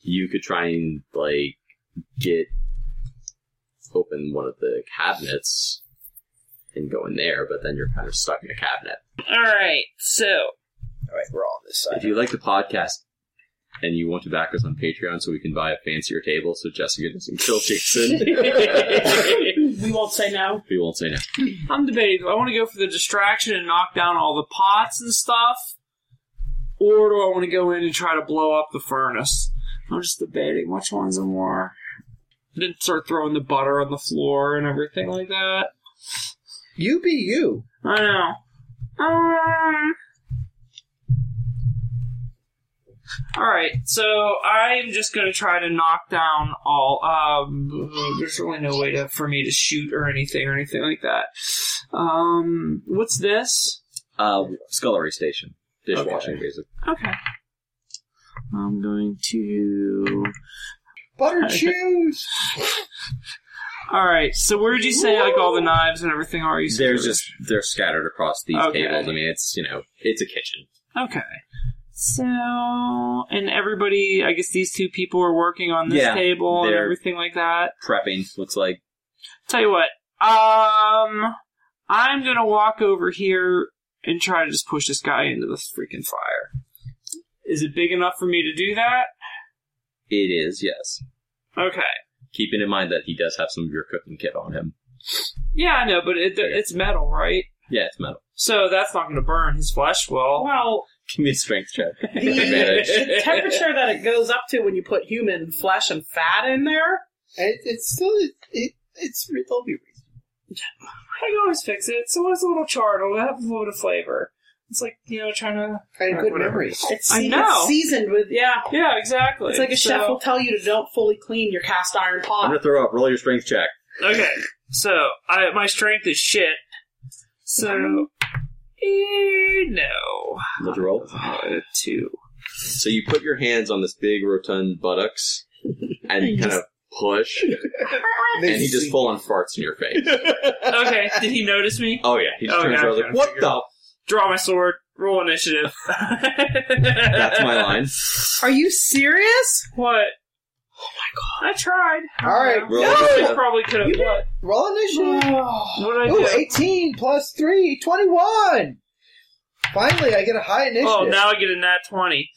Speaker 1: You could try and like get open one of the cabinets and go in there, but then you're kind of stuck in a cabinet.
Speaker 3: All right, so
Speaker 2: All right, we're all on this
Speaker 1: If
Speaker 2: side.
Speaker 1: you like the podcast and you want to back us on Patreon so we can buy a fancier table so Jessica doesn't kill Jason,
Speaker 4: We won't say no.
Speaker 1: we won't say no.
Speaker 3: I'm debating. Do I want to go for the distraction and knock down all the pots and stuff? Or do I want to go in and try to blow up the furnace? I'm just debating which one's a more. Then start throwing the butter on the floor and everything like that.
Speaker 2: You be you.
Speaker 3: I know. Um. Alright, so I'm just gonna try to knock down all, um, there's really no way to, for me to shoot or anything or anything like that. Um, what's this?
Speaker 1: Uh, scullery station. Dishwashing, basically.
Speaker 3: Okay. I'm going to,
Speaker 2: Butter chews.
Speaker 3: alright, so where did you say, like, all the knives and everything are? You said
Speaker 1: There's
Speaker 3: there was-
Speaker 1: just, they're scattered across these
Speaker 3: Okay.
Speaker 1: tables. I mean, it's, you know, it's a kitchen.
Speaker 3: Okay. So, and everybody, I guess these two people are working on this
Speaker 1: Yeah,
Speaker 3: table and
Speaker 1: they're-
Speaker 3: everything like that.
Speaker 1: Prepping, looks like.
Speaker 3: Tell you what, um, I'm gonna walk over here and try to just push this guy into the freaking fire. Is it big enough for me to do that?
Speaker 1: It is, yes.
Speaker 3: Okay.
Speaker 1: Keeping in mind that he does have some of your cooking kit on him.
Speaker 3: Yeah, I know, but it, it's metal, right?
Speaker 1: Yeah, it's metal.
Speaker 3: So that's not gonna burn his flesh well.
Speaker 4: Well,
Speaker 1: Give me a strength check.
Speaker 4: the, the temperature that it goes up to when you put human flesh and fat in there,
Speaker 2: It, it's still it, it's it'll be reasonable.
Speaker 3: I can always fix it. So it's a little charred. It'll have a little bit of flavor. It's like you know trying to.
Speaker 2: And
Speaker 3: Alright,
Speaker 2: good
Speaker 3: whatever.
Speaker 2: memories.
Speaker 4: It's,
Speaker 3: I
Speaker 4: se-
Speaker 3: know.
Speaker 4: it's seasoned with yeah.
Speaker 3: Yeah, exactly.
Speaker 4: It's like a chef
Speaker 3: So-
Speaker 4: will tell you to don't fully clean your cast iron pot.
Speaker 1: I'm gonna throw up. Roll your strength check.
Speaker 3: Okay, so I my strength is shit. So eh, no,
Speaker 1: What'd you roll?
Speaker 3: Uh, two.
Speaker 1: So you put your hands on this big rotund buttocks and you kind of push, and he just full on farts in your face.
Speaker 3: Okay, did he notice me?
Speaker 1: Oh yeah, he just
Speaker 3: Oh,
Speaker 1: turns
Speaker 3: yeah,
Speaker 1: around
Speaker 3: I'm
Speaker 1: like,
Speaker 3: trying to
Speaker 1: "What
Speaker 3: figure
Speaker 1: the?"
Speaker 3: out. Draw my sword. Roll initiative. That's
Speaker 1: That's my line.
Speaker 4: Are you serious?
Speaker 3: What? Oh my god! I tried.
Speaker 2: All right,
Speaker 1: Roll
Speaker 3: I
Speaker 1: initiative.
Speaker 3: probably could have.
Speaker 2: You
Speaker 3: What?
Speaker 2: Roll initiative.
Speaker 3: What did I
Speaker 2: Ooh,
Speaker 3: do?
Speaker 2: 18 plus 3, 21! Finally, I get a high initiative.
Speaker 3: Oh, now I get a nat twenty.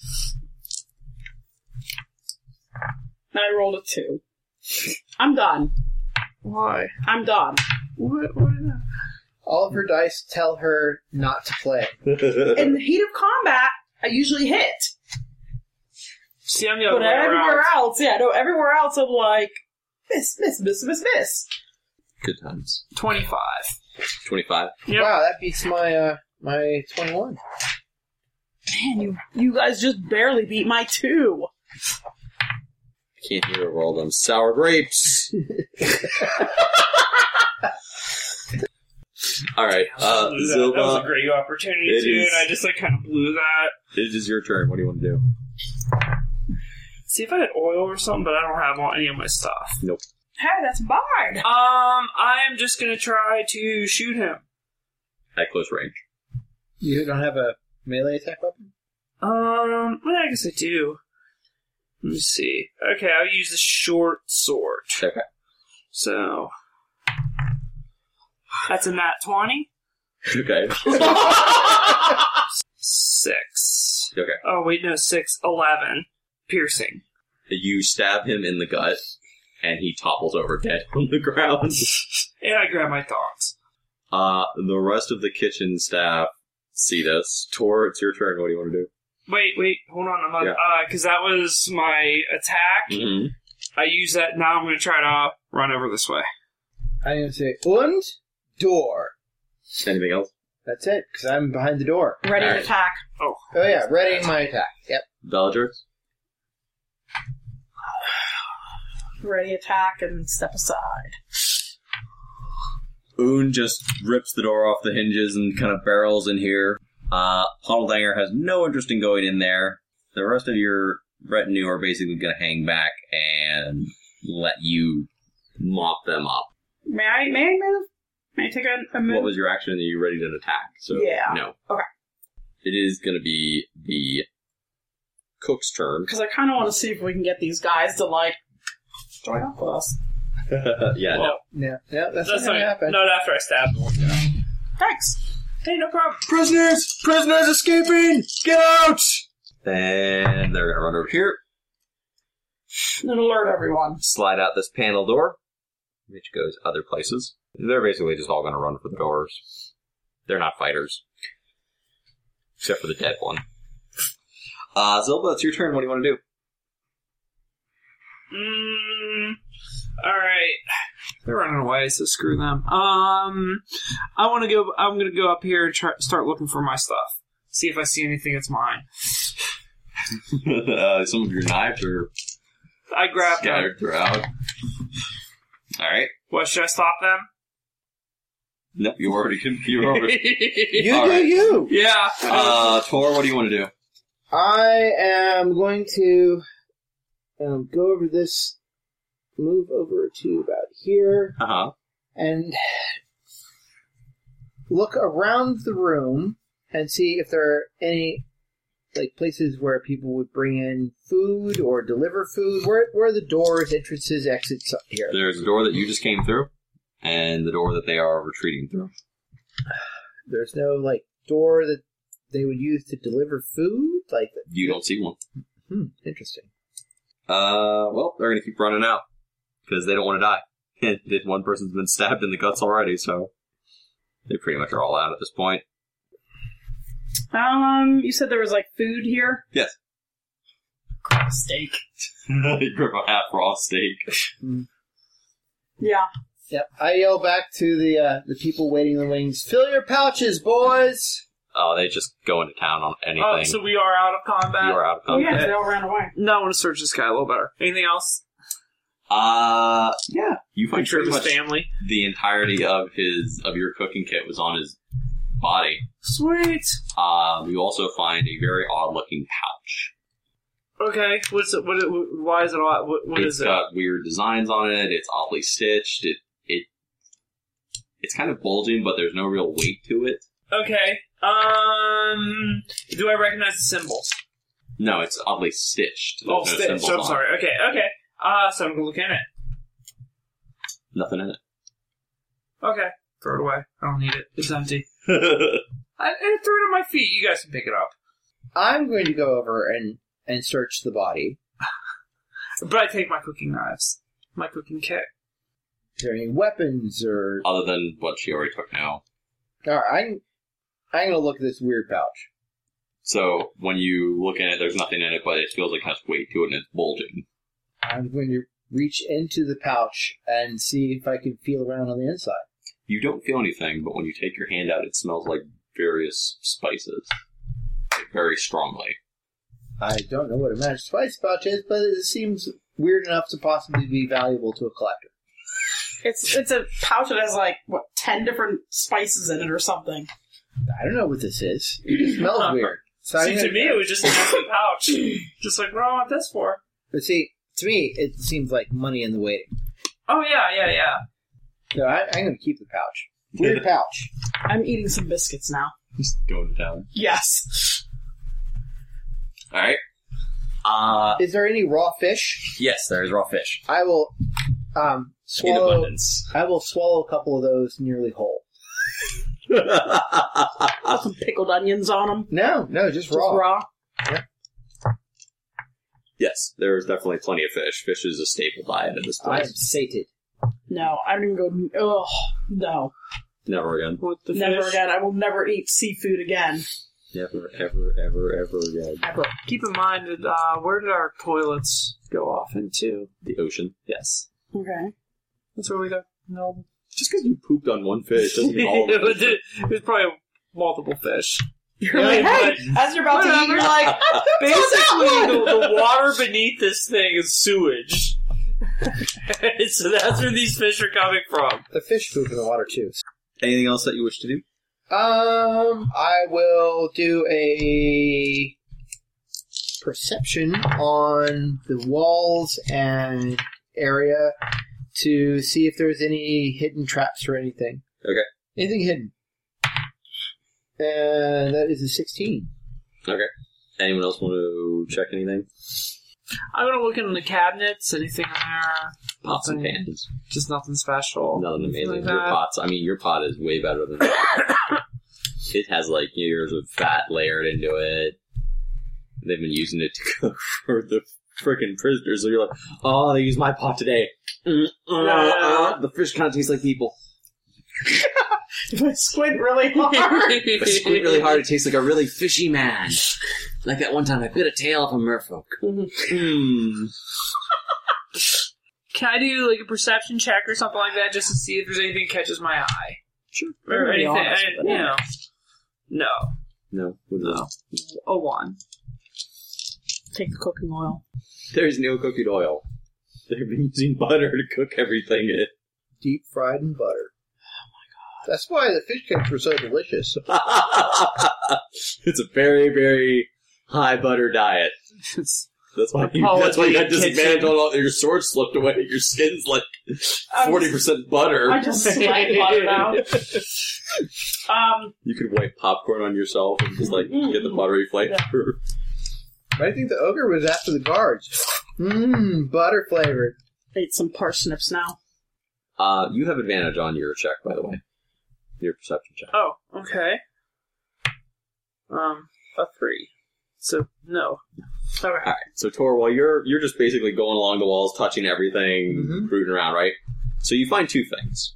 Speaker 4: I rolled a two. I'm done.
Speaker 3: Why?
Speaker 4: I'm done.
Speaker 3: What? What? Is that?
Speaker 2: All of her dice tell her not to play.
Speaker 4: In the heat of combat, I usually hit,
Speaker 3: See, I'm the other
Speaker 4: but
Speaker 3: way around.
Speaker 4: everywhere else, yeah, no, everywhere else, I'm like miss, miss, miss, miss, miss.
Speaker 1: Good times.
Speaker 3: Twenty-five.
Speaker 1: Twenty-five.
Speaker 3: Yep.
Speaker 2: Wow, that beats my uh, my 21.
Speaker 4: Man, you you guys just barely beat my two.
Speaker 1: Can't hear a roll them sour grapes. All right, uh,
Speaker 3: that, that was a
Speaker 1: Zilba,
Speaker 3: great opportunity
Speaker 1: It
Speaker 3: too,
Speaker 1: is.
Speaker 3: and I just like kind of blew that.
Speaker 1: it is your turn. What do you want to do?
Speaker 3: See if I had oil or something, but I don't have all, any of my stuff.
Speaker 4: Hey, that's barred.
Speaker 3: Um, I am just gonna try to shoot him.
Speaker 1: At close range.
Speaker 2: You don't have a melee attack weapon?
Speaker 3: Um, well, I guess I do. Let me see. Okay, I'll use the short sword.
Speaker 1: Okay.
Speaker 3: So that's a nat twenty
Speaker 1: Okay.
Speaker 3: six.
Speaker 1: Okay.
Speaker 3: Oh wait, no, six eleven piercing.
Speaker 1: You stab him in the gut, and he topples over dead on the ground.
Speaker 3: And I grab my thongs.
Speaker 1: Uh, the rest of the kitchen staff see this. Tor, it's your turn. What do you want to do?
Speaker 3: Wait, wait, hold on. I'm on,
Speaker 1: Yeah.
Speaker 3: uh, because that was my attack.
Speaker 1: Mm-hmm.
Speaker 3: I use that. Now I'm gonna try to run over this way.
Speaker 2: I didn't say, und door.
Speaker 1: Anything else?
Speaker 2: That's it, because I'm behind the door.
Speaker 4: Ready
Speaker 1: All
Speaker 4: to
Speaker 1: right.
Speaker 4: attack.
Speaker 2: Oh, yeah, readying my attack. Yep.
Speaker 1: Bellatrix?
Speaker 4: Ready attack and step aside.
Speaker 1: Un just rips the door off the hinges and kind of barrels in here. Uh, Hoddledanger has no interest in going in there. The rest of your retinue are basically going to hang back and let you mop them up.
Speaker 4: May I? May I move? May I take a, a move?
Speaker 1: What was your action? Are you ready to attack? So
Speaker 4: Yeah.
Speaker 1: no.
Speaker 4: Okay. It
Speaker 1: It is going to be the cook's turn.
Speaker 4: Because I kind of want to see if we can get these guys to like join up with us.
Speaker 1: yeah.
Speaker 3: Well,
Speaker 1: No.
Speaker 2: Yeah, yeah that's,
Speaker 3: That's
Speaker 2: not going
Speaker 3: not,
Speaker 2: to happen.
Speaker 3: not after I stabbed him.
Speaker 4: Thanks.
Speaker 3: Hey, no problem.
Speaker 5: Prisoners! Prisoners escaping! Get out!
Speaker 1: Then they're going to run over here,
Speaker 4: And alert everyone.
Speaker 1: slide out this panel door, which goes other places. They're basically just all going to run for the doors. They're not fighters, except for the dead one. Uh, Zilba, it's your turn. What do you want to do?
Speaker 3: Mm, all right, they're running away, so screw them. Um, I want to go. I'm gonna go up here and try, start looking for my stuff. See if I see anything that's mine.
Speaker 1: uh, some of your knives are
Speaker 3: I grab them.
Speaker 1: throughout. All right.
Speaker 3: What should I stop them?
Speaker 1: Nope, you already can. You already.
Speaker 2: You
Speaker 1: All
Speaker 2: do
Speaker 1: right.
Speaker 2: you!
Speaker 3: yeah.
Speaker 1: Uh, Tor, what do you want to do?
Speaker 2: I am going to um, go over this, move over to about here,
Speaker 1: Uh huh.
Speaker 2: and look around the room and see if there are any like places where people would bring in food or deliver food. Where where are the doors, entrances, exits up here?
Speaker 1: There's a door that you just came through, and the door that they are retreating through.
Speaker 2: There's no like door that they would use to deliver food. Like,
Speaker 1: You don't see one.
Speaker 2: hmm, interesting.
Speaker 1: Uh, well, they're gonna keep running out because they don't want to die. And that one person's been stabbed in the guts already, so they pretty much are all out at this point.
Speaker 4: Um, you said there was like food here.
Speaker 1: Yes.
Speaker 4: Crap, steak.
Speaker 1: you grab a half raw steak.
Speaker 4: Yeah.
Speaker 2: Yep. I yell back to the uh, the people waiting in the wings. Fill your pouches, boys.
Speaker 1: Oh, they just go into town on anything.
Speaker 3: Oh, so we are out of combat.
Speaker 1: you are out of
Speaker 4: Oh,
Speaker 1: combat.
Speaker 4: yeah, they all ran away.
Speaker 3: Now I want to search this guy a little better. Anything else?
Speaker 1: Uh, yeah. You find
Speaker 3: Picture of
Speaker 1: pretty
Speaker 3: his
Speaker 1: much
Speaker 3: family.
Speaker 1: the entirety of his of your cooking kit was on his body.
Speaker 3: Sweet.
Speaker 1: Um, you also find a very odd looking pouch.
Speaker 3: Okay. What's it? What? It, why is it? all- What, what
Speaker 1: It's
Speaker 3: is it?
Speaker 1: got weird designs on it. It's oddly stitched. It it it's kind of bulging, but there's no real weight to it.
Speaker 3: Okay. Um. Do I recognize the symbols?
Speaker 1: No, it's oddly stitched. There's
Speaker 3: Oh,
Speaker 1: no
Speaker 3: stitch.
Speaker 1: symbols
Speaker 3: I'm
Speaker 1: on it.
Speaker 3: sorry. Okay. Okay. Uh. So I'm gonna look in it.
Speaker 1: Nothing in
Speaker 3: Okay. Throw it away. I don't need it. It's empty.
Speaker 1: it.
Speaker 3: I, I threw it at my feet. You guys can pick it up.
Speaker 2: I'm going to go over and and search the body.
Speaker 3: But I take my cooking knives, my cooking kit.
Speaker 2: Is there any weapons or?
Speaker 1: Other than what she already took now.
Speaker 2: All right, I'm I'm gonna look at this weird pouch.
Speaker 1: So when you look at it, there's nothing in it, but it feels like it has weight to it and it's bulging.
Speaker 2: I'm going to reach into the pouch and see if I can feel around on the inside.
Speaker 1: You don't feel anything, but when you take your hand out, it smells like various spices. Very strongly.
Speaker 2: I don't know what a magic spice pouch is, but it seems weird enough to possibly be valuable to a collector.
Speaker 4: It's it's a pouch that has like what ten different spices in it or something.
Speaker 2: I don't know what this is. It just smells weird. So I'm
Speaker 3: See, to
Speaker 2: gonna-
Speaker 3: me, it was just an empty pouch. Just like, what do I want this for?
Speaker 2: But see, to me, it seems like money in the waiting.
Speaker 3: Oh yeah, yeah, yeah.
Speaker 2: So I, I'm going to keep the pouch. Weird pouch.
Speaker 4: I'm eating some biscuits now.
Speaker 1: Just going down.
Speaker 4: Yes.
Speaker 1: All right. Uh
Speaker 2: Is there any raw fish?
Speaker 5: Yes, there is raw fish.
Speaker 2: I will um,
Speaker 1: in
Speaker 2: swallow.
Speaker 1: abundance.
Speaker 2: I will swallow a couple of those nearly whole.
Speaker 4: Put some pickled onions on them.
Speaker 2: No, no, just
Speaker 4: Just
Speaker 2: raw.
Speaker 4: raw.
Speaker 1: yes, there's definitely plenty of fish. Fish is a staple diet at this
Speaker 2: I
Speaker 1: place.
Speaker 2: am sated.
Speaker 4: No, I don't even go. Ugh, no.
Speaker 1: Never again.
Speaker 3: What the
Speaker 4: never
Speaker 3: fish?
Speaker 4: again. I will never eat seafood again.
Speaker 1: Never, ever, ever, ever again.
Speaker 4: Ever.
Speaker 3: Keep in mind that uh, where did our toilets go off into?
Speaker 1: The ocean.
Speaker 3: Yes,
Speaker 4: Okay.
Speaker 3: that's where we got. No,
Speaker 1: Just because you pooped on one fish doesn't mean all
Speaker 3: it
Speaker 1: of
Speaker 3: was
Speaker 1: it.
Speaker 3: it was probably multiple fish.
Speaker 4: You're
Speaker 3: Yeah,
Speaker 4: like, hey,
Speaker 3: but-
Speaker 4: as you're about to eat,
Speaker 3: Whatever.
Speaker 4: you're like,
Speaker 3: Basically, the, the water beneath this thing is sewage. so that's where these fish are coming from.
Speaker 2: The fish poop in the water too.
Speaker 1: Anything else that you wish to do?
Speaker 2: Um, I will do a perception on the walls and area to see if there's any hidden traps or anything.
Speaker 1: Okay.
Speaker 2: Anything hidden. And that is a 16.
Speaker 1: Anyone else want to check anything?
Speaker 3: I'm gonna look in the cabinets. Anything in there?
Speaker 1: Pots and
Speaker 3: Nothing.
Speaker 1: pans.
Speaker 3: Just nothing special.
Speaker 1: Nothing amazing.
Speaker 3: Like
Speaker 1: your
Speaker 3: that.
Speaker 1: pots. I mean, your pot is way better than. mine. it has like years of fat layered into it. They've been using it to cook for the freaking prisoners. So you're like, oh, they used my pot today. Mm, uh, uh, the fish kind of tastes like people.
Speaker 4: if I squint really hard.
Speaker 5: If I squint really hard, it tastes like a really fishy man. Like that one time I bit a tail off a merfolk.
Speaker 1: Mm.
Speaker 3: Can I do like a perception check or something like that just to see if there's anything that catches my eye?
Speaker 1: Sure.
Speaker 3: Or
Speaker 4: Be
Speaker 3: anything,
Speaker 4: honest
Speaker 3: I-
Speaker 4: with
Speaker 3: you
Speaker 4: it.
Speaker 3: know. No.
Speaker 1: No, no.
Speaker 3: A one.
Speaker 4: Take the cooking oil.
Speaker 1: There's no cooking oil. They've been using butter to cook everything in.
Speaker 2: Deep fried in butter. Oh, That's why the fish cakes were so delicious.
Speaker 1: it's a very, very high butter diet. That's why you, that's why you got
Speaker 3: Apology,
Speaker 1: disadvantage
Speaker 3: kitchen.
Speaker 1: on all your sword slipped away. Your skin's like
Speaker 4: I'm-
Speaker 1: forty percent butter.
Speaker 4: I just smacked butter out. Um,
Speaker 1: you could wipe popcorn on yourself and just like
Speaker 4: Mm.
Speaker 1: get the buttery flavor.
Speaker 2: But I think the ogre was after the guards. Mmm, butter flavored.
Speaker 4: ate some parsnips now.
Speaker 1: Uh, you have advantage on your check, by the way. Your perception check.
Speaker 3: Oh, okay. Um, a three. So no.
Speaker 1: All right. So Tor, while you're you're just basically going along the walls, touching everything,
Speaker 2: Mhm.
Speaker 1: rooting around, right? So you find two things.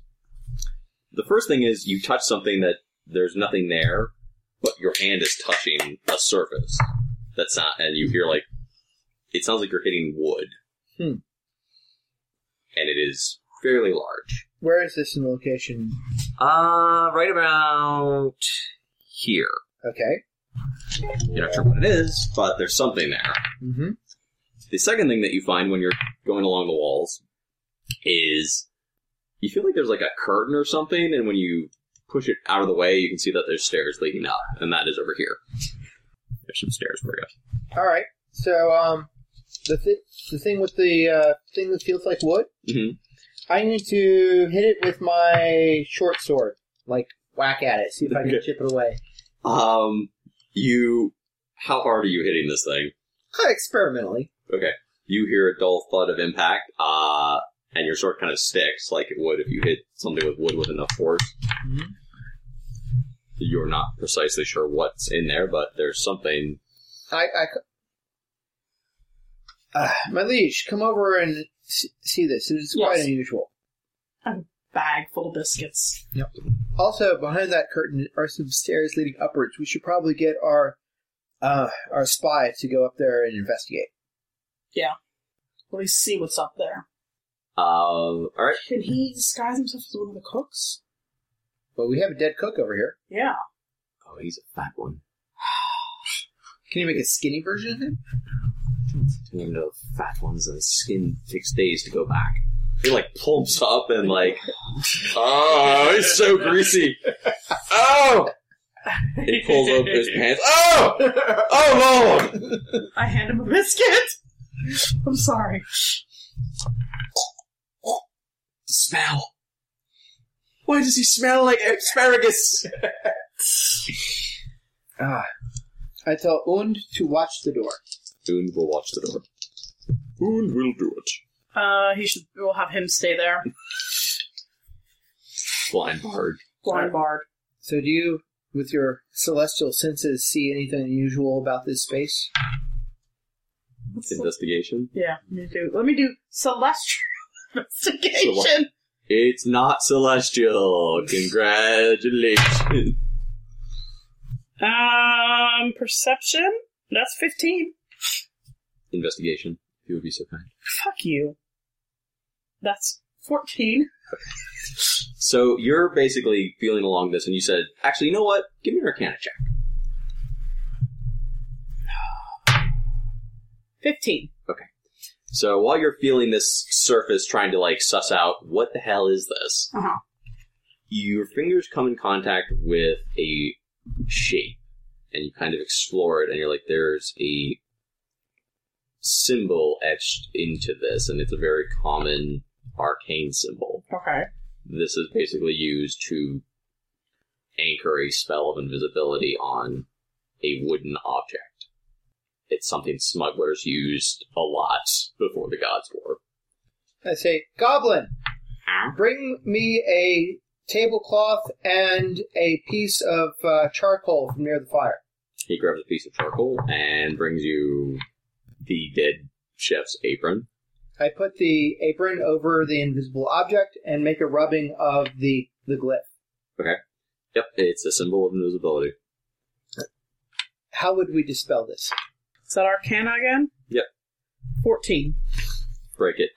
Speaker 1: The first thing is you touch something that there's nothing there, but your hand is touching a surface. That's not, and you hear like it sounds like you're hitting wood,
Speaker 2: Hmm.
Speaker 1: and it is fairly large.
Speaker 2: Where is this in location?
Speaker 1: Uh, right about here.
Speaker 2: Okay.
Speaker 1: You're not sure what it is, but there's something there.
Speaker 2: Mm-hmm.
Speaker 1: The second thing that you find when you're going along the walls is you feel like there's like a curtain or something, and when you push it out of the way, you can see that there's stairs leading up, and that is over here. There's some stairs for you.
Speaker 2: All right. So um, the th- the thing with the uh, thing that feels like wood,
Speaker 1: Mhm.
Speaker 2: I need to hit it with my short sword, like whack at it, see if I can
Speaker 1: Okay.
Speaker 2: chip it away.
Speaker 1: Um, you, how hard are you hitting this thing?
Speaker 2: Uh, experimentally.
Speaker 1: You hear a dull thud of impact, uh, and your sword kind of sticks like it would if you hit something with wood with enough force. Mm-hmm.
Speaker 2: Mhm.
Speaker 1: You're not precisely sure what's in there, but there's something.
Speaker 2: I, I c- Ah, my liege, come over and s- see this. It is quite
Speaker 4: Yes.
Speaker 2: unusual.
Speaker 4: Bag full of biscuits.
Speaker 2: Also, behind that curtain are some stairs leading upwards. We should probably get our uh, our spy to go up there and investigate.
Speaker 4: At least see what's up there.
Speaker 1: Um, all right.
Speaker 4: Can he disguise himself as one of the cooks?
Speaker 2: Well, we have a dead cook over here.
Speaker 4: Yeah.
Speaker 1: Oh, he's a fat one.
Speaker 2: Can you make a skinny version of him?
Speaker 1: Turn into fat ones and skin takes days to go back. He like plumps up and like, oh, he's so greasy. Oh, he pulls up his pants. Oh, oh lord.
Speaker 4: I hand him a biscuit. I'm sorry.
Speaker 1: smell. Why does he smell like asparagus?
Speaker 2: Ah. I tell Und to watch the door.
Speaker 1: Soon will watch the door. Soon will do it.
Speaker 4: Uh, he should. We'll have him stay there.
Speaker 1: Blind bard.
Speaker 4: Blind barred.
Speaker 2: So, do you, with your celestial senses, see anything unusual about this space?
Speaker 1: Investigation.
Speaker 4: Yeah. Let me do. Let me do celestial investigation.
Speaker 1: It's not celestial. Congratulations.
Speaker 4: Um, perception. That's fifteen.
Speaker 1: Investigation. If you would be so kind.
Speaker 4: Fuck you. That's fourteen.
Speaker 1: So you're basically feeling along this, and you said, actually, you know what? Give me an arcana check.
Speaker 4: Fifteen.
Speaker 1: So while you're feeling this surface, trying to like suss out what the hell is this,
Speaker 4: Uh-huh.
Speaker 1: your fingers come in contact with a shape, and you kind of explore it, and you're like, there's a symbol etched into this, and it's a very common arcane symbol.
Speaker 4: Okay.
Speaker 1: This is basically used to anchor a spell of invisibility on a wooden object. It's something smugglers used a lot before the gods were.
Speaker 2: I say, Goblin, bring me a tablecloth and a piece of uh, charcoal from near the fire.
Speaker 1: He grabs a piece of charcoal and brings you the dead chef's apron.
Speaker 2: I put the apron over the invisible object and make a rubbing of the, the glyph.
Speaker 1: Yep, it's a symbol of invisibility.
Speaker 2: How would we dispel this?
Speaker 4: Is that Arcana again?
Speaker 1: Yep.
Speaker 4: Fourteen.
Speaker 1: Break it.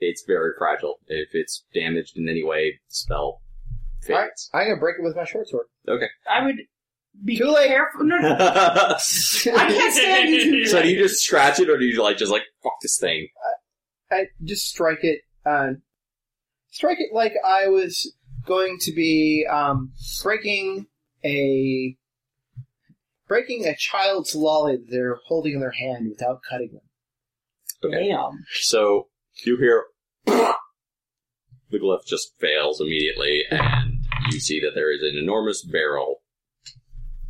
Speaker 1: It's very fragile. If it's damaged in any way, spell
Speaker 2: All right,
Speaker 1: fails.
Speaker 2: I'm going to break it with my short sword.
Speaker 4: I would be
Speaker 2: Too late.
Speaker 4: careful. No, no, I can't stand you. two.
Speaker 1: so do you just scratch it, or do you like just like fuck this thing?
Speaker 2: I just strike it, uh, strike it like I was going to be um, breaking a breaking a child's lolly that they're holding in their hand without cutting them.
Speaker 1: Okay.
Speaker 4: Damn.
Speaker 1: So you hear the glyph just fails immediately, and you see that there is an enormous barrel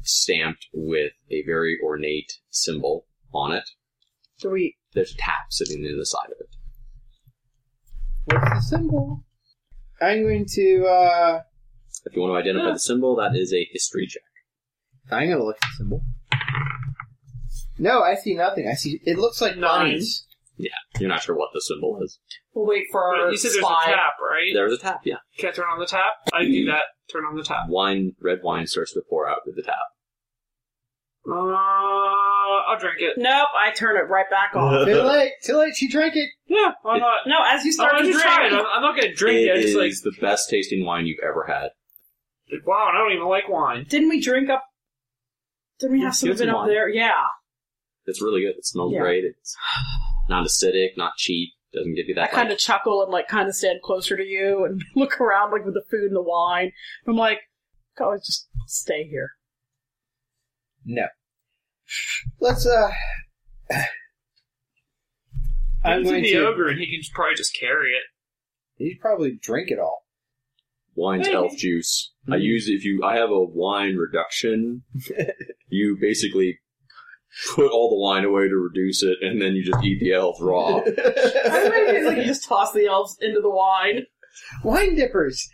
Speaker 1: stamped with a very ornate symbol on it.
Speaker 4: Do we?
Speaker 1: There's a tap sitting in the side of it.
Speaker 2: What's the symbol? I'm going to uh,
Speaker 1: If you want to identify the symbol, that is a history check.
Speaker 2: I'm going to look at the symbol. No, I see nothing. I see it looks like
Speaker 3: Nine.
Speaker 2: lines.
Speaker 1: You're not sure what the symbol is.
Speaker 4: We'll wait for our
Speaker 3: You said there's
Speaker 4: spy.
Speaker 3: a tap, right?
Speaker 1: There's a tap, yeah.
Speaker 3: Can I turn on the tap? I do that. Turn on the tap.
Speaker 1: Wine, red wine starts to pour out of the tap.
Speaker 3: Uh, I'll drink it.
Speaker 4: Nope. I turn it right back on.
Speaker 2: Too late. Too late. She drank it.
Speaker 3: Yeah, why not?
Speaker 4: No, as you
Speaker 3: I
Speaker 4: start
Speaker 3: want
Speaker 4: to
Speaker 3: to
Speaker 4: drink,
Speaker 3: try it. I'm, I'm not gonna drink it.
Speaker 1: It
Speaker 3: I
Speaker 1: is
Speaker 3: just like
Speaker 1: the best tasting wine you've ever had.
Speaker 3: wow, and I don't even like wine.
Speaker 4: didn't we drink up Then we have some
Speaker 1: Give
Speaker 4: of
Speaker 1: me
Speaker 4: it up
Speaker 1: one.
Speaker 4: there. Yeah.
Speaker 1: It's really good. It smells
Speaker 4: Yeah.
Speaker 1: great. It's not acidic, not cheap. Doesn't give you
Speaker 4: I
Speaker 1: that
Speaker 4: kind
Speaker 1: like,
Speaker 4: of chuckle and like kind of stand closer to you and look around like with the food and the wine. I'm like, I always just stay here.
Speaker 2: No. Let's, uh. I'm
Speaker 3: Give it to
Speaker 2: going
Speaker 3: the
Speaker 2: to.
Speaker 3: ogre, and he can just probably just carry it.
Speaker 2: He'd probably drink it all.
Speaker 1: wine's
Speaker 3: Hey.
Speaker 1: elf juice. I
Speaker 2: Mm.
Speaker 1: use if you. I have a wine reduction. you basically put all the wine away to reduce it, and then you just eat the elf raw.
Speaker 4: I imagine like you just toss the elves into the wine.
Speaker 2: Wine dippers!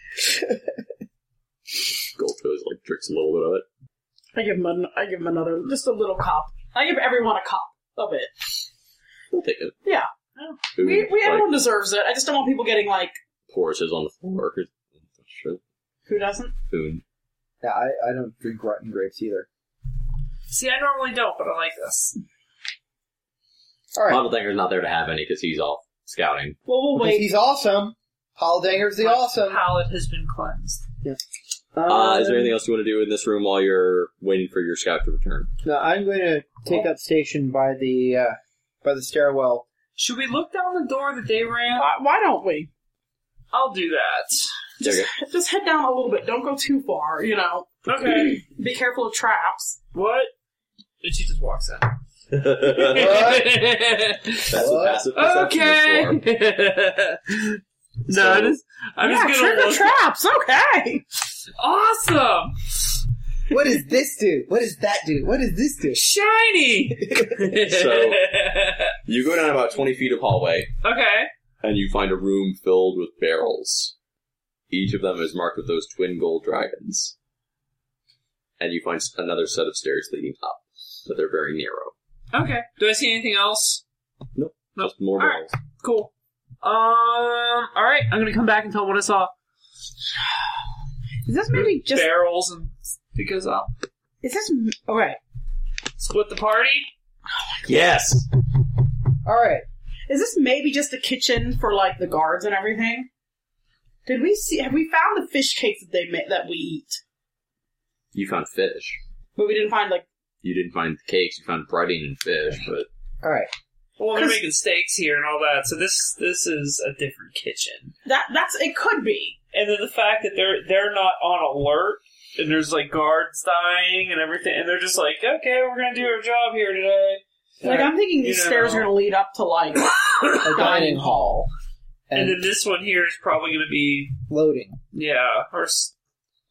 Speaker 1: Goldfish like drinks a little bit of it.
Speaker 4: I give him an, I give him another just a little cup. I give everyone a cup of it.
Speaker 1: We'll take it.
Speaker 4: Yeah.
Speaker 1: Who,
Speaker 4: We, we
Speaker 1: like,
Speaker 4: everyone deserves it. I just don't want people getting like
Speaker 1: pours his on the floor. 'cause- Sure.
Speaker 4: who doesn't.
Speaker 1: Spoon.
Speaker 2: Yeah, I, I don't drink rotten grapes either.
Speaker 3: See, I normally don't, but I like this.
Speaker 2: Alright.
Speaker 1: Muddledinger's not there to have any because he's off scouting.
Speaker 4: Well, we'll
Speaker 2: Because
Speaker 4: wait.
Speaker 2: he's awesome. Holdanger's the
Speaker 3: My
Speaker 2: awesome.
Speaker 3: palate has been cleansed.
Speaker 1: Uh, is there anything else you want to do in this room while you're waiting for your scout to return?
Speaker 2: No, I'm going to take up station by the uh, by the stairwell.
Speaker 3: Should we look down the door that they ran?
Speaker 4: Why, why don't we
Speaker 3: I'll do that.
Speaker 1: There you
Speaker 4: just head down a little bit? Don't go too far. You know.
Speaker 3: Okay.
Speaker 4: Be careful of traps.
Speaker 3: what? And she just walks in.
Speaker 1: go. That's
Speaker 2: What?
Speaker 1: what passive perception is for.
Speaker 3: okay. no, I just, I'm
Speaker 4: yeah,
Speaker 3: just gonna
Speaker 4: trigger
Speaker 3: look.
Speaker 4: traps. Okay.
Speaker 3: awesome,
Speaker 2: What does this do? What does that do? What does this do?
Speaker 3: shiny.
Speaker 1: So- You go down about 20 feet of hallway,
Speaker 3: okay.
Speaker 1: and you find a room filled with barrels. Each of them is marked with those twin gold dragons. And you find s- another set of stairs leading up, but they're very narrow.
Speaker 3: Okay. Do I see anything else? Nope.
Speaker 1: Just more
Speaker 3: All
Speaker 1: barrels.
Speaker 3: Cool. Um. All right. I'm gonna come back and tell what I saw.
Speaker 4: Is this maybe just?
Speaker 3: Barrels and it goes up.
Speaker 4: Is this okay?
Speaker 3: Split the party.
Speaker 1: Yes!
Speaker 2: All right.
Speaker 4: Is this maybe just a kitchen for like the guards and everything? Did we see? Have we found the fish cakes that they make that we eat?
Speaker 1: You found fish.
Speaker 4: But we didn't find like.
Speaker 1: You didn't find cakes, you found breading and fish, but
Speaker 2: All right.
Speaker 3: Well, they're
Speaker 4: 'Cause-
Speaker 3: making steaks here and all that, so this this is a different kitchen.
Speaker 4: That that's it could be.
Speaker 3: And then the fact that they're they're not on alert, and there's like guards dying and everything, and they're just like, okay, we're gonna do our job here today.
Speaker 4: Like I'm thinking
Speaker 3: Uh, You
Speaker 4: these
Speaker 3: know.
Speaker 4: stairs are gonna lead up to like
Speaker 2: A dining hall.
Speaker 3: and
Speaker 2: And
Speaker 3: then this one here is probably gonna be
Speaker 2: loading.
Speaker 3: yeah, or s-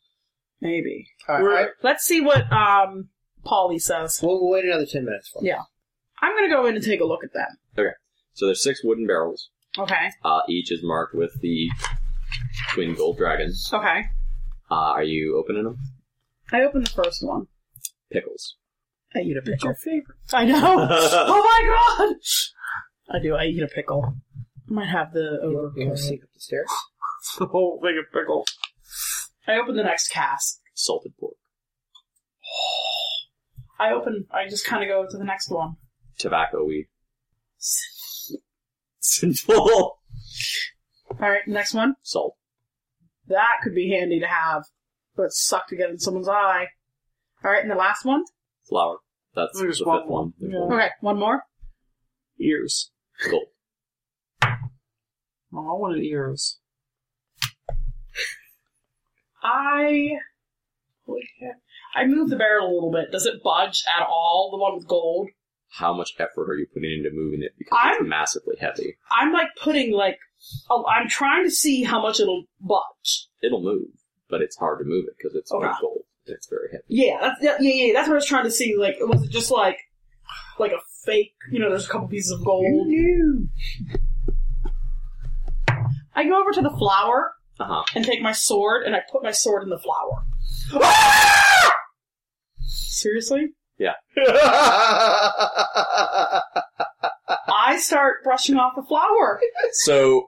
Speaker 4: maybe.
Speaker 2: All
Speaker 3: We're-
Speaker 2: right.
Speaker 4: Let's see what um Polly says.
Speaker 2: We'll we'll wait another 10 minutes for it.
Speaker 4: Yeah. I'm gonna go in and take a look at them.
Speaker 1: So there's six wooden barrels.
Speaker 4: Okay.
Speaker 1: Uh, each is marked with the twin gold dragons.
Speaker 4: Okay.
Speaker 1: Uh, are you opening them?
Speaker 4: I opened the first one.
Speaker 1: Pickles.
Speaker 4: I eat a pickle. your favorite. I know. oh my god. I do. I eat a pickle. I might have the
Speaker 2: You
Speaker 4: over.
Speaker 2: you wanna sneak up the stairs?
Speaker 3: the whole thing of pickle.
Speaker 4: I open the next cast.
Speaker 1: Salted pork.
Speaker 4: I open. I just kind of go to the next one.
Speaker 1: Tobacco weed. Sinful.
Speaker 4: All right, next one.
Speaker 1: Salt.
Speaker 4: That could be handy to have, but suck to get in someone's eye. All right, and the last one.
Speaker 1: Flour. That's the
Speaker 3: There's
Speaker 1: fifth
Speaker 3: one.
Speaker 1: one. There's one.
Speaker 4: Okay, one more.
Speaker 3: Ears.
Speaker 1: Gold.
Speaker 3: Oh, I wanted ears.
Speaker 4: I. Holy shit. I move the barrel a little bit. Does it budge at all? The one with gold.
Speaker 1: How much effort are you putting into moving it? Because it's
Speaker 4: I'm-
Speaker 1: massively heavy.
Speaker 4: I'm like putting like. Oh, I'm trying to see how much it'll budge.
Speaker 1: It'll move, but it's hard to move it because it's
Speaker 4: Okay.
Speaker 1: not gold. It's very heavy.
Speaker 4: Yeah, that's, yeah, yeah, yeah. That's what I was trying to see. Like, was it just like, like a fake? You know, there's a couple pieces of gold. I go over to the flower
Speaker 1: Uh huh.
Speaker 4: and take my sword, and I put my sword in the flower. Ah! Seriously, I start brushing off the flower.
Speaker 1: So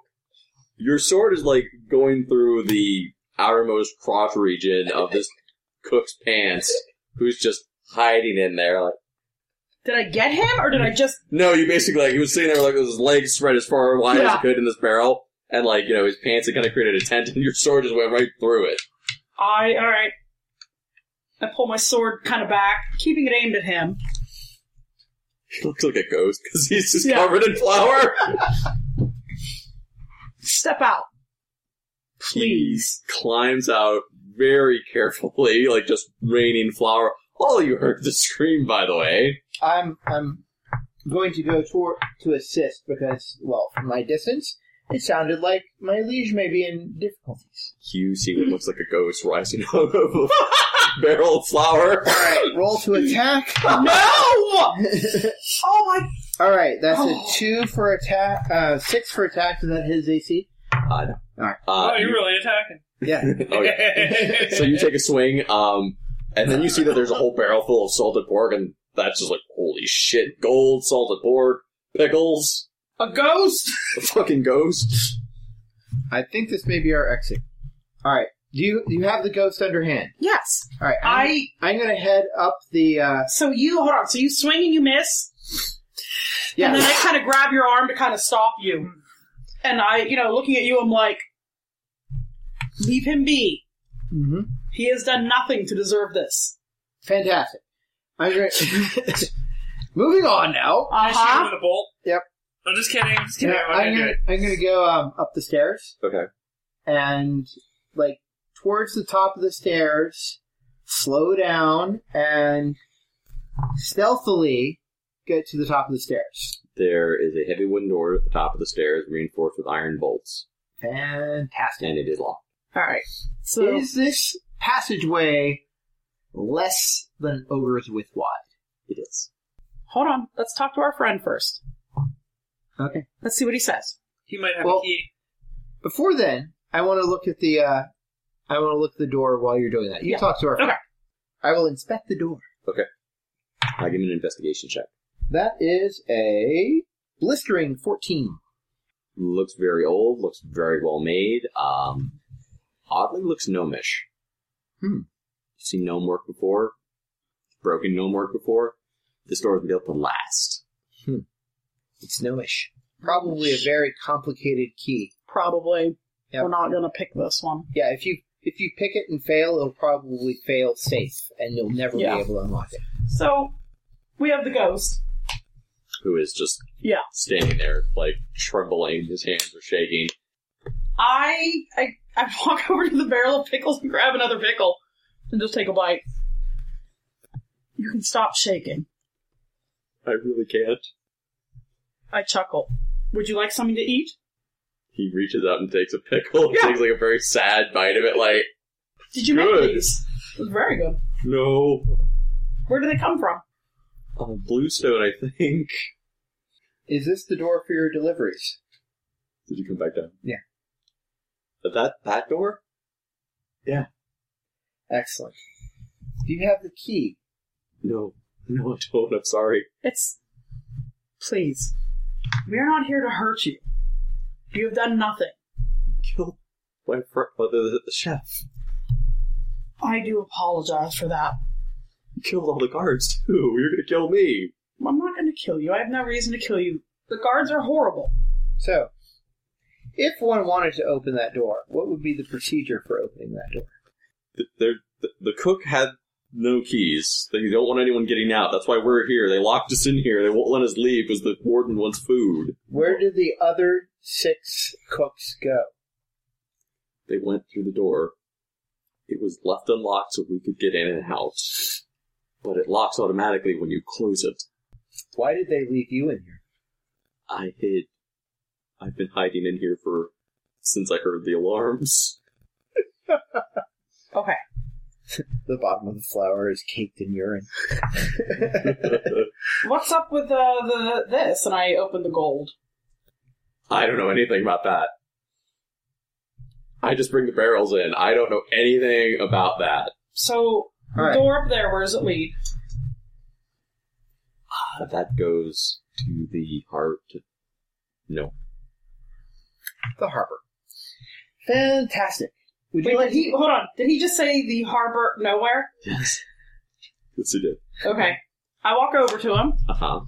Speaker 1: your sword is like going through the outermost crotch region of this cook's pants, who's just hiding in there. Like,
Speaker 4: Did I get him, or did I just?
Speaker 1: no, you basically like he was sitting there like with his legs spread as far wide as he
Speaker 4: Yeah.
Speaker 1: could in this barrel, and like you know his pants had kind of created a tent, and your sword just went right through it.
Speaker 4: I all right. I pull my sword kind of back, keeping it aimed at him.
Speaker 1: He looks like a ghost because he's just
Speaker 4: Yeah.
Speaker 1: covered in flour.
Speaker 4: Step out. Please.
Speaker 1: He climbs out very carefully, like just raining flour. All you heard the scream, by the way.
Speaker 2: I'm I'm going to go toward to assist because, well, from my distance, it sounded like my liege may be in difficulties.
Speaker 1: You see what looks like a ghost rising out of a barrel of flour.
Speaker 2: All right, roll to attack.
Speaker 4: No! Oh my Oh.
Speaker 2: All right, that's a two for attack, uh, six for attack. Is that his AC?
Speaker 1: God.
Speaker 2: Alright.
Speaker 1: Uh,
Speaker 3: oh, you're really attacking.
Speaker 2: Yeah.
Speaker 1: oh, yeah. So you take a swing, um, and then you see that there's a whole barrel full of salted pork, and that's just like, holy shit, gold, salted pork, pickles,
Speaker 4: a ghost!
Speaker 1: a fucking ghost.
Speaker 2: I think this may be our exit. All right. Do you you have the ghost underhand?
Speaker 4: Yes.
Speaker 2: All right. I'm,
Speaker 4: I
Speaker 2: I'm gonna head up the. Uh,
Speaker 4: so you hold on, so you swing and you miss.
Speaker 2: yeah.
Speaker 4: And then I kind of grab your arm to kind of stop you. And I, you know, looking at you, I'm like, leave him be.
Speaker 2: hmm
Speaker 4: He has done nothing to deserve this.
Speaker 2: Fantastic. I'm gonna. Moving on now.
Speaker 3: I shoot him
Speaker 4: Uh-huh.
Speaker 3: with a bolt.
Speaker 2: Yep.
Speaker 3: I'm just kidding. I'm just kidding.
Speaker 2: Yeah,
Speaker 3: I'm not
Speaker 2: I'm,
Speaker 3: gonna do
Speaker 2: gonna,
Speaker 3: it.
Speaker 2: I'm gonna go um, up the stairs
Speaker 1: Okay.
Speaker 2: and like towards the top of the stairs, slow down and stealthily get to the top of the stairs.
Speaker 1: There is a heavy wooden door at the top of the stairs, reinforced with iron bolts,
Speaker 2: Fantastic.
Speaker 1: and it is locked.
Speaker 4: All right. So
Speaker 2: Is this passageway less than ogres with wide?
Speaker 1: It is.
Speaker 4: hold on. Let's talk to our friend first.
Speaker 2: Okay.
Speaker 4: Let's see what he says.
Speaker 3: He might have
Speaker 2: Well-
Speaker 3: a key.
Speaker 2: Before then, I want to look at the. Uh, I want to look at the door while you're doing that. You
Speaker 4: Yeah.
Speaker 2: talk to our.
Speaker 4: Okay.
Speaker 2: I will inspect the door.
Speaker 1: I give him an investigation check.
Speaker 2: That is a blistering 14.
Speaker 1: Looks very old, looks very well made, um, oddly looks gnomish.
Speaker 2: Hmm.
Speaker 1: You've seen gnome work before, broken gnome work before. This door is built to last.
Speaker 2: It's snowish. Probably a very complicated key.
Speaker 4: Probably.
Speaker 2: Yep.
Speaker 4: We're not going to pick this one.
Speaker 2: Yeah, if you if you pick it and fail, it'll probably fail safe, and you'll never
Speaker 4: Yeah.
Speaker 2: be able to unlock it.
Speaker 4: So we have the ghost.
Speaker 1: Who is just
Speaker 4: Yeah.
Speaker 1: standing there, like trembling, his hands are shaking.
Speaker 4: I, I, I walk over to the barrel of pickles and grab another pickle and just take a bite. You can stop shaking.
Speaker 1: I really can't.
Speaker 4: I chuckle. Would you like something to eat?
Speaker 1: He reaches out and takes a pickle. and
Speaker 4: Yeah.
Speaker 1: Takes like a very sad bite of it. Like
Speaker 4: Did you
Speaker 1: Good.
Speaker 4: make these? Very good.
Speaker 1: no,
Speaker 4: Where do they come from?
Speaker 1: oh, bluestone. I think.
Speaker 2: Is this the door for your deliveries?
Speaker 1: Did you come back down?
Speaker 2: Yeah.
Speaker 1: But that that door.
Speaker 2: Excellent. Do you have the key?
Speaker 1: No, no, I don't. I'm sorry.
Speaker 4: It's. Please. We are not here to hurt you. You have done nothing.
Speaker 1: Kill my fr- well, the, the chef.
Speaker 4: I do apologize for that.
Speaker 1: You killed all the guards too. You're gonna kill me.
Speaker 4: I'm not going to kill you. I have no reason to kill you. The guards are horrible.
Speaker 2: So, if one wanted to open that door, what would be the procedure for opening that door?
Speaker 1: Th- They're, th- the cook had no keys. They don't want anyone getting out. That's why we're here. They locked us in here. They won't let us leave because the warden wants food.
Speaker 2: Where did the other six cooks go?
Speaker 1: They went through the door. It was left unlocked so we could get in and out. But it locks automatically when you close it.
Speaker 2: Why did they leave you in here?
Speaker 1: I hid. I've been hiding in here for since I heard the alarms.
Speaker 4: Okay.
Speaker 2: The bottom of the flower is caked in urine.
Speaker 4: What's up with uh, the this? And I open the gold.
Speaker 1: I don't know anything about that. I just bring the barrels in. I don't know anything about that.
Speaker 4: So the
Speaker 2: All right.
Speaker 4: door up there. Where does it lead?
Speaker 1: Uh, That goes to the heart. No.
Speaker 2: the harbor. Fantastic. Would
Speaker 4: Wait,
Speaker 2: you like
Speaker 4: did he, hold on. Did he just say the harbor nowhere?
Speaker 1: Yes. Yes, it did.
Speaker 4: Okay. I walk over to him
Speaker 1: Uh huh.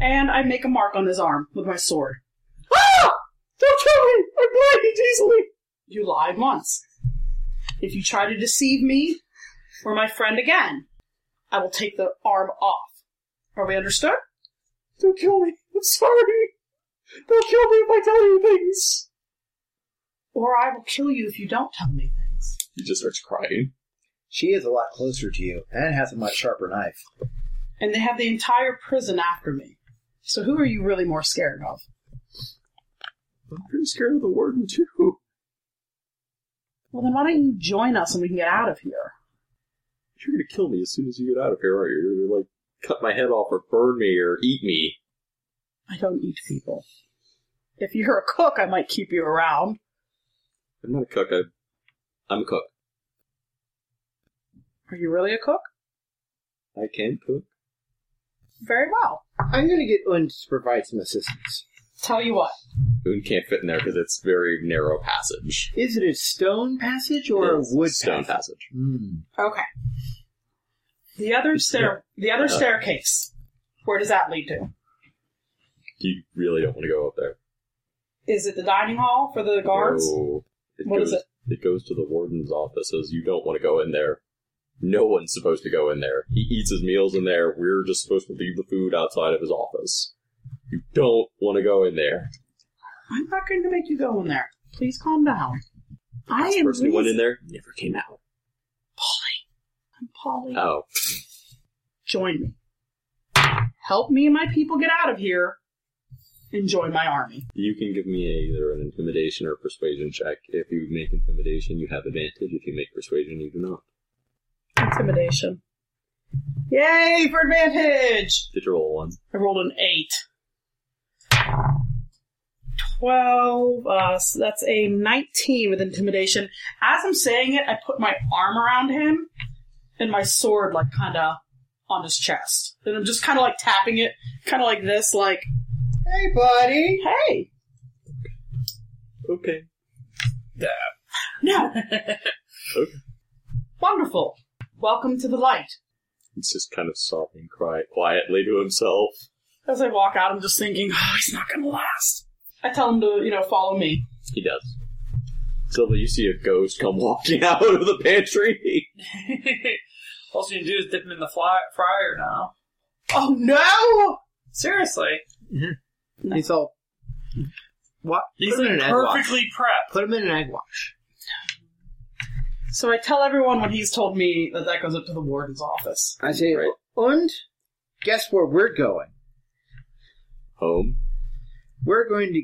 Speaker 4: and I make a mark on his arm with my sword.
Speaker 1: Ah! Don't kill me! I'm blinded easily!
Speaker 4: You lied once. If you try to deceive me, or my friend again, I will take the arm off. Are we understood?
Speaker 1: Don't kill me. I'm sorry. Don't kill me if I tell you things.
Speaker 4: Or I will kill you if you don't tell me things.
Speaker 1: He just starts crying.
Speaker 2: She is a lot closer to you and has a much sharper knife.
Speaker 4: And they have the entire prison after me. So who are you really more scared of?
Speaker 1: I'm pretty scared of the warden too.
Speaker 4: Well, then why don't you join us and we can get out of here?
Speaker 1: You're gonna kill me as soon as you get out of here, aren't you? You're gonna like cut my head off or burn me or eat me.
Speaker 4: I don't eat people. If you're a cook, I might keep you around.
Speaker 1: I'm not a cook. I, I'm a cook.
Speaker 4: Are you really a cook?
Speaker 1: I can cook.
Speaker 4: Very well.
Speaker 2: I'm going to get Un to provide some assistance.
Speaker 4: Tell you what.
Speaker 1: Moon can't fit in there because it's very narrow passage.
Speaker 2: Is it a stone passage or
Speaker 1: It's
Speaker 2: a wood
Speaker 1: stone passage.
Speaker 2: passage? Hmm.
Speaker 4: Okay. The other stair, the other
Speaker 1: uh,
Speaker 4: staircase. Where does that lead to?
Speaker 1: You really don't want to go up there.
Speaker 4: Is it the dining hall for the guards?
Speaker 1: No. It
Speaker 4: What
Speaker 1: goes,
Speaker 4: is
Speaker 1: it? goes to the warden's offices. You don't want to go in there. No one's supposed to go in there. He eats his meals in there. We're just supposed to leave the food outside of his office. You don't want to go in there.
Speaker 4: I'm not going to make you go in there. Please calm down. I
Speaker 1: Last
Speaker 4: am
Speaker 1: person who went in
Speaker 4: reason-
Speaker 1: there never came out.
Speaker 4: I'm Polly.
Speaker 1: Oh,
Speaker 4: Join me. Help me and my people get out of here and join my army.
Speaker 1: you can give me either an intimidation or persuasion check. If you make intimidation, you have advantage. If you make persuasion, you do not.
Speaker 4: Intimidation. Yay for advantage!
Speaker 1: Did you roll one?
Speaker 4: I rolled an eight. Twelve. Uh, so that's a nineteen with intimidation. As I'm saying it, I put my arm around him and my sword, like kind of on his chest, and I'm just kind of like tapping it, kind of like this, like,
Speaker 2: Hey, buddy.
Speaker 4: "Hey,
Speaker 1: Okay.
Speaker 4: no, wonderful, welcome to the light."
Speaker 1: He's just kind of sobbing, crying quietly to himself.
Speaker 4: As I walk out, I'm just thinking, "Oh, he's not gonna last." I tell him to, you know, follow me.
Speaker 1: He does. Silva, you see a ghost come walking out of the pantry.
Speaker 3: All you can do is dip him in the fly- fryer now.
Speaker 4: Oh no!
Speaker 3: Seriously,
Speaker 2: He's all. What?
Speaker 3: he's
Speaker 2: Put him
Speaker 3: like
Speaker 2: in an egg wash.
Speaker 3: perfectly prepped.
Speaker 2: Put him in an egg wash.
Speaker 4: So I tell everyone what he's told me that that goes up to the warden's office.
Speaker 2: I say,
Speaker 1: Right.
Speaker 2: Und, guess where we're going?
Speaker 1: Home.
Speaker 2: We're going to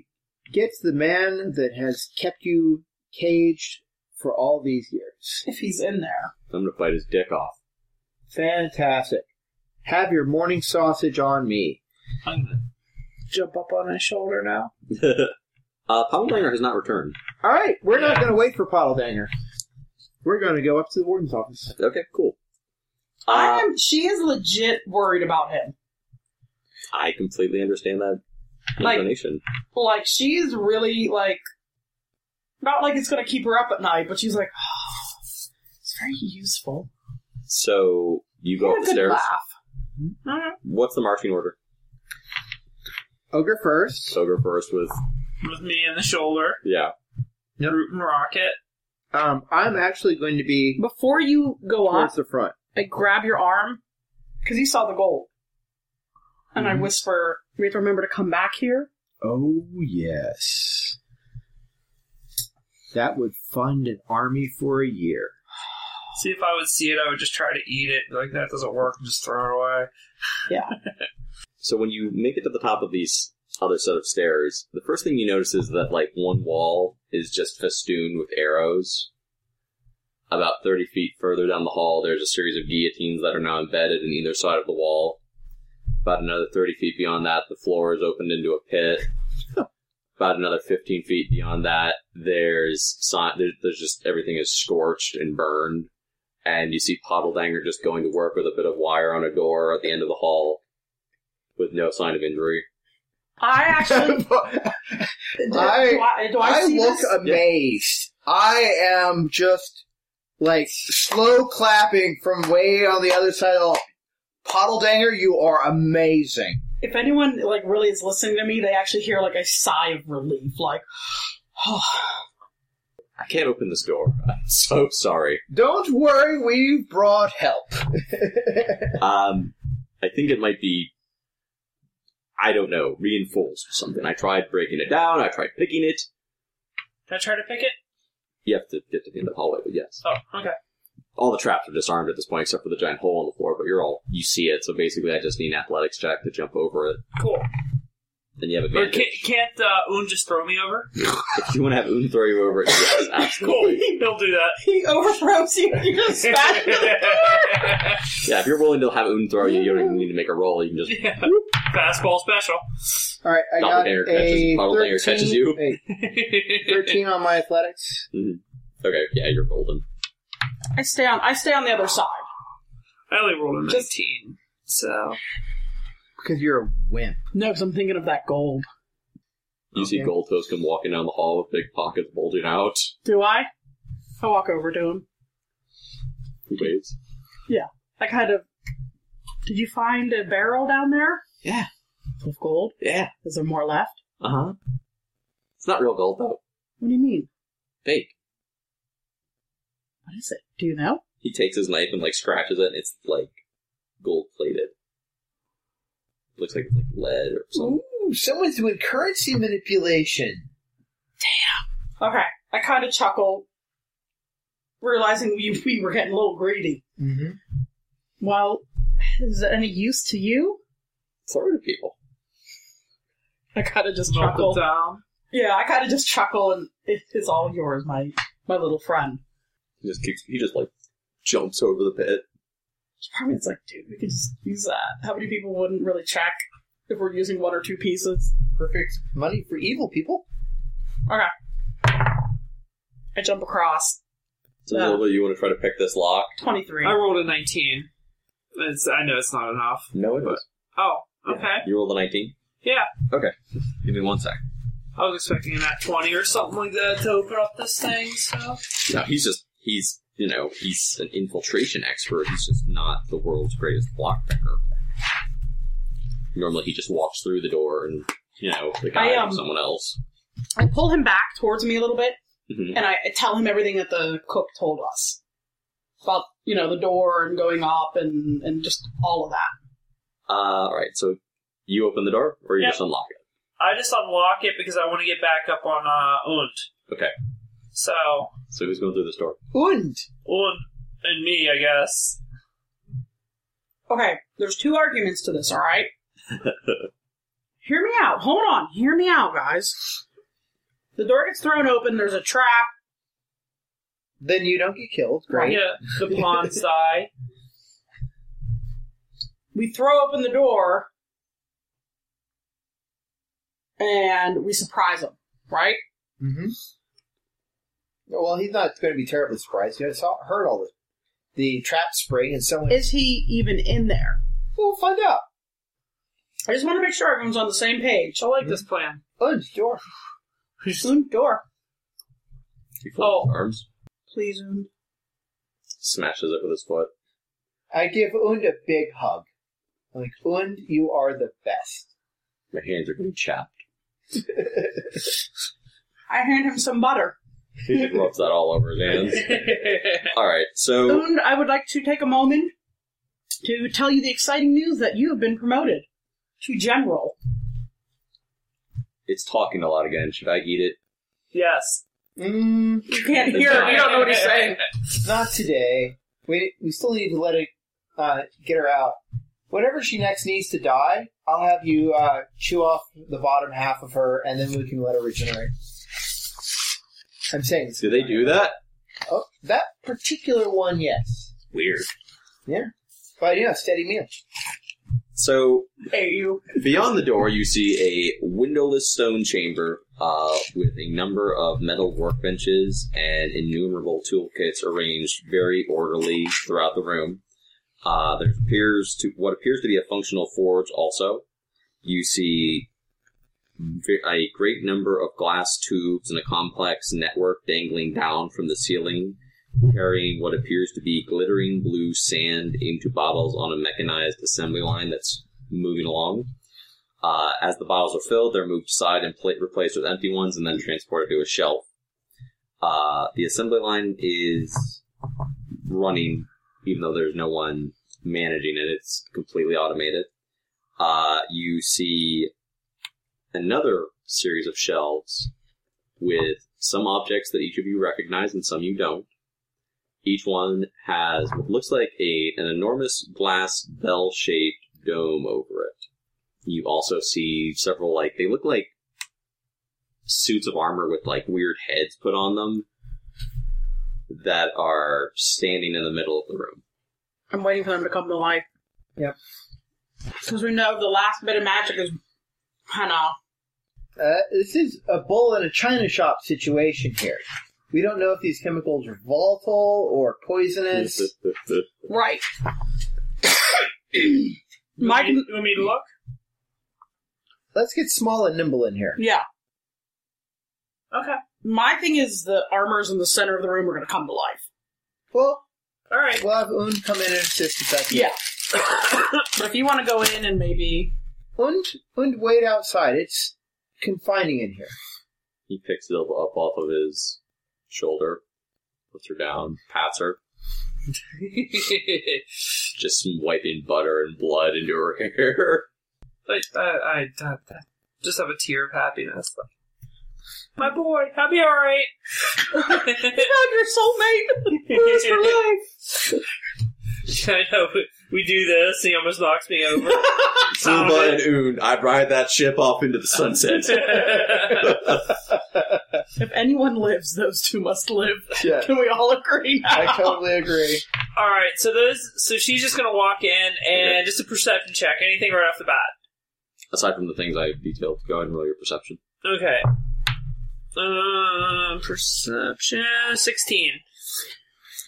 Speaker 2: get to the man that has kept you caged for all these years.
Speaker 4: If he's in there,
Speaker 1: I'm gonna bite his dick off.
Speaker 2: Fantastic. Have your morning sausage on me.
Speaker 3: I'm gonna
Speaker 4: jump up on his shoulder now.
Speaker 1: uh, Poundlanger has not returned.
Speaker 2: All right, we're not
Speaker 3: Yeah.
Speaker 2: going to wait for Pottledanger. We're going to go up to the warden's office.
Speaker 1: Okay, cool.
Speaker 4: I
Speaker 1: Uh,
Speaker 4: am. She is legit worried about him.
Speaker 1: I completely understand that
Speaker 4: Like-
Speaker 1: inclination.
Speaker 4: Like she is really like, not like it's gonna keep her up at night, but she's like, oh, it's very useful.
Speaker 1: So you go
Speaker 4: Had
Speaker 1: up
Speaker 4: a
Speaker 1: the
Speaker 4: good
Speaker 1: stairs.
Speaker 4: laugh. Mhm.
Speaker 1: What's the marching order?
Speaker 2: Ogre first.
Speaker 1: Soger first with
Speaker 3: with me in the shoulder,
Speaker 1: yeah.
Speaker 2: Yep.
Speaker 3: root and rocket.
Speaker 2: Um, I'm actually going to be
Speaker 4: Before you go on,
Speaker 2: towards the front.
Speaker 4: I grab your arm because you saw the gold, and I whisper, "We have to remember to come back here."
Speaker 2: Oh, yes. That would fund an army for a year.
Speaker 3: See if I would see it, I would just try to eat it. Be Like that doesn't work, and just throw it away.
Speaker 1: So when you make it to the top of these other set of stairs, the first thing you notice is that like one wall is just festooned with arrows. About thirty feet further down the hall, there's a series of guillotines that are now embedded in either side of the wall. About another thirty feet beyond that, the floor is opened into a pit. About another fifteen feet beyond that, there's si- there- there's just everything is scorched and burned, and you see Pottledanger just going to work with a bit of wire on a door at the end of the hall with no sign of injury.
Speaker 4: I actually
Speaker 2: I,
Speaker 4: do,
Speaker 2: I-
Speaker 4: I, do I, see
Speaker 2: look
Speaker 4: this?
Speaker 2: amazed. I am just like slow clapping from way on the other side of the hall. Pottledanger, you are amazing.
Speaker 4: if anyone like really is listening to me, they actually hear like a sigh of relief, like, oh.
Speaker 1: I can't open this door. I'm so sorry.
Speaker 2: Don't worry, we brought help.
Speaker 1: Um, I think it might be, I don't know, reinforced or something. I tried breaking it down. I tried picking it.
Speaker 3: Can I try to pick it?
Speaker 1: You have to get to the end of the hallway, but yes.
Speaker 3: Oh, okay.
Speaker 1: All the traps are disarmed at this point, except for the giant hole on the floor. But you're all you see it. So basically, I just need an athletics check to jump over it.
Speaker 3: Cool.
Speaker 1: Then you have
Speaker 3: Or
Speaker 1: advantage.
Speaker 3: can, can't uh, Un just throw me over?
Speaker 1: If you want to have Un throw you over it, yes, absolutely.
Speaker 3: He'll do
Speaker 4: He overthrows you. You just smash him.
Speaker 3: that.
Speaker 1: Yeah, if you're willing to have Un throw you, you don't even need to make a roll. You can just
Speaker 3: yeah. Fastball special.
Speaker 2: All right, I got
Speaker 1: Doppelganger catches-
Speaker 2: a
Speaker 1: doppelganger
Speaker 2: 13,
Speaker 1: catches you.
Speaker 2: wait, 13 on my athletics.
Speaker 1: okay. Yeah, you're golden.
Speaker 4: I stay on. I stay on the other side.
Speaker 3: I only rolled a
Speaker 4: Just-
Speaker 3: 19. So.
Speaker 2: Because you're a wimp.
Speaker 4: No, because I'm thinking of that gold.
Speaker 1: You see
Speaker 2: Okay.
Speaker 1: Gold Toast come walking down the hall with big pockets bulging out.
Speaker 4: Do I? I walk over to him.
Speaker 1: He waves.
Speaker 4: I kind of. Did you find a barrel down there?
Speaker 1: Yeah.
Speaker 4: Of gold?
Speaker 1: Yeah.
Speaker 4: Is there more left?
Speaker 1: Uh huh. It's not real gold though.
Speaker 4: What do you mean?
Speaker 1: Fake.
Speaker 4: What is it? Do you know?
Speaker 1: He takes his knife and like scratches it, and it's like gold plated. Looks like it's like lead or something.
Speaker 2: Ooh, someone's doing currency manipulation.
Speaker 4: Okay. I kind of chuckle, realizing we, we were getting a little greedy.
Speaker 2: Mm-hmm.
Speaker 4: Well, is it any use to you?
Speaker 1: Sorry to people.
Speaker 4: I kind of just
Speaker 3: Knock
Speaker 4: chuckle.
Speaker 3: it down.
Speaker 4: Yeah, I kind of just chuckle, and it is all yours, my my little friend.
Speaker 1: He just keeps. He just like jumps over the pit.
Speaker 4: Probably it's like, dude, we could just use that. How many people wouldn't really check if we're using one or two pieces?
Speaker 2: Perfect money for evil people.
Speaker 4: Okay. I jump across.
Speaker 1: So
Speaker 4: Yeah.
Speaker 1: Zilva, you want to try to pick this lock?
Speaker 4: 23.
Speaker 3: I rolled a 19. It's, I know it's not enough.
Speaker 1: No, it
Speaker 3: is. Oh, okay.
Speaker 1: You rolled a nineteen.
Speaker 3: Yeah.
Speaker 1: Give me one sec.
Speaker 3: I was expecting an at 20 or something like that to open up this thing, so.
Speaker 1: No, he's just he's you know he's an infiltration expert. He's just not the world's greatest block picker. Normally, he just walks through the door and you know the guy
Speaker 4: I,
Speaker 1: or
Speaker 4: um,
Speaker 1: someone else.
Speaker 4: I pull him back towards me a little bit,
Speaker 1: Mhm.
Speaker 4: and I I tell him everything that the cook told us about, you know, the door and going up and, and just all of that.
Speaker 1: Uh, all right, so you open the door or you
Speaker 3: Yep.
Speaker 1: just unlock it.
Speaker 3: I just unlock it because I want to get back up on uh, Und.
Speaker 1: Okay.
Speaker 3: So,
Speaker 1: So who's going through this door?
Speaker 2: Und.
Speaker 3: Und and me, I guess.
Speaker 4: Okay, there's two arguments to this, all right? Hear me out. Hold on. Hear me out, guys. The door gets thrown open. There's a trap.
Speaker 2: Then you don't get killed. Great.
Speaker 3: Yeah, the pawns die.
Speaker 4: we throw open the door and we surprise them, right?
Speaker 2: Mm-hmm. Well, he's not going to be terribly surprised. He saw, heard all the the trap spring, and someone.
Speaker 4: Is he even in there?
Speaker 2: we'll find out.
Speaker 4: I just want to make sure everyone's on the same page.
Speaker 3: I like this plan.
Speaker 2: Und door.
Speaker 4: Soon door.
Speaker 1: He
Speaker 4: Oh.
Speaker 1: folds his arms,
Speaker 4: Please. Oon.
Speaker 1: smashes it with his foot.
Speaker 2: I give Und a big hug. I'm like Und, you are the best.
Speaker 1: My hands are getting chapped.
Speaker 4: I hand him some butter.
Speaker 1: He just rubs that all over his hands. All right, so
Speaker 4: Soon I would like to take a moment to tell you the exciting news that you have been promoted to general.
Speaker 1: it's talking a lot again. Should I eat it?
Speaker 3: yes.
Speaker 2: Mm,
Speaker 4: You can't hear it. You don't know what he's saying.
Speaker 2: not today. We we still need to let it uh, get her out. Whatever she next needs to die, I'll have you uh, chew off the bottom half of her, and then we can let her regenerate. I'm saying this.
Speaker 1: Do they do that?
Speaker 2: Oh, that particular one, yes.
Speaker 1: Weird.
Speaker 2: But yeah, steady meal.
Speaker 1: So
Speaker 4: Hey, you.
Speaker 1: Beyond the door, you see a windowless stone chamber uh, with a number of metal workbenches and innumerable toolkits arranged very orderly throughout the room. Uh, there appears to what appears to be a functional forge. Also, you see ve- a great number of glass tubes and a complex network dangling down from the ceiling, carrying what appears to be glittering blue sand into bottles on a mechanized assembly line that's moving along. Uh, as the bottles are filled, they're moved aside and pla replaced with empty ones and then transported to a shelf. Uh, the assembly line is running, even though there's no one managing it. It's completely automated. Uh, you see another series of shelves with some objects that each of you recognize and some you don't. Each one has what looks like a an enormous glass bell shaped dome over it. You also see several like they look like suits of armor with like weird heads put on them that are standing in the middle of the room.
Speaker 4: I'm waiting for them to come to life.
Speaker 2: Yep.
Speaker 4: Because we know the last bit of magic is kind of
Speaker 2: Uh, this is a bull in a china shop situation here. We don't know if these chemicals are volatile or poisonous.
Speaker 4: right.
Speaker 3: You
Speaker 4: Mike,
Speaker 3: want me- you want me to look?
Speaker 2: Let's get small and nimble in here.
Speaker 4: yeah.
Speaker 3: Okay.
Speaker 4: My thing is the armors in the center of the room are going to come to life.
Speaker 2: Well,
Speaker 3: All right.
Speaker 2: we'll have Un come in and assist if that's
Speaker 4: Yeah. but if you want to go in and maybe
Speaker 2: Und, und wait outside. It's confining in here.
Speaker 1: He picks Zilva up off of his shoulder, puts her down, pats her, just wiping butter and blood into her hair.
Speaker 3: like, I, I, I just have a tear of happiness. Like, my boy, I'll be all right.
Speaker 4: found your soulmate. Lose for life.
Speaker 3: I know we- we do this. He almost knocks me over.
Speaker 1: Zilva and Un, I'd ride that ship off into the sunset.
Speaker 4: If anyone lives, those two must live.
Speaker 2: Yeah,
Speaker 4: Can we all agree now?
Speaker 2: I totally agree.
Speaker 3: all right. So those. So she's just gonna walk in and just a perception check. Anything right off the bat.
Speaker 1: Aside from the things I detailed, go ahead and roll your perception.
Speaker 3: Okay. Um, perception sixteen.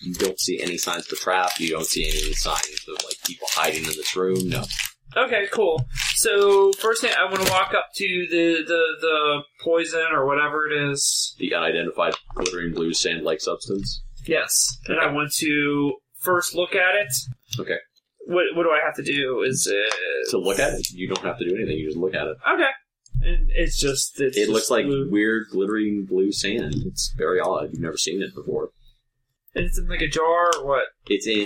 Speaker 1: You don't see any signs of a trap. You don't see any signs of like people hiding in this room. No.
Speaker 3: Okay, cool. So first thing, I want to walk up to the the the poison or whatever it is.
Speaker 1: The unidentified glittering blue sand-like substance.
Speaker 3: Yes, and I want to first look at it.
Speaker 1: Okay.
Speaker 3: What what do I have to do? Is it
Speaker 1: To look at it, you don't have to do anything. You just look at it.
Speaker 3: Okay. And it's just it's
Speaker 1: It
Speaker 3: just
Speaker 1: looks like
Speaker 3: blue.
Speaker 1: weird glittering blue sand. It's very odd. You've never seen it before.
Speaker 3: And it's in like a jar or what?
Speaker 1: It's in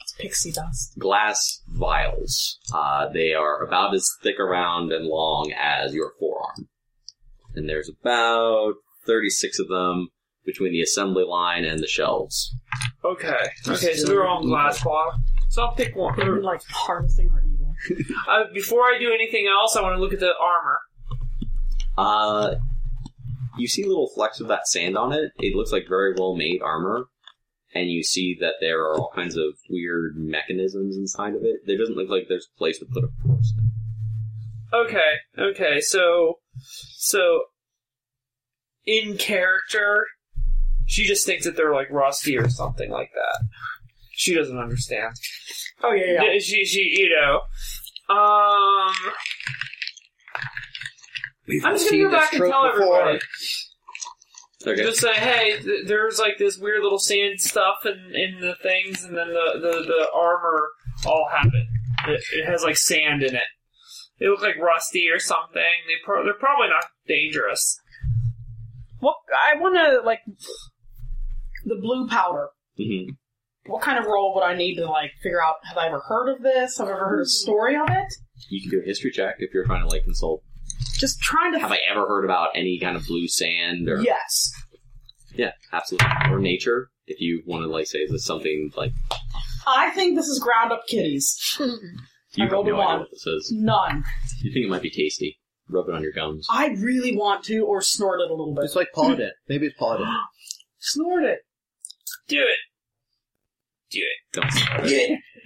Speaker 4: It's pixie dust.
Speaker 1: glass vials. Uh, they are about as thick around and long as your forearm. And there's about 36 of them between the assembly line and the shelves.
Speaker 3: Okay. Okay, so they're all in glass bottle. So I'll pick one.
Speaker 4: They're like harvesting our evil.
Speaker 3: Uh, before I do anything else, I want to look at the armor.
Speaker 1: Uh, you see little flecks of that sand on it. It looks like very well made armor. And you see that there are all kinds of weird mechanisms inside of it. There doesn't look like there's a place to put a person.
Speaker 3: Okay. Okay. So so in character, she just thinks that they're like rusty or something like that. She doesn't understand.
Speaker 4: Oh yeah, yeah.
Speaker 3: Yeah, She, she, you know. Um,
Speaker 2: We've
Speaker 3: I'm just
Speaker 2: seen
Speaker 3: gonna go
Speaker 2: this
Speaker 3: back and
Speaker 2: trope
Speaker 3: tell
Speaker 2: before.
Speaker 3: everybody.
Speaker 1: Okay.
Speaker 3: Just say, hey, th- there's like this weird little sand stuff in, in the things, and then the, the, the armor all happened. It, it has like sand in it. They look like rusty or something. They pro- they're probably not dangerous.
Speaker 4: What I want to like the blue powder.
Speaker 1: hmm
Speaker 4: What kind of role would I need to like figure out? Have I ever heard of this? Have I ever heard a story of it?
Speaker 1: You can do a history check if you're trying to like consult.
Speaker 4: Just trying to.
Speaker 1: Have I ever heard about any kind of blue sand or
Speaker 4: yes.
Speaker 1: Yeah, absolutely. Or nature, if you want to like say is this something like
Speaker 4: I think this is ground up kitties.
Speaker 1: you
Speaker 4: I
Speaker 1: don't
Speaker 4: rolled a
Speaker 1: know idea
Speaker 4: one.
Speaker 1: what this is.
Speaker 4: None.
Speaker 1: You think it might be tasty. Rub it on your gums.
Speaker 4: I really want to, or snort it a little bit.
Speaker 2: It's like Paul did. Maybe it's Paul did.
Speaker 4: Snort it.
Speaker 3: Do it.
Speaker 1: Don't start it.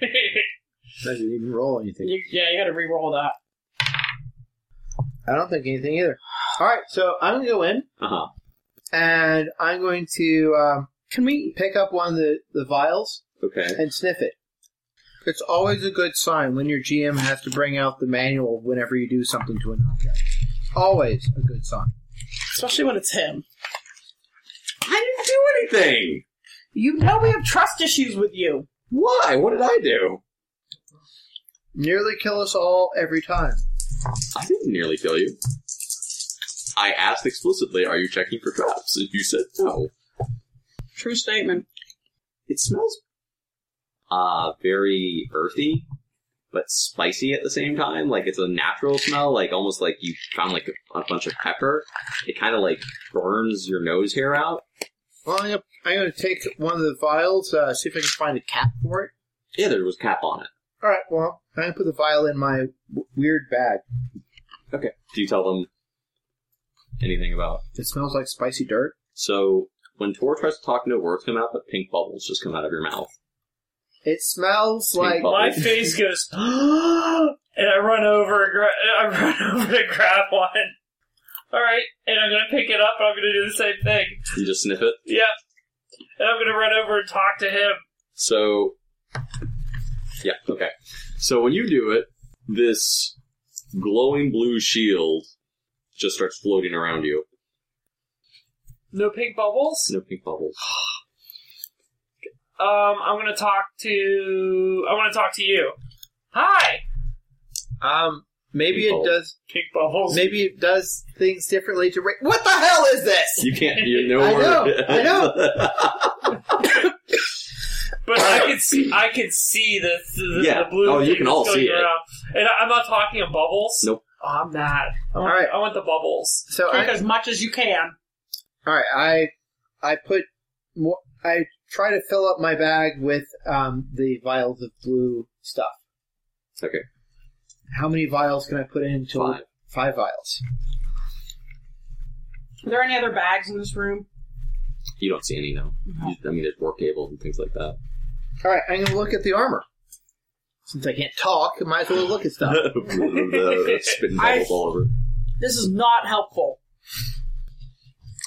Speaker 4: Yeah,
Speaker 2: Doesn't even roll anything.
Speaker 4: you, yeah, you gotta re-roll that.
Speaker 2: I don't think anything either. All right, so I'm gonna go in
Speaker 1: Uh-huh.
Speaker 2: and I'm going to um,
Speaker 4: Can we?
Speaker 2: pick up one of the, the vials
Speaker 1: Okay.
Speaker 2: and sniff it. It's always a good sign when your GM has to bring out the manual whenever you do something to an object. Always a good sign.
Speaker 4: Especially when it's him.
Speaker 1: I didn't do anything.
Speaker 4: You know we have trust issues with you.
Speaker 1: Why? What did I do?
Speaker 2: Nearly kill us all every time.
Speaker 1: I didn't nearly kill you. I asked explicitly, are you checking for traps? And you said no.
Speaker 4: True statement.
Speaker 1: It smells uh very earthy, but spicy at the same time. Like it's a natural smell, like almost like you found like a, a bunch of pepper. It kind of like burns your nose hair out.
Speaker 2: Well, I'm gonna, I'm gonna take one of the vials, uh, see if I can find a cap for it.
Speaker 1: Yeah, there was cap on it.
Speaker 2: All right. Well, I'm gonna put the vial in my w- weird bag.
Speaker 1: Do you tell them anything about?
Speaker 2: It smells like spicy dirt.
Speaker 1: So when Tor tries to talk, no words come out, but pink bubbles just come out of your mouth.
Speaker 2: It smells
Speaker 1: Pink
Speaker 2: like
Speaker 1: bubbles.
Speaker 3: My face goes, and I run over, and gra- I run over to grab one. All right, and I'm gonna pick it up, and I'm gonna do the same thing.
Speaker 1: You just sniff it.
Speaker 3: Yeah, and I'm gonna run over and talk to him.
Speaker 1: So, yeah, okay. So when you do it, this glowing blue shield just starts floating around you.
Speaker 3: No pink bubbles.
Speaker 1: No pink bubbles.
Speaker 3: Um, I'm gonna talk to. I want to talk to you. Hi.
Speaker 2: um. Maybe
Speaker 1: Pink
Speaker 2: it
Speaker 1: bubbles.
Speaker 2: does.
Speaker 3: Pink bubbles.
Speaker 2: Maybe it does things differently to. Ra- what the hell is this?
Speaker 1: You can't. You know.
Speaker 2: I know,
Speaker 1: where-
Speaker 2: I
Speaker 3: But I can see, I can see the, the,
Speaker 1: Yeah.
Speaker 3: the blue.
Speaker 1: Oh, you
Speaker 3: thing
Speaker 1: can all
Speaker 3: that's going
Speaker 1: see it.
Speaker 3: around. And I- I'm not talking of bubbles.
Speaker 1: Nope.
Speaker 3: Oh, I'm mad. I want,
Speaker 2: All right.
Speaker 3: I want the bubbles.
Speaker 2: So
Speaker 4: Drink
Speaker 2: I,
Speaker 4: as much as you can.
Speaker 2: All right, I I put more. I try to fill up my bag with um, the vials of blue stuff.
Speaker 1: Okay.
Speaker 2: How many vials can I put in? until-
Speaker 1: Five.
Speaker 2: Five vials.
Speaker 4: Are there any other bags in this room?
Speaker 1: You don't see any now. You- I mean, there's work tables and things like that.
Speaker 2: All right, I'm gonna look at the armor. Since I can't talk, I might as well look at stuff.
Speaker 1: Spitting bubbles all over.
Speaker 4: This is not helpful.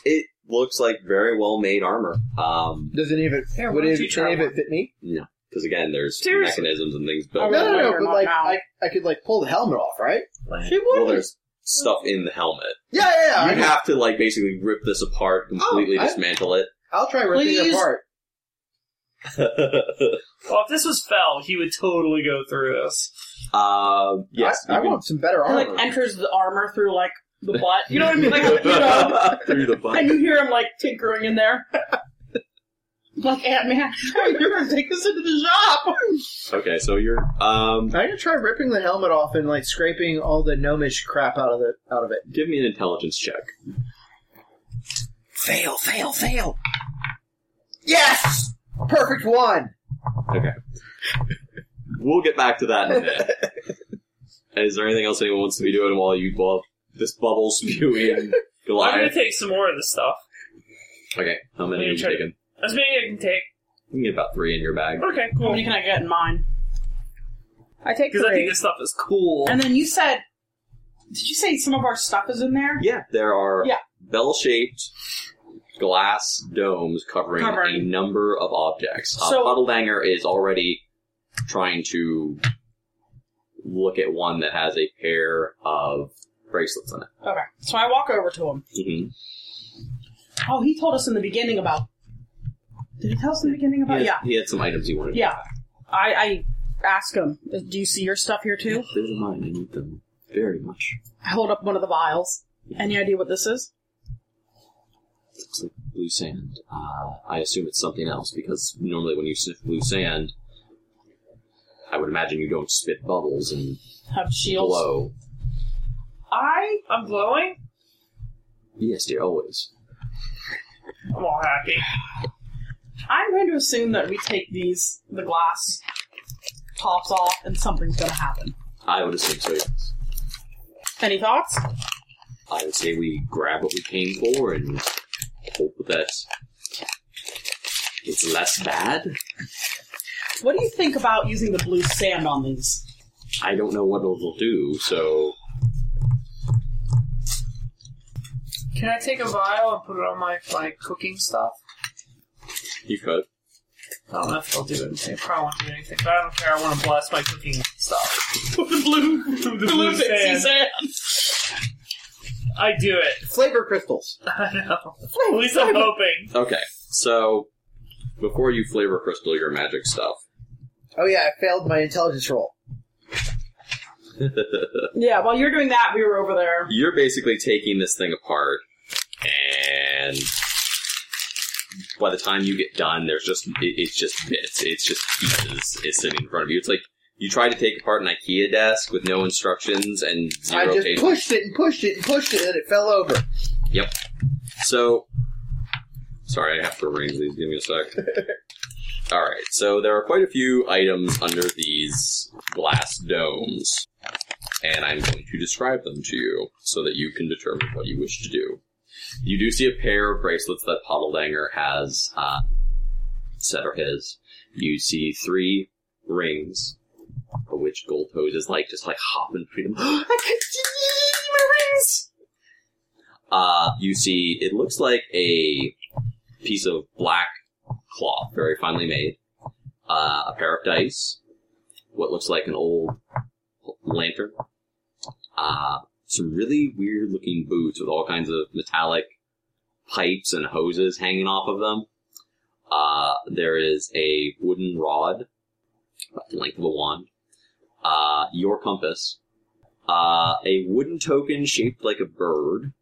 Speaker 1: It looks like very well made armor. Um,
Speaker 2: Does any of it?
Speaker 4: Here,
Speaker 2: would
Speaker 4: why
Speaker 2: any,
Speaker 4: don't you try
Speaker 2: any of it
Speaker 4: one?
Speaker 2: fit me?
Speaker 1: because again, there's
Speaker 3: Seriously?
Speaker 1: mechanisms and things
Speaker 4: Oh,
Speaker 1: built.
Speaker 2: no,
Speaker 1: in
Speaker 2: no,
Speaker 1: there.
Speaker 2: no.
Speaker 4: we're
Speaker 2: But
Speaker 4: not
Speaker 2: like,
Speaker 4: now.
Speaker 2: I, I could like pull the helmet off, right?
Speaker 4: She
Speaker 1: Well,
Speaker 4: would.
Speaker 1: there's stuff in the helmet.
Speaker 2: Yeah, yeah. yeah.
Speaker 1: You'd have to like basically rip this apart, completely
Speaker 2: Oh, I-
Speaker 1: dismantle it.
Speaker 2: I'll try ripping it
Speaker 4: Please.
Speaker 2: apart.
Speaker 3: Well, if this was Fell, he would totally go through this.
Speaker 1: uh, yes,
Speaker 2: I, I
Speaker 1: you can-
Speaker 2: want some better
Speaker 4: He,
Speaker 2: armor.
Speaker 4: like enters the armor through like the butt. You know what I mean? Like you know,
Speaker 1: through the
Speaker 4: and
Speaker 1: butt.
Speaker 4: you hear him like tinkering in there. like Ant Man, you're gonna take this into the shop.
Speaker 1: Okay, so you're um,
Speaker 2: I'm gonna try ripping the helmet off and like scraping all the gnomish crap out of the out of it.
Speaker 1: give me an intelligence check.
Speaker 2: Fail, fail, fail. Yes! Perfect one!
Speaker 1: We'll get back to that in a minute. Is there anything else anyone wants to be doing while you while this bubble spewing
Speaker 3: I'm going
Speaker 1: Goliath?
Speaker 3: to take some more of this stuff.
Speaker 1: Okay, how many are
Speaker 3: I'm
Speaker 1: you
Speaker 3: gonna try-
Speaker 1: taking?
Speaker 3: As many as I can take.
Speaker 1: You can get about three in your bag.
Speaker 3: Okay,
Speaker 4: How
Speaker 3: cool.
Speaker 4: many can I get in mine? I take
Speaker 3: Because I think
Speaker 4: three.
Speaker 3: this stuff is cool.
Speaker 4: And then you said, did you say some of our stuff is in there?
Speaker 1: Yeah, there are
Speaker 4: Yeah.
Speaker 1: bell-shaped glass domes covering,
Speaker 4: Covering.
Speaker 1: a number of objects.
Speaker 4: So-
Speaker 1: uh, Puddledanger is already trying to look at one that has a pair of bracelets on it.
Speaker 4: Okay. So I walk over to him.
Speaker 1: Mm-hmm.
Speaker 4: Oh, he told us in the beginning about. Did he tell us in the beginning about?
Speaker 1: he,
Speaker 4: Oh, Yeah.
Speaker 1: had, he had some items he wanted.
Speaker 4: Yeah. I, I ask him, do you see your stuff here too?
Speaker 1: There's mine. I need them very much.
Speaker 4: I hold up one of the vials. Any idea what this is?
Speaker 1: It's like blue sand. Uh, I assume it's something else because normally when you sniff blue sand, I would imagine you don't spit bubbles and
Speaker 4: Have shields.
Speaker 1: glow.
Speaker 4: I
Speaker 3: I'm glowing.
Speaker 1: Yes, dear, always.
Speaker 3: I'm all happy.
Speaker 4: I'm going to assume that we take these the glass tops off and something's going to happen.
Speaker 1: I would assume so. Yes.
Speaker 4: Any thoughts?
Speaker 1: I would say we grab what we came for and hope that it's less bad.
Speaker 4: What do you think about using the blue sand on these?
Speaker 1: I don't know what it'll do, so
Speaker 3: Can I take a vial and put it on my, my cooking stuff?
Speaker 1: you could.
Speaker 3: I don't know if they'll do anything. They probably won't do anything, but I don't care. I want to blast my cooking stuff.
Speaker 4: the blue,
Speaker 3: the
Speaker 4: blue,
Speaker 3: blue
Speaker 4: pixie
Speaker 3: sand.
Speaker 4: sand.
Speaker 3: I do it.
Speaker 2: Flavor crystals.
Speaker 3: I know. At least I'm hoping.
Speaker 1: Okay, so before you flavor crystal your magic stuff,
Speaker 2: Oh yeah, I failed my intelligence roll.
Speaker 4: Yeah, while you're doing that, we were over there.
Speaker 1: you're basically taking this thing apart and by the time you get done, there's just it, it's just bits, it's just pieces is sitting in front of you. It's like you try to take apart an IKEA desk with no instructions and
Speaker 2: I
Speaker 1: zero
Speaker 2: just
Speaker 1: pages.
Speaker 2: pushed it and pushed it and pushed it and it fell over.
Speaker 1: So, sorry, I have to arrange these. Give me a sec. All right. So there are quite a few items under these glass domes, and I'm going to describe them to you so that you can determine what you wish to do. You do see a pair of bracelets that Pottledanger has uh, set or his. You see three rings, of which gold hose is like just like hopping between them. I can't see my rings. Uh, you see, it looks like a piece of black cloth, very finely made. Uh, a pair of dice, what looks like an old lantern, uh, some really weird looking boots with all kinds of metallic pipes and hoses hanging off of them. Uh, there is a wooden rod, about the length of a wand. Uh, your compass. Uh, a wooden token shaped like a bird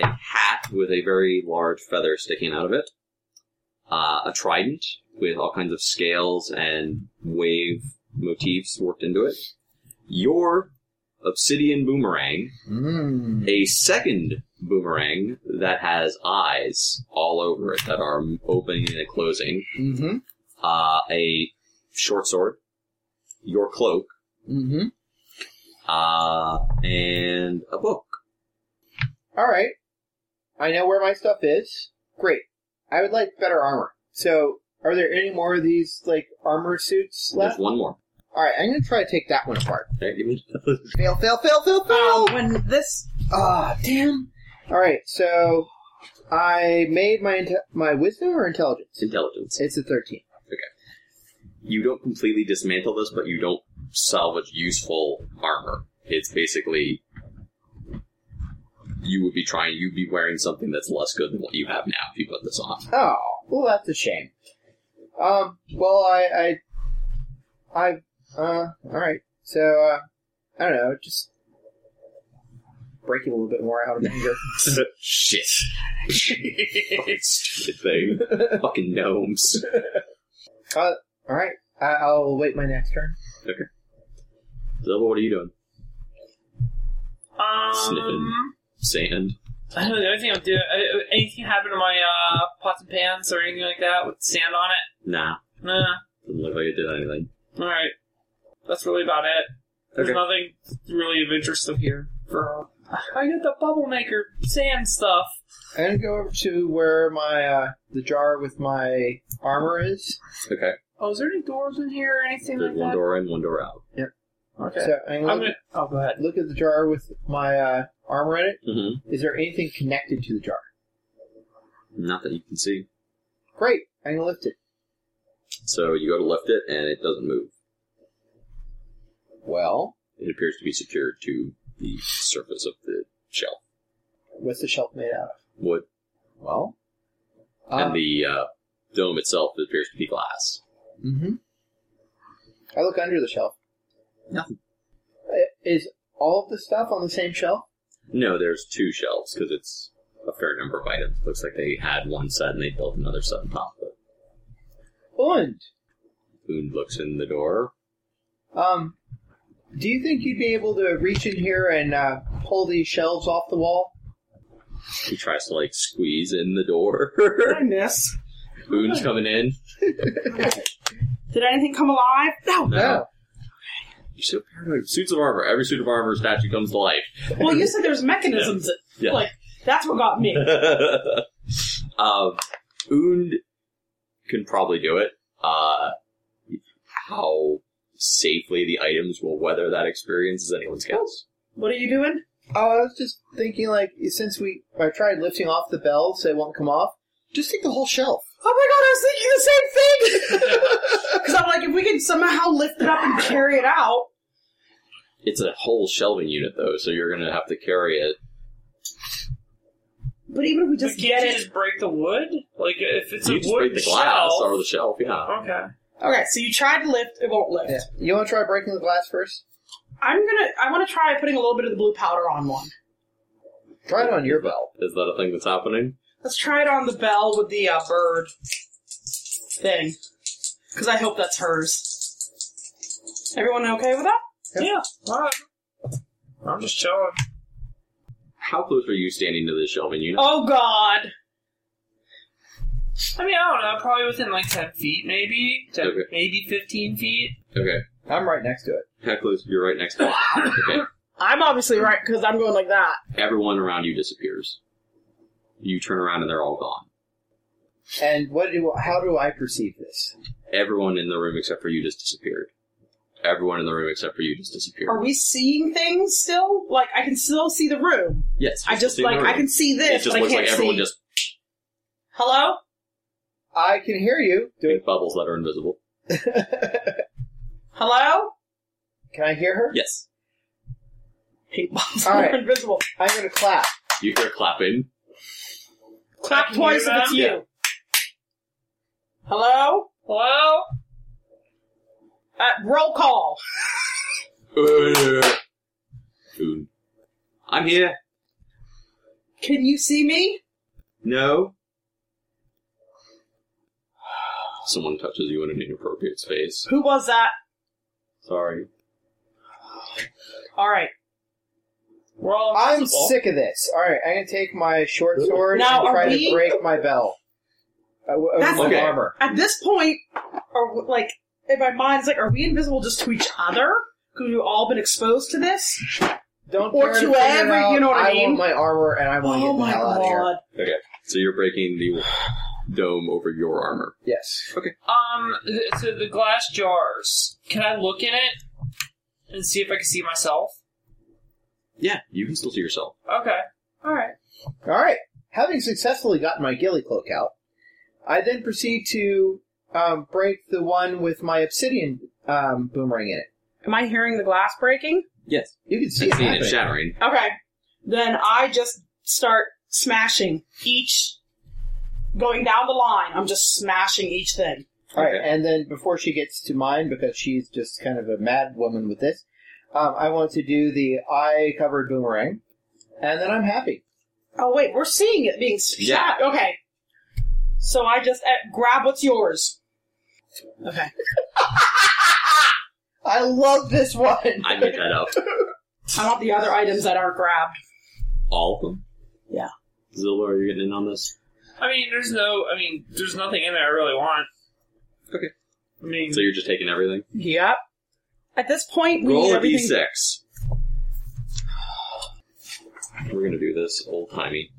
Speaker 1: a hat with a very large feather sticking out of it, uh, a trident with all kinds of scales and wave motifs worked into it, your obsidian boomerang,
Speaker 2: Mm.
Speaker 1: a second boomerang that has eyes all over it that are opening and closing,
Speaker 2: Mm-hmm.
Speaker 1: uh, a short sword, your cloak,
Speaker 2: Mm-hmm.
Speaker 1: uh, and a book.
Speaker 2: All right. I know where my stuff is. Great. I would like better armor. So, are there any more of these like armor suits
Speaker 1: There's
Speaker 2: left?
Speaker 1: one more.
Speaker 2: All right, I'm gonna try to take that one apart.
Speaker 1: Okay, give me-
Speaker 2: Fail, fail, fail, fail, fail.
Speaker 4: Um, when this
Speaker 2: Ah, damn. All right, so I made my inte- my wisdom or intelligence.
Speaker 1: Intelligence.
Speaker 2: It's a thirteen.
Speaker 1: you don't completely dismantle this, but you don't salvage useful armor. It's basically you would be trying, you'd be wearing something that's less good than what you have now if you put this on.
Speaker 2: Oh, well, that's a shame. Um, well, I, I, I, uh, all right. So, uh, I don't know, just break it a little bit more out of anger.
Speaker 1: Shit. Fucking stupid thing. Fucking gnomes.
Speaker 2: all right, I, I'll wait my next turn.
Speaker 1: Zelda, what are you doing?
Speaker 3: Um,
Speaker 1: Sniffing. Sand.
Speaker 3: I don't know. The only thing I'll do, uh, anything happen to my uh, pots and pans or anything like that with sand on it?
Speaker 1: Nah.
Speaker 3: Nah.
Speaker 1: Doesn't look like it did anything.
Speaker 3: All right. That's really about it. There's
Speaker 1: Okay.
Speaker 3: nothing really of interest of here. For uh, I got the bubble maker sand stuff.
Speaker 2: I'm gonna go over to where my, uh, the jar with my armor is.
Speaker 1: Okay.
Speaker 3: Oh, is there any doors in here or anything
Speaker 1: There's
Speaker 3: like
Speaker 1: one
Speaker 3: that?
Speaker 1: door in, one door out.
Speaker 3: Okay.
Speaker 2: So I'm
Speaker 3: I'm
Speaker 2: gonna,
Speaker 3: gonna. Oh, go ahead.
Speaker 2: look at the jar with my, uh, armor in it.
Speaker 1: Mm-hmm.
Speaker 2: Is there anything connected to the jar?
Speaker 1: Not that you can see.
Speaker 2: Great, I'm gonna lift it.
Speaker 1: So you go to lift it, and it doesn't move.
Speaker 2: Well,
Speaker 1: It appears to be secured to the surface of the shelf.
Speaker 2: what's the shelf made out
Speaker 1: Wood
Speaker 2: of? Well, um,
Speaker 1: and the uh, dome itself appears to be glass.
Speaker 2: Mm-hmm. I look under the shelf.
Speaker 1: Nothing.
Speaker 2: I- Is all of the stuff on the same shelf?
Speaker 1: No, there's two shelves because it's a fair number of items. Looks like they had one set and they built another set on top of it.
Speaker 2: And
Speaker 1: Boone looks in the door.
Speaker 2: um, do you think you'd be able to reach in here and uh, pull these shelves off the wall?
Speaker 1: He tries to like squeeze in the door.
Speaker 4: goodness.
Speaker 1: Boone's coming in.
Speaker 4: Did anything come alive? No.
Speaker 2: No.
Speaker 1: You're so paranoid. Suits of armor. Every suit of armor statue comes to life.
Speaker 4: Well, you said there's mechanisms. That,
Speaker 1: Yeah.
Speaker 4: Like that's what got me.
Speaker 1: um, Und can probably do it. Uh, how safely the items will weather that experience is anyone's guess.
Speaker 4: What are you doing?
Speaker 2: Oh, I was just thinking, like, since we I tried lifting off the bell so it won't come off, just take the whole shelf.
Speaker 4: Oh my god, I was thinking the same thing. Because I'm like, if we can somehow lift it up and carry it out,
Speaker 1: It's a whole shelving unit, though, so you're gonna have to carry it.
Speaker 4: but even if we just
Speaker 3: But
Speaker 4: get
Speaker 3: can't you
Speaker 4: it,
Speaker 3: just break the wood? Like if it's
Speaker 1: you
Speaker 3: a
Speaker 1: just
Speaker 3: wood
Speaker 1: break the glass
Speaker 3: shelf.
Speaker 1: or the shelf, yeah.
Speaker 3: Okay.
Speaker 4: okay. So you tried to lift, it won't lift.
Speaker 2: Yeah. You want to try breaking the glass first?
Speaker 4: I'm gonna, I want to try putting a little bit of the blue powder on one.
Speaker 2: Try it on your bell.
Speaker 1: Is that a thing that's happening?
Speaker 4: Let's try it on the bell with the uh, bird thing. Because I hope that's hers. Everyone okay with that?
Speaker 3: Yeah. alright. I'm just chilling.
Speaker 1: How close are you standing to the shelving unit?
Speaker 4: Oh god!
Speaker 3: I mean, I don't know. Probably within like ten feet, maybe, 10,
Speaker 1: Okay.
Speaker 3: maybe fifteen feet.
Speaker 1: Okay.
Speaker 2: I'm right next to it.
Speaker 1: How close? You're right next to it. Okay.
Speaker 4: I'm obviously right because I'm going like that.
Speaker 1: Everyone around you disappears. You turn around and they're all gone.
Speaker 2: And what do how do I perceive this?
Speaker 1: Everyone in the room except for you just disappeared. Everyone in the room except for you just disappeared.
Speaker 4: Are we seeing things still? Like, I can still see the room.
Speaker 1: yes.
Speaker 4: I
Speaker 1: you're
Speaker 4: just,
Speaker 1: still in
Speaker 4: like,
Speaker 1: the
Speaker 4: I
Speaker 1: room.
Speaker 4: can see
Speaker 1: It
Speaker 4: this,
Speaker 1: just
Speaker 4: but I
Speaker 1: looks
Speaker 4: can't
Speaker 1: like everyone
Speaker 4: see.
Speaker 1: just
Speaker 4: Hello?
Speaker 2: I can hear you. Do
Speaker 1: big
Speaker 2: it.
Speaker 1: bubbles that are invisible.
Speaker 4: Hello?
Speaker 2: Can I hear her?
Speaker 1: Yes.
Speaker 4: Pink bombs
Speaker 2: All
Speaker 4: are
Speaker 2: right.
Speaker 4: invisible.
Speaker 2: I'm gonna clap.
Speaker 1: You hear clapping.
Speaker 4: Clap
Speaker 3: can
Speaker 4: twice
Speaker 3: hear
Speaker 4: if it's
Speaker 3: them.
Speaker 4: you.
Speaker 1: Yeah.
Speaker 4: Hello?
Speaker 3: Hello?
Speaker 4: Uh, roll call.
Speaker 1: Food. I'm here.
Speaker 4: Can you see me?
Speaker 1: No. Someone touches you in an inappropriate space.
Speaker 4: Who was that?
Speaker 1: Sorry.
Speaker 4: All right.
Speaker 3: We're all
Speaker 2: I'm
Speaker 3: invisible.
Speaker 2: sick of this. All right, I'm gonna take my short sword
Speaker 4: Now,
Speaker 2: and
Speaker 4: are
Speaker 2: try
Speaker 4: we-
Speaker 2: to break my bell. Uh, w- over
Speaker 4: That's-
Speaker 2: my
Speaker 1: Okay.
Speaker 2: armor.
Speaker 4: At this point, or like in my mind, it's like, are we invisible just to each other? Because we've all been exposed to this.
Speaker 2: Don't
Speaker 4: Or
Speaker 2: try
Speaker 4: to
Speaker 2: figure it
Speaker 4: every-
Speaker 2: out.
Speaker 4: you know what I mean?
Speaker 2: want my armor, and I want to
Speaker 4: Oh
Speaker 2: get the
Speaker 4: my
Speaker 2: hell out of here.
Speaker 4: god!
Speaker 1: So you're breaking the dome over your armor.
Speaker 2: Yes.
Speaker 3: Um, th- so the glass jars. Can I look in it and see if I can see myself?
Speaker 1: Yeah, you can still see yourself.
Speaker 3: Okay. All right.
Speaker 2: All right. Having successfully gotten my ghillie cloak out, I then proceed to um, break the one with my obsidian um, boomerang in it.
Speaker 4: Am I hearing the glass breaking?
Speaker 1: Yes.
Speaker 2: You can see
Speaker 1: I've
Speaker 2: it
Speaker 1: seen it
Speaker 2: happening.
Speaker 1: shattering.
Speaker 4: Okay. Then I just start smashing each, going down the line. I'm just smashing each thing.
Speaker 2: All right,
Speaker 1: Okay.
Speaker 2: and then before she gets to mine, because she's just kind of a mad woman with this, um, I want to do the eye covered boomerang, and then I'm happy.
Speaker 4: Oh wait, we're seeing it being smashed.
Speaker 1: Yeah.
Speaker 4: Okay. So I just uh, grab what's yours. Okay.
Speaker 2: I love this one.
Speaker 1: I made that up.
Speaker 4: I want the other items that aren't grabbed.
Speaker 1: All of them?
Speaker 4: Yeah.
Speaker 1: Zilla, are you getting in on this?
Speaker 3: I mean, there's no. I mean, there's nothing in there I really want.
Speaker 1: Okay.
Speaker 3: I mean,
Speaker 1: So you're just taking everything?
Speaker 4: Yep. At this point, we
Speaker 1: Roll
Speaker 4: need
Speaker 1: a
Speaker 4: everything.
Speaker 1: d6. We're going to do this old timey.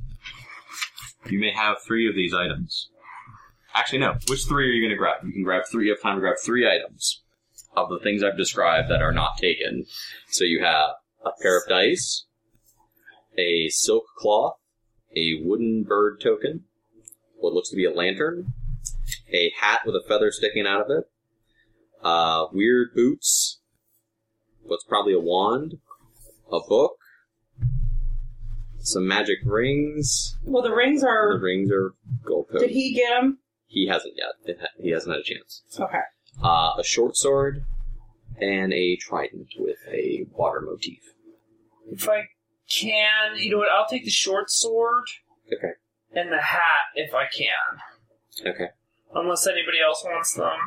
Speaker 1: You may have three of these items. Actually, no. Which three are you going to grab? You can grab three. You have time to grab three items of the things I've described that are not taken. So you have a pair of dice, a silk cloth, a wooden bird token, what looks to be a lantern, a hat with a feather sticking out of it, uh, weird boots, what's probably a wand, a book, some magic rings.
Speaker 4: Well, the rings
Speaker 1: The
Speaker 4: are.
Speaker 1: rings are gold
Speaker 4: Did
Speaker 1: coated.
Speaker 4: he get them?
Speaker 1: He hasn't yet. It ha- He hasn't had a chance.
Speaker 4: Okay.
Speaker 1: Uh, a short sword and a trident with a water motif.
Speaker 3: if I can, you know what? I'll take the short sword
Speaker 1: Okay.
Speaker 3: and the hat if I can,
Speaker 1: Okay.
Speaker 3: unless anybody else wants them.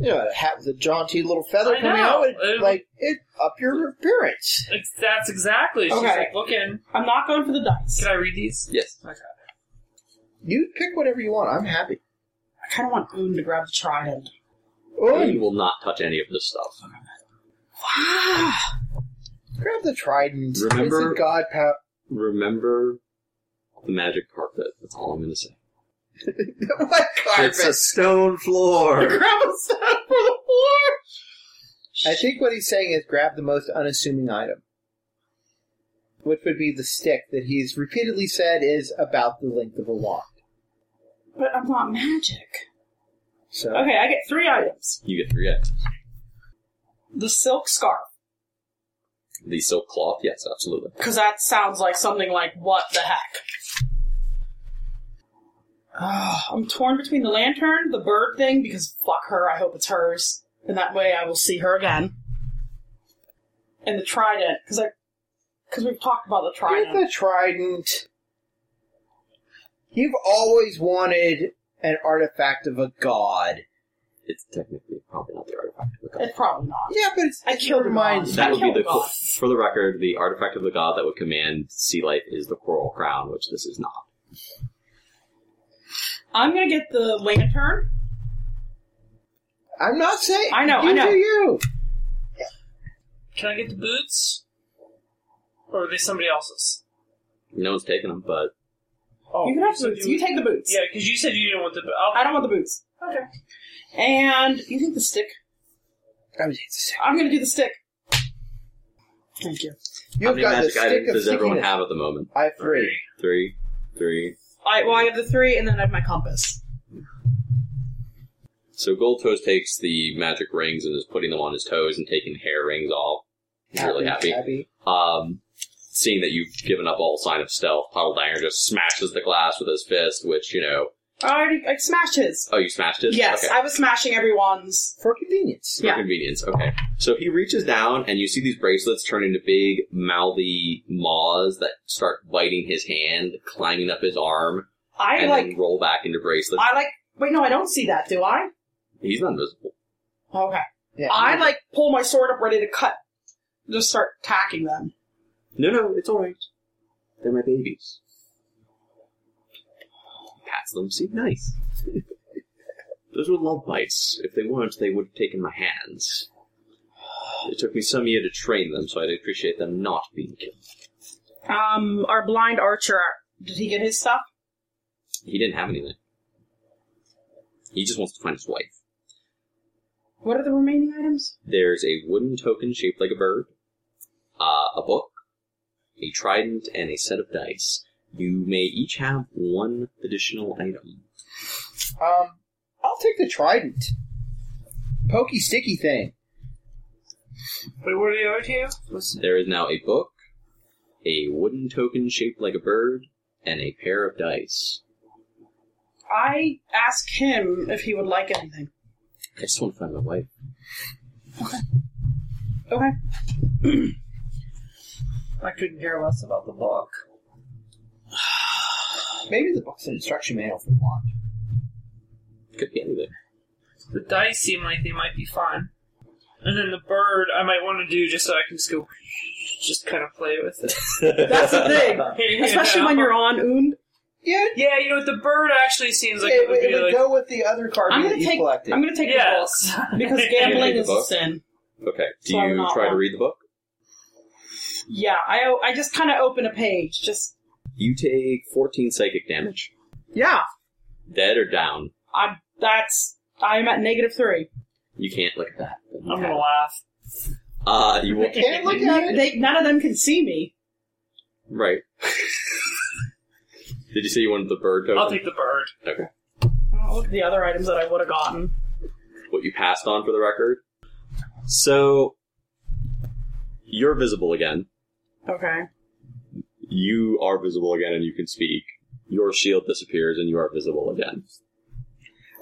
Speaker 2: You know, a hat with a jaunty little feather
Speaker 3: I
Speaker 2: coming
Speaker 3: know.
Speaker 2: out, it,
Speaker 3: It-
Speaker 2: like it up your appearance.
Speaker 3: Ex- That's exactly. She's
Speaker 4: Okay.
Speaker 3: like looking.
Speaker 4: I'm not going for the dice.
Speaker 3: Can I read these?
Speaker 1: Yes.
Speaker 3: Okay.
Speaker 2: You pick whatever you want. I'm happy.
Speaker 4: I kind of want Un to grab the trident.
Speaker 1: He
Speaker 2: Ooh,
Speaker 1: will not touch any of this stuff.
Speaker 4: Wow.
Speaker 2: grab the trident.
Speaker 1: Remember-
Speaker 2: it's a god power.
Speaker 1: Remember the magic carpet. That's all I'm going to say.
Speaker 2: what carpet?
Speaker 1: stone floor.
Speaker 4: grab a stone for the floor.
Speaker 2: I think what he's saying is grab the most unassuming item, which would be the stick that he's repeatedly said is about the length of a wand.
Speaker 4: But I'm not magic.
Speaker 2: So
Speaker 4: Okay, I get three items.
Speaker 1: You get three X.
Speaker 4: The silk scarf,
Speaker 1: The silk cloth. Yes, absolutely.
Speaker 4: because that sounds like something like what the heck. Ugh, Ah, I'm torn between the lantern, the bird thing, because fuck her, I hope it's hers, and that way I will see her again. And the trident, because I, because we've talked about the
Speaker 2: get
Speaker 4: trident.
Speaker 2: the trident. You've always wanted an artifact of a god.
Speaker 1: It's technically probably not the artifact of the god.
Speaker 4: It's probably not.
Speaker 2: Yeah, but it's,
Speaker 4: I
Speaker 2: it
Speaker 4: killed a
Speaker 2: reminds
Speaker 4: god.
Speaker 1: That would be the
Speaker 4: God.
Speaker 1: for the record, the artifact of the god that would command sea life is the coral crown, which this is not.
Speaker 4: I'm gonna get the lantern.
Speaker 2: I'm not saying.
Speaker 4: I know,
Speaker 2: You
Speaker 4: I know.
Speaker 2: Do you?
Speaker 3: Can I get the boots? Or are they somebody else's?
Speaker 1: No one's taking them, but
Speaker 3: Oh,
Speaker 4: you can have the boots. You take the boots.
Speaker 3: Yeah, because you said you didn't want the. I'll,
Speaker 4: I don't want the boots. Okay. And you think the stick?
Speaker 2: I would hate to say-
Speaker 4: I'm gonna do the stick. Thank you.
Speaker 1: how
Speaker 2: You've
Speaker 1: many
Speaker 2: got the
Speaker 1: magic
Speaker 2: stick
Speaker 1: items
Speaker 2: of
Speaker 1: does everyone
Speaker 2: stickiness.
Speaker 1: have at the moment?
Speaker 2: I have three.
Speaker 1: Three, three.
Speaker 4: I well, I have the three, and then I have my compass.
Speaker 1: So Goldtoes takes the magic rings and is putting them on his toes and taking hair rings off. He's really happy. Um, seeing that you've given up all sign of stealth, Puddled Iron just smashes the glass with his fist, which, you know,
Speaker 4: I already I smashed his.
Speaker 1: oh, you smashed it?
Speaker 4: Yes,
Speaker 1: Okay.
Speaker 4: I was smashing everyone's.
Speaker 2: for convenience.
Speaker 1: For
Speaker 4: yeah.
Speaker 1: convenience. Okay. So he reaches down and you see these bracelets turn into big, mouthy maws that start biting his hand, climbing up his arm,
Speaker 4: I
Speaker 1: and
Speaker 4: like.
Speaker 1: then roll back into bracelets.
Speaker 4: I like. Wait, no, I don't see that. Do I?
Speaker 1: He's not invisible.
Speaker 4: Okay.
Speaker 2: Yeah.
Speaker 4: I like pull my sword up, ready to cut. Just start tacking them.
Speaker 1: No, no, it's alright. They're my babies. Pats them, see? Nice. Those were love bites. If they weren't, they would have taken my hands. It took me some year to train them, so I'd appreciate them not being killed.
Speaker 4: Um, our blind archer. Did he get his stuff?
Speaker 1: He didn't have anything. He just wants to find his wife.
Speaker 4: What are the remaining items?
Speaker 1: There's a wooden token shaped like a bird, uh, a book, a trident, and a set of dice. You may each have one additional item.
Speaker 2: Um, I'll take the trident. Pokey sticky thing.
Speaker 3: wait, what are the other two? What's-
Speaker 1: There is now a book, a wooden token shaped like a bird, and a pair of dice.
Speaker 4: I ask him if he would like anything.
Speaker 1: I just want to find my wife.
Speaker 4: Okay.
Speaker 3: I couldn't care less about the book.
Speaker 2: Maybe the book's an instruction manual for launch.
Speaker 1: Could be anything.
Speaker 3: The dice seem like they might be fun. And then the bird, I might want to do just so I can just go, just kind of play with it.
Speaker 4: That's the thing.
Speaker 3: You
Speaker 4: Especially
Speaker 3: know?
Speaker 4: when you're onUnd.
Speaker 2: Yeah,
Speaker 3: Yeah, you know, the bird actually seems like
Speaker 2: it,
Speaker 3: it,
Speaker 2: it,
Speaker 3: would be
Speaker 2: would
Speaker 3: like.
Speaker 2: go with the other card
Speaker 4: I'm
Speaker 2: that
Speaker 4: gonna
Speaker 2: you
Speaker 4: take.
Speaker 2: collected.
Speaker 4: I'm gonna take
Speaker 3: Yes.
Speaker 4: the book because gambling
Speaker 1: the
Speaker 4: is a
Speaker 1: book?
Speaker 4: sin.
Speaker 1: Okay. Do
Speaker 4: So I'm
Speaker 1: you
Speaker 4: not
Speaker 1: try to
Speaker 4: one.
Speaker 1: read the book?
Speaker 4: Yeah, I o- I just kind of open a page. Just
Speaker 1: You take 14 psychic damage.
Speaker 4: yeah.
Speaker 1: Dead or down.
Speaker 4: I that's I'm at negative three.
Speaker 1: You can't look at that.
Speaker 3: I'm gonna laugh.
Speaker 1: Uh, you
Speaker 2: I
Speaker 1: will
Speaker 2: can't look at it.
Speaker 4: They, none of them can see me.
Speaker 1: Right. Did you say you wanted the bird token?
Speaker 3: I'll take the bird.
Speaker 1: okay.
Speaker 4: I'll look at the other items that I would have gotten.
Speaker 1: What you passed on for the record. So, you're visible again.
Speaker 4: Okay.
Speaker 1: You are visible again and you can speak. Your shield disappears and you are visible again.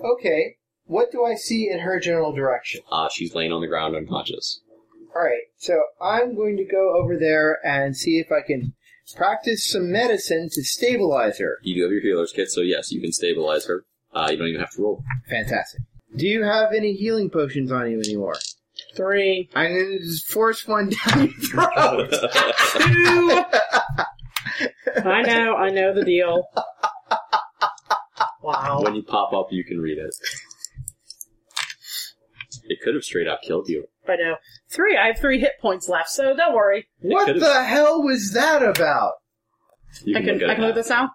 Speaker 2: Okay, what do I see in her general direction?
Speaker 1: Uh, she's laying on the ground unconscious.
Speaker 2: All right, so I'm going to go over there and see if I can practice some medicine to stabilize her.
Speaker 1: You do have your healer's kit, so yes, you can stabilize her. Uh, you don't even have to roll.
Speaker 2: Fantastic. Do you have any healing potions on you anymore?
Speaker 4: Three.
Speaker 2: I'm going to just force one down your throat.
Speaker 4: Two. I know. I know the deal. Wow.
Speaker 1: when you pop up, you can read it. It could have straight up killed you.
Speaker 4: I know. Three. I have three hit points left, so don't worry.
Speaker 2: what
Speaker 1: could've-
Speaker 2: the hell was that about?
Speaker 1: You
Speaker 4: I can. I can look this now.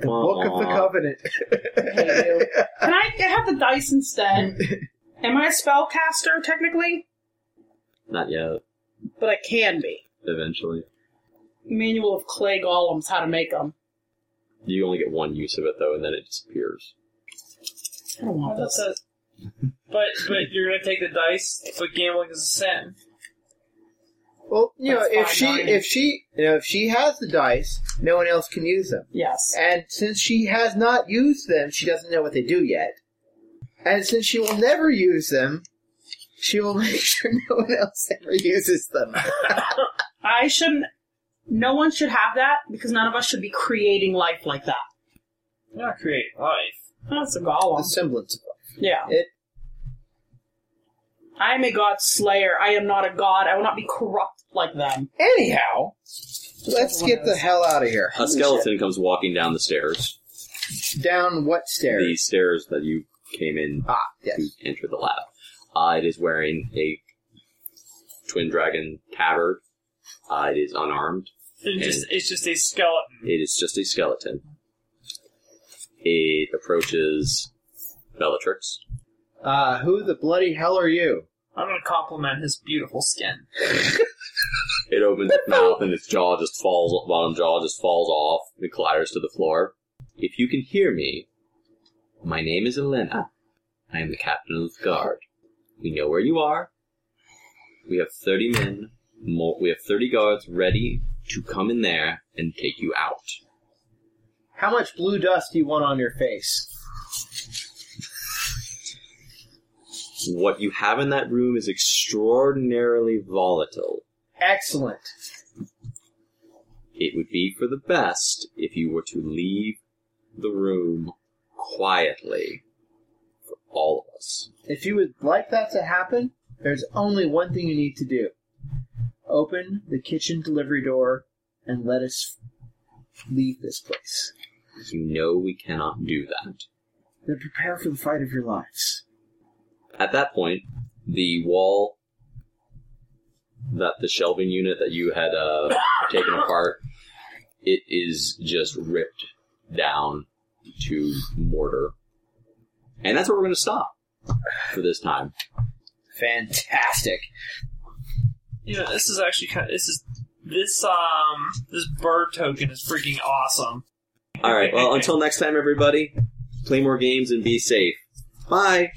Speaker 2: The Book of the
Speaker 4: Uh-uh.
Speaker 1: Aw.
Speaker 2: Covenant.
Speaker 4: Hate you. Can I have the dice instead? Am I a spellcaster technically?
Speaker 1: Not yet.
Speaker 4: But I can be.
Speaker 1: Eventually.
Speaker 4: Manual of clay golems, how to make them.
Speaker 1: You only get one use of it though, and then it disappears.
Speaker 4: I don't want
Speaker 3: That's
Speaker 4: this.
Speaker 3: a, but but you're gonna take the dice. But gambling is a sin.
Speaker 2: Well, you know,
Speaker 4: That's
Speaker 2: if
Speaker 4: fine,
Speaker 2: she
Speaker 4: Ryan.
Speaker 2: if she you know if she has the dice, no one else can use them.
Speaker 4: Yes.
Speaker 2: And since she has not used them, she doesn't know what they do yet. And since she will never use them, she will make sure no one else ever uses them.
Speaker 4: I shouldn't. No one should have that because none of us should be creating life like that.
Speaker 3: You're not creating life.
Speaker 4: That's a
Speaker 2: The
Speaker 4: golem.
Speaker 2: semblance of
Speaker 4: Yeah.
Speaker 2: it.
Speaker 4: I am a god slayer. I am not a god. I will not be corrupt like them.
Speaker 2: Anyhow, let's
Speaker 4: everyone
Speaker 2: get the
Speaker 4: else.
Speaker 2: hell out of here.
Speaker 1: A skeleton comes walking down the stairs.
Speaker 2: Down what stairs?
Speaker 1: The stairs that you came in
Speaker 2: Ah, yes.
Speaker 1: to enter the lab. Uh, it is wearing a twin dragon tabard. Uh, it is unarmed.
Speaker 3: It's just, it's just a skeleton.
Speaker 1: It is just a skeleton. It approaches Bellatrix.
Speaker 2: Uh, who the bloody hell are you?
Speaker 3: I'm gonna compliment his beautiful skin.
Speaker 1: It opens its mouth and its jaw just falls, bottom jaw just falls off and clatters to the floor. If you can hear me, my name is Elena. I am the captain of the guard. We know where you are. We have 30 men, more, we have 30 guards ready to come in there and take you out.
Speaker 2: How much blue dust do you want on your face?
Speaker 1: What you have in that room is extraordinarily volatile.
Speaker 2: Excellent.
Speaker 1: It would be for the best if you were to leave the room quietly for all of us.
Speaker 2: If you would like that to happen, there's only one thing you need to do. Open the kitchen delivery door and let us leave this place.
Speaker 1: You know we cannot do that.
Speaker 2: Then prepare for the fight of your lives.
Speaker 1: At that point, the wall that the shelving unit that you had uh, taken apart, it is just ripped down to mortar. And that's where we're going to stop for this time.
Speaker 2: Fantastic.
Speaker 3: You know, this is actually kind of, this is this um this bird token is freaking awesome.
Speaker 1: All right. Well, until next time, everybody, play more games and be safe. Bye.